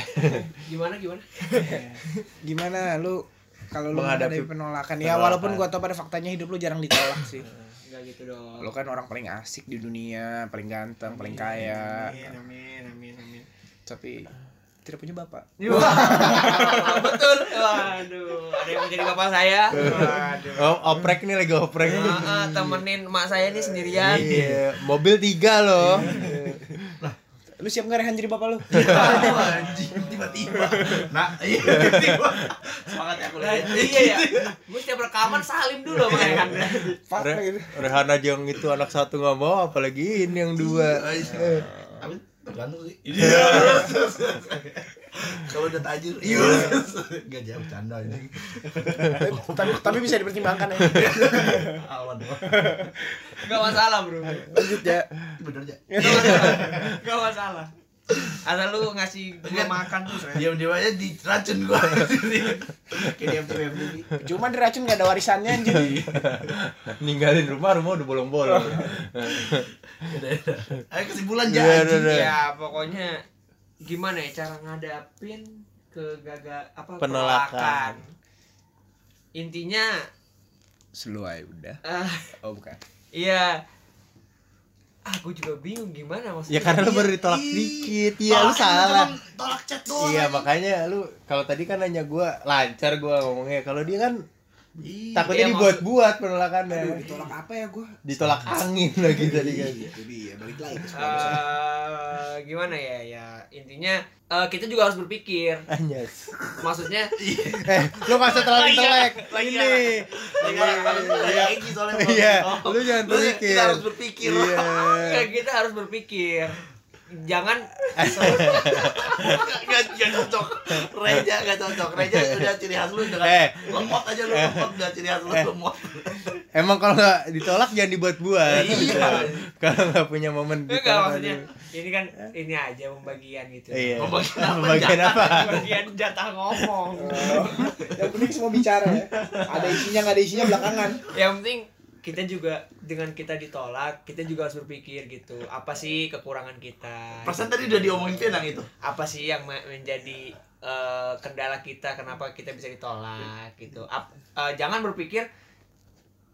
Speaker 4: Gimana gimana?
Speaker 1: Gimana lu kalau lu
Speaker 5: Menghadapi
Speaker 1: menghadapi penolakan. Ya walaupun gua tau pada faktanya hidup lu jarang ditolak sih.
Speaker 4: Enggak gitu dong.
Speaker 1: Lu kan orang paling asik di dunia, paling ganteng, paling kaya.
Speaker 7: Amin, amin, amin, amin.
Speaker 1: Tapi tidak punya bapak.
Speaker 4: Wah, betul. Waduh, ada yang mau jadi bapak saya.
Speaker 7: Waduh.
Speaker 5: oh, oprek nih lagi oprek
Speaker 4: Nah, temenin emak saya nih sendirian.
Speaker 5: Ah, iya mobil tiga loh
Speaker 1: Lu siap nggak Rehan jadi bapak lu?
Speaker 3: Aduh, anjing tiba-tiba. Nah, iya tiba-tiba. Semangatnya aku
Speaker 4: Nah,
Speaker 3: lihat.
Speaker 5: gitu.
Speaker 4: iya ya. Gue setiap rekaman salim dulu sama
Speaker 5: Iya,
Speaker 4: Rehan.
Speaker 1: Fuck
Speaker 5: Re-
Speaker 1: gitu.
Speaker 5: Rehan aja yang itu anak satu nggak mau apalagi ini yang dua
Speaker 3: Tapi tergantung sih. Iya. Kalau udah tajir, iya. Gak jauh canda ini.
Speaker 1: tapi tapi bisa dipertimbangkan ya.
Speaker 3: Awan.
Speaker 4: Enggak masalah, Bro.
Speaker 5: Iya.
Speaker 1: Lanjut ya.
Speaker 3: Bener aja.
Speaker 4: Enggak masalah. Asal lu ngasih gue makan terus. Rehan.
Speaker 5: Iya.
Speaker 3: Diam-diam aja diracun gua. Kayak FTV FTV.
Speaker 1: Cuma diracun nggak ada warisannya anjing.
Speaker 5: Nah, ninggalin rumah rumah udah bolong-bolong
Speaker 3: Ayo kesimpulan
Speaker 5: Iya,
Speaker 3: aja.
Speaker 5: udah, udah.
Speaker 4: Ya, pokoknya gimana ya cara ngadapin kegagal apa
Speaker 5: Penolakan.
Speaker 4: Intinya
Speaker 1: Seluai udah.
Speaker 4: eh,
Speaker 1: Oh bukan.
Speaker 4: Iya. Aku juga bingung gimana
Speaker 5: ya
Speaker 4: maksudnya.
Speaker 5: karena lu baru ditolak dikit iya lu salah
Speaker 3: Tolak chat doang.
Speaker 5: Iya makanya lu kalau tadi kan nanya gua lancar gua ngomongnya kalau dia kan
Speaker 4: Iya,
Speaker 5: takutnya dibuat-buat penolakannya
Speaker 1: Ditolak apa ya gua?
Speaker 5: ditolak angin
Speaker 4: Iya.
Speaker 5: lagi tadi kan
Speaker 1: Itu dia Iya, balik lagi ke
Speaker 4: Eh, gimana ya ya intinya eh, kita juga harus berpikir
Speaker 5: Anjas.
Speaker 4: maksudnya
Speaker 5: Eh, lu masa terlalu intelek. Ini.
Speaker 3: Iya. soalnya kalau-
Speaker 5: Iya,
Speaker 3: Oh.
Speaker 5: lu jangan berpikir.
Speaker 3: Kita harus berpikir.
Speaker 5: Iya.
Speaker 4: eh, kita harus berpikir jangan
Speaker 3: Gak, gak cocok. Reja gak cocok. Reja udah ciri khas lu dengan
Speaker 5: Eh.
Speaker 3: lemot aja lu lemot udah ciri khas lu
Speaker 5: Eh.
Speaker 3: lemot.
Speaker 5: Emang kalau nggak ditolak jangan dibuat-buat.
Speaker 3: Iya.
Speaker 5: gitu. Kalau nggak punya momen
Speaker 4: enggak
Speaker 5: ditolak,
Speaker 4: maksudnya
Speaker 5: aduh.
Speaker 4: ini kan ini aja pembagian gitu
Speaker 5: Iya.
Speaker 3: Pembagian apa,
Speaker 5: Pembagian
Speaker 3: Jack?
Speaker 5: apa?
Speaker 4: pembagian jatah ngomong
Speaker 1: Oh. Yang penting semua bicara ya. Ada isinya nggak ada isinya belakangan.
Speaker 4: yang penting kita juga dengan kita ditolak kita juga harus berpikir gitu apa sih kekurangan kita
Speaker 3: Perasaan tadi udah diomongin Penang itu.
Speaker 4: apa sih yang me- menjadi eh, kendala kita kenapa kita bisa ditolak gitu Ap- eh, jangan berpikir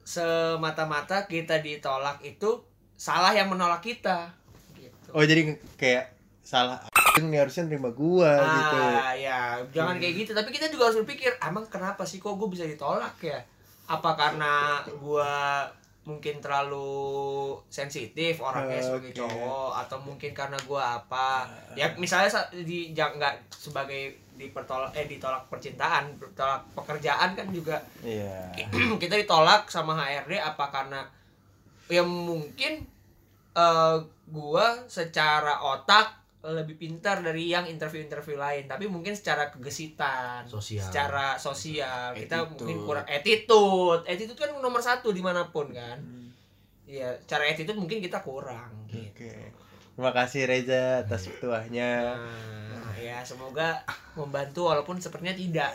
Speaker 4: semata-mata kita ditolak itu salah yang menolak kita gitu
Speaker 5: Oh, jadi kayak salah ini harusnya nerima gua
Speaker 4: ah
Speaker 5: gitu.
Speaker 4: ya jangan kayak gitu tapi kita juga harus berpikir emang kenapa sih kok gue bisa ditolak ya apa karena gua mungkin terlalu sensitif orangnya sebagai
Speaker 5: Oke. Ah.
Speaker 4: cowok atau mungkin karena gua apa ya misalnya sa- di jang- nggak sebagai dipertolak eh ditolak percintaan ditolak pekerjaan kan juga
Speaker 5: Iya.
Speaker 4: kita ditolak sama HRD apa karena ya mungkin eh, gua secara otak lebih pintar dari yang interview-interview lain tapi mungkin secara kegesitan
Speaker 3: Sosial.
Speaker 4: secara sosial kita
Speaker 1: Attitude.
Speaker 4: mungkin kurang attitude attitude kan nomor satu dimanapun kan Iya, cara attitude mungkin kita kurang gitu.
Speaker 5: Oke. Terima kasih Reza atas petuahnya.
Speaker 4: Nah, ya semoga membantu walaupun sepertinya tidak.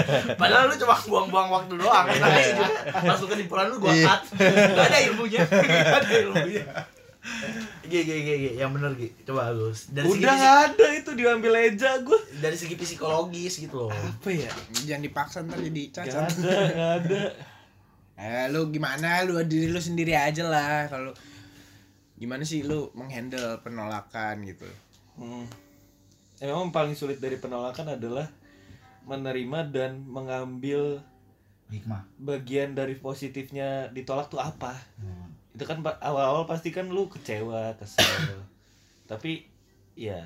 Speaker 3: Padahal lu cuma buang-buang waktu doang. Tapi langsung kesimpulan lu gua
Speaker 5: Iya.
Speaker 3: cut. Gak ada ilmunya. Gak ada ilmunya. Gih, gih, gih, gih. yang bener gih. Coba lu dari segi
Speaker 6: Udah nggak ada itu diambil aja gue.
Speaker 3: fisi- dari segi psikologis gitu loh.
Speaker 6: Apa ya?
Speaker 1: Jangan dipaksa ntar jadi
Speaker 6: Gak
Speaker 1: cacat.
Speaker 6: ada, gak ada.
Speaker 1: Eh lu gimana lu diri lu sendiri aja lah kalau gimana sih lu menghandle penolakan gitu.
Speaker 6: Hmm. Ya, memang paling sulit dari penolakan adalah menerima dan mengambil
Speaker 3: Hikmah.
Speaker 6: bagian dari positifnya ditolak tuh apa. Itu kan pa- awal-awal pasti kan lu kecewa, kesel. Tapi ya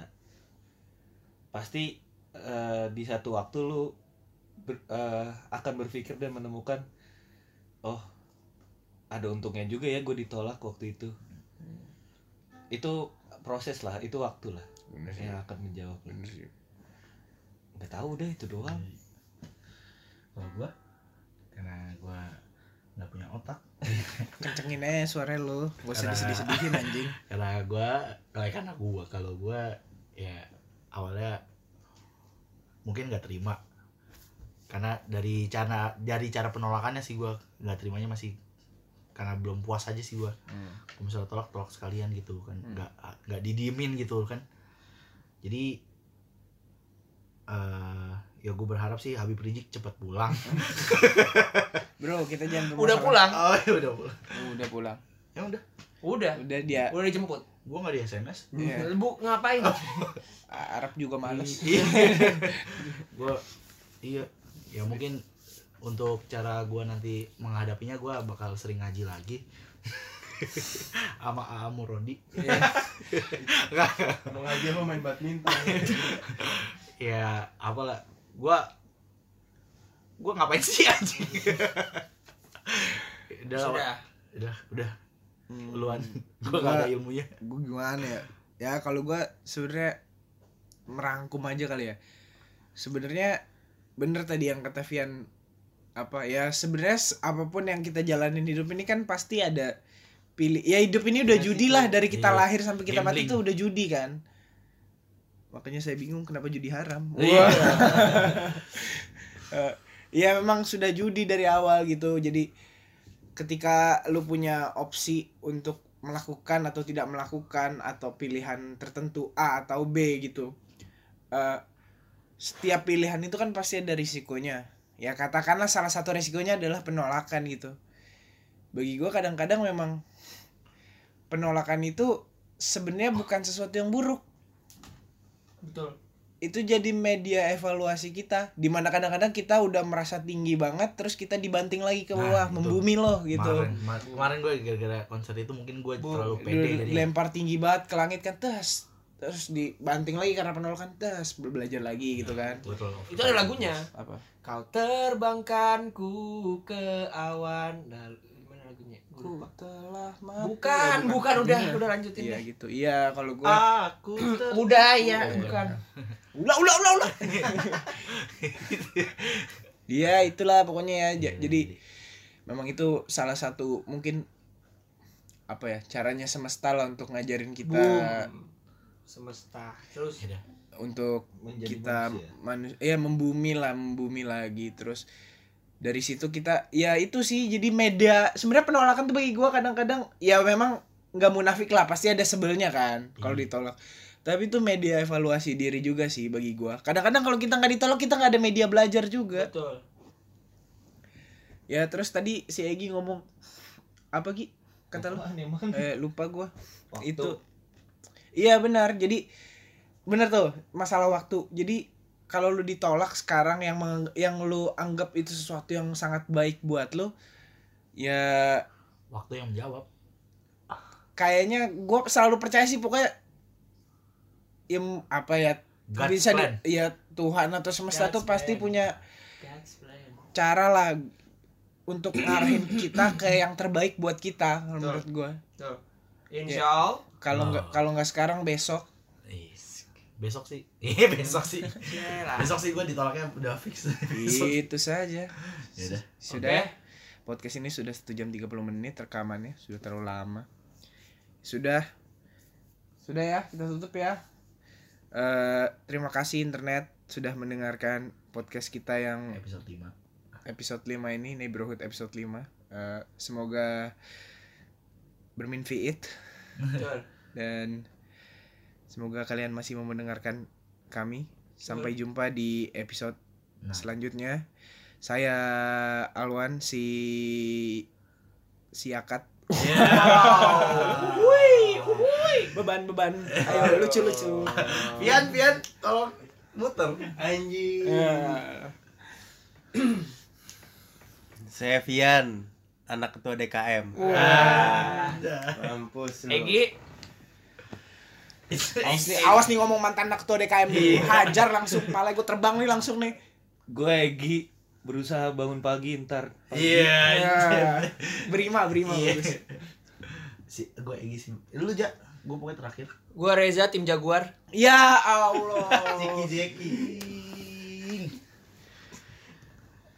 Speaker 6: pasti eh, di satu waktu lu ber- eh, akan berpikir dan menemukan oh ada untungnya juga ya gue ditolak waktu itu. Itu proses lah, itu waktu lah
Speaker 1: Bener sih.
Speaker 6: yang
Speaker 2: Iya.
Speaker 6: akan menjawab.
Speaker 1: Bener sih.
Speaker 6: Nggak tahu deh itu doang.
Speaker 3: Kalau gua karena gua nggak punya otak.
Speaker 1: Kencengin aja suara lu. Gak usah disedih-sedihin anjing.
Speaker 3: karena gue kayak karena gue kalau gue ya awalnya mungkin nggak terima karena dari cara dari cara penolakannya sih gua nggak terimanya masih karena belum puas aja sih gua kalau misalnya tolak tolak sekalian gitu kan nggak nggak didiemin gitu kan jadi eh ya gue berharap sih Habib Rizik cepet pulang
Speaker 1: Bro, kita jangan
Speaker 4: Udah pulang.
Speaker 3: oh ya udah pulang
Speaker 1: Udah pulang.
Speaker 3: ya udah
Speaker 4: Udah.
Speaker 1: Udah dia
Speaker 4: Udah dijemput.
Speaker 3: gue nggak di SMS
Speaker 1: ya,
Speaker 4: Bu ngapain?
Speaker 1: Arab juga males.
Speaker 3: gue iya ya mungkin untuk cara gua nanti menghadapinya gua bakal sering ngaji lagi sama A.A. Murodi
Speaker 2: Mau ngaji apa main badminton?
Speaker 3: ya apalah gua gua ngapain sih anjing udah lah, Wak.
Speaker 4: Sudah.
Speaker 3: udah udah
Speaker 1: Hmm.
Speaker 3: luan gua nggak ada ilmunya
Speaker 1: gue gimana ya ya kalau gue sebenarnya merangkum aja kali ya sebenarnya bener tadi yang kata Vian apa ya sebenarnya s- apapun yang kita jalanin hidup ini kan pasti ada pilih ya hidup ini udah judi lah dari kita
Speaker 3: Iya.
Speaker 1: lahir sampai kita mati
Speaker 3: Gambling.
Speaker 1: tuh udah judi kan makanya saya bingung kenapa judi haram Eh, ya memang sudah judi dari awal gitu jadi ketika lu punya opsi untuk melakukan atau tidak melakukan atau pilihan tertentu A atau B gitu Eh, setiap pilihan itu kan pasti ada risikonya ya katakanlah salah satu risikonya adalah penolakan gitu bagi gua kadang-kadang memang penolakan itu sebenarnya bukan sesuatu yang buruk
Speaker 4: Betul.
Speaker 1: itu jadi media evaluasi kita dimana kadang-kadang kita udah merasa tinggi banget terus kita dibanting lagi ke bawah
Speaker 3: Nah, itu.
Speaker 1: membumi loh gitu
Speaker 3: kemarin ma- kemarin gue gara-gara konser itu mungkin gue terlalu pede jadi
Speaker 1: dilempar tinggi banget ke langit kan terus terus dibanting lagi karena penolakan terus belajar lagi gitu kan
Speaker 3: gua terlalu
Speaker 4: Itu ada lagunya.
Speaker 1: apa
Speaker 4: Kau terbangkanku ke awan. Nah, gimana lagunya? Gua
Speaker 1: ku
Speaker 4: lupa.
Speaker 1: telah
Speaker 4: Bukan,
Speaker 1: mampu-
Speaker 4: bukan,
Speaker 1: Oh,
Speaker 4: udah
Speaker 1: Iya.
Speaker 4: udah lanjutin
Speaker 1: iya
Speaker 4: deh.
Speaker 1: gitu iya kalau
Speaker 3: Ah,
Speaker 1: gua
Speaker 3: aku ter-
Speaker 4: Udah ya, bukan.
Speaker 1: ulah ulah ulah ulah Iya itulah pokoknya ya Ja- jadi memang itu salah satu mungkin apa ya caranya semesta lah untuk ngajarin kita
Speaker 4: Boom. Semesta. Terus
Speaker 3: Yaudah.
Speaker 1: untuk
Speaker 6: Menjadi
Speaker 1: kita
Speaker 6: manusia.
Speaker 1: manusia ya membumi lah membumi lagi terus dari situ kita ya itu sih jadi media sebenarnya penolakan tuh bagi gua kadang-kadang ya memang nggak munafik lah pasti ada sebelnya kan kalau ditolak tapi itu media evaluasi diri juga sih bagi gua kadang-kadang kalau kita nggak ditolak kita nggak ada media belajar juga
Speaker 4: betul.
Speaker 1: Ya terus tadi si Egi ngomong apa Gi? Kata lu?
Speaker 6: Apaan emang?
Speaker 1: Eh lupa gua.
Speaker 6: Waktu.
Speaker 1: Itu. Iya benar. Jadi benar tuh masalah waktu. Jadi kalau lu ditolak sekarang yang meng- yang lu anggap itu sesuatu yang sangat baik buat lu ya
Speaker 3: waktu yang menjawab
Speaker 1: kayaknya gua selalu percaya sih pokoknya ya m- apa ya
Speaker 3: God
Speaker 1: bisa di-
Speaker 3: plan.
Speaker 1: ya Tuhan atau semesta
Speaker 4: God's
Speaker 1: tuh pasti
Speaker 4: plan.
Speaker 1: punya
Speaker 4: God's plan.
Speaker 1: cara lah untuk ngarahin kita ke yang terbaik buat kita kalau menurut gua.
Speaker 4: Insya Allah.
Speaker 1: kalau nggak
Speaker 3: Nah.
Speaker 1: kalau nggak sekarang besok
Speaker 3: Is- besok sih iya besok sih
Speaker 4: Ya lah.
Speaker 3: besok sih gue ditolaknya udah fix Besok.
Speaker 1: itu Gitu saja
Speaker 3: Yaudah.
Speaker 1: sudah ya? podcast ini sudah 1 jam 30 menit rekamannya sudah terlalu lama sudah sudah ya kita tutup ya Eh, terima kasih internet sudah mendengarkan podcast kita yang
Speaker 3: episode 5
Speaker 1: episode 5 ini neighborhood episode 5 Eh, semoga bermanfaat
Speaker 4: Betul.
Speaker 1: dan semoga kalian masih mau mendengarkan kami sampai jumpa di episode
Speaker 3: Nah.
Speaker 1: selanjutnya saya Alwan si si Akat beban beban ayo lucu lucu Ya.
Speaker 3: Pian Pian tolong muter
Speaker 5: Saya Vian, anak ketua DKM.
Speaker 3: Ah.
Speaker 5: Mampus lu.
Speaker 4: Egi,
Speaker 1: awas nih
Speaker 3: Ah.
Speaker 1: awas nih ngomong mantan anak ketua DKM
Speaker 3: Iya.
Speaker 1: nih hajar langsung pala gue terbang nih langsung nih
Speaker 6: Gue Egi berusaha bangun pagi ntar.
Speaker 3: iya
Speaker 1: Ya. berima berima
Speaker 3: Iya.
Speaker 1: bagus.
Speaker 3: si gue Egi sih lu ja gue pokoknya terakhir
Speaker 4: gua Reza tim Jaguar.
Speaker 1: ya Allah
Speaker 3: Jeki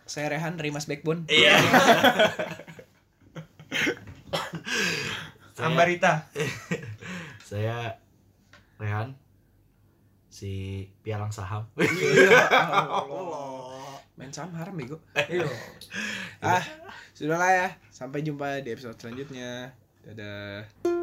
Speaker 1: saya Rehan Rimas Backbone
Speaker 3: iya
Speaker 7: Ambarita.
Speaker 3: saya Rehan si pialang saham
Speaker 1: Main saham haram bego.
Speaker 4: Iya.
Speaker 1: ah, sudahlah ya. Sampai jumpa di episode selanjutnya. Dadah.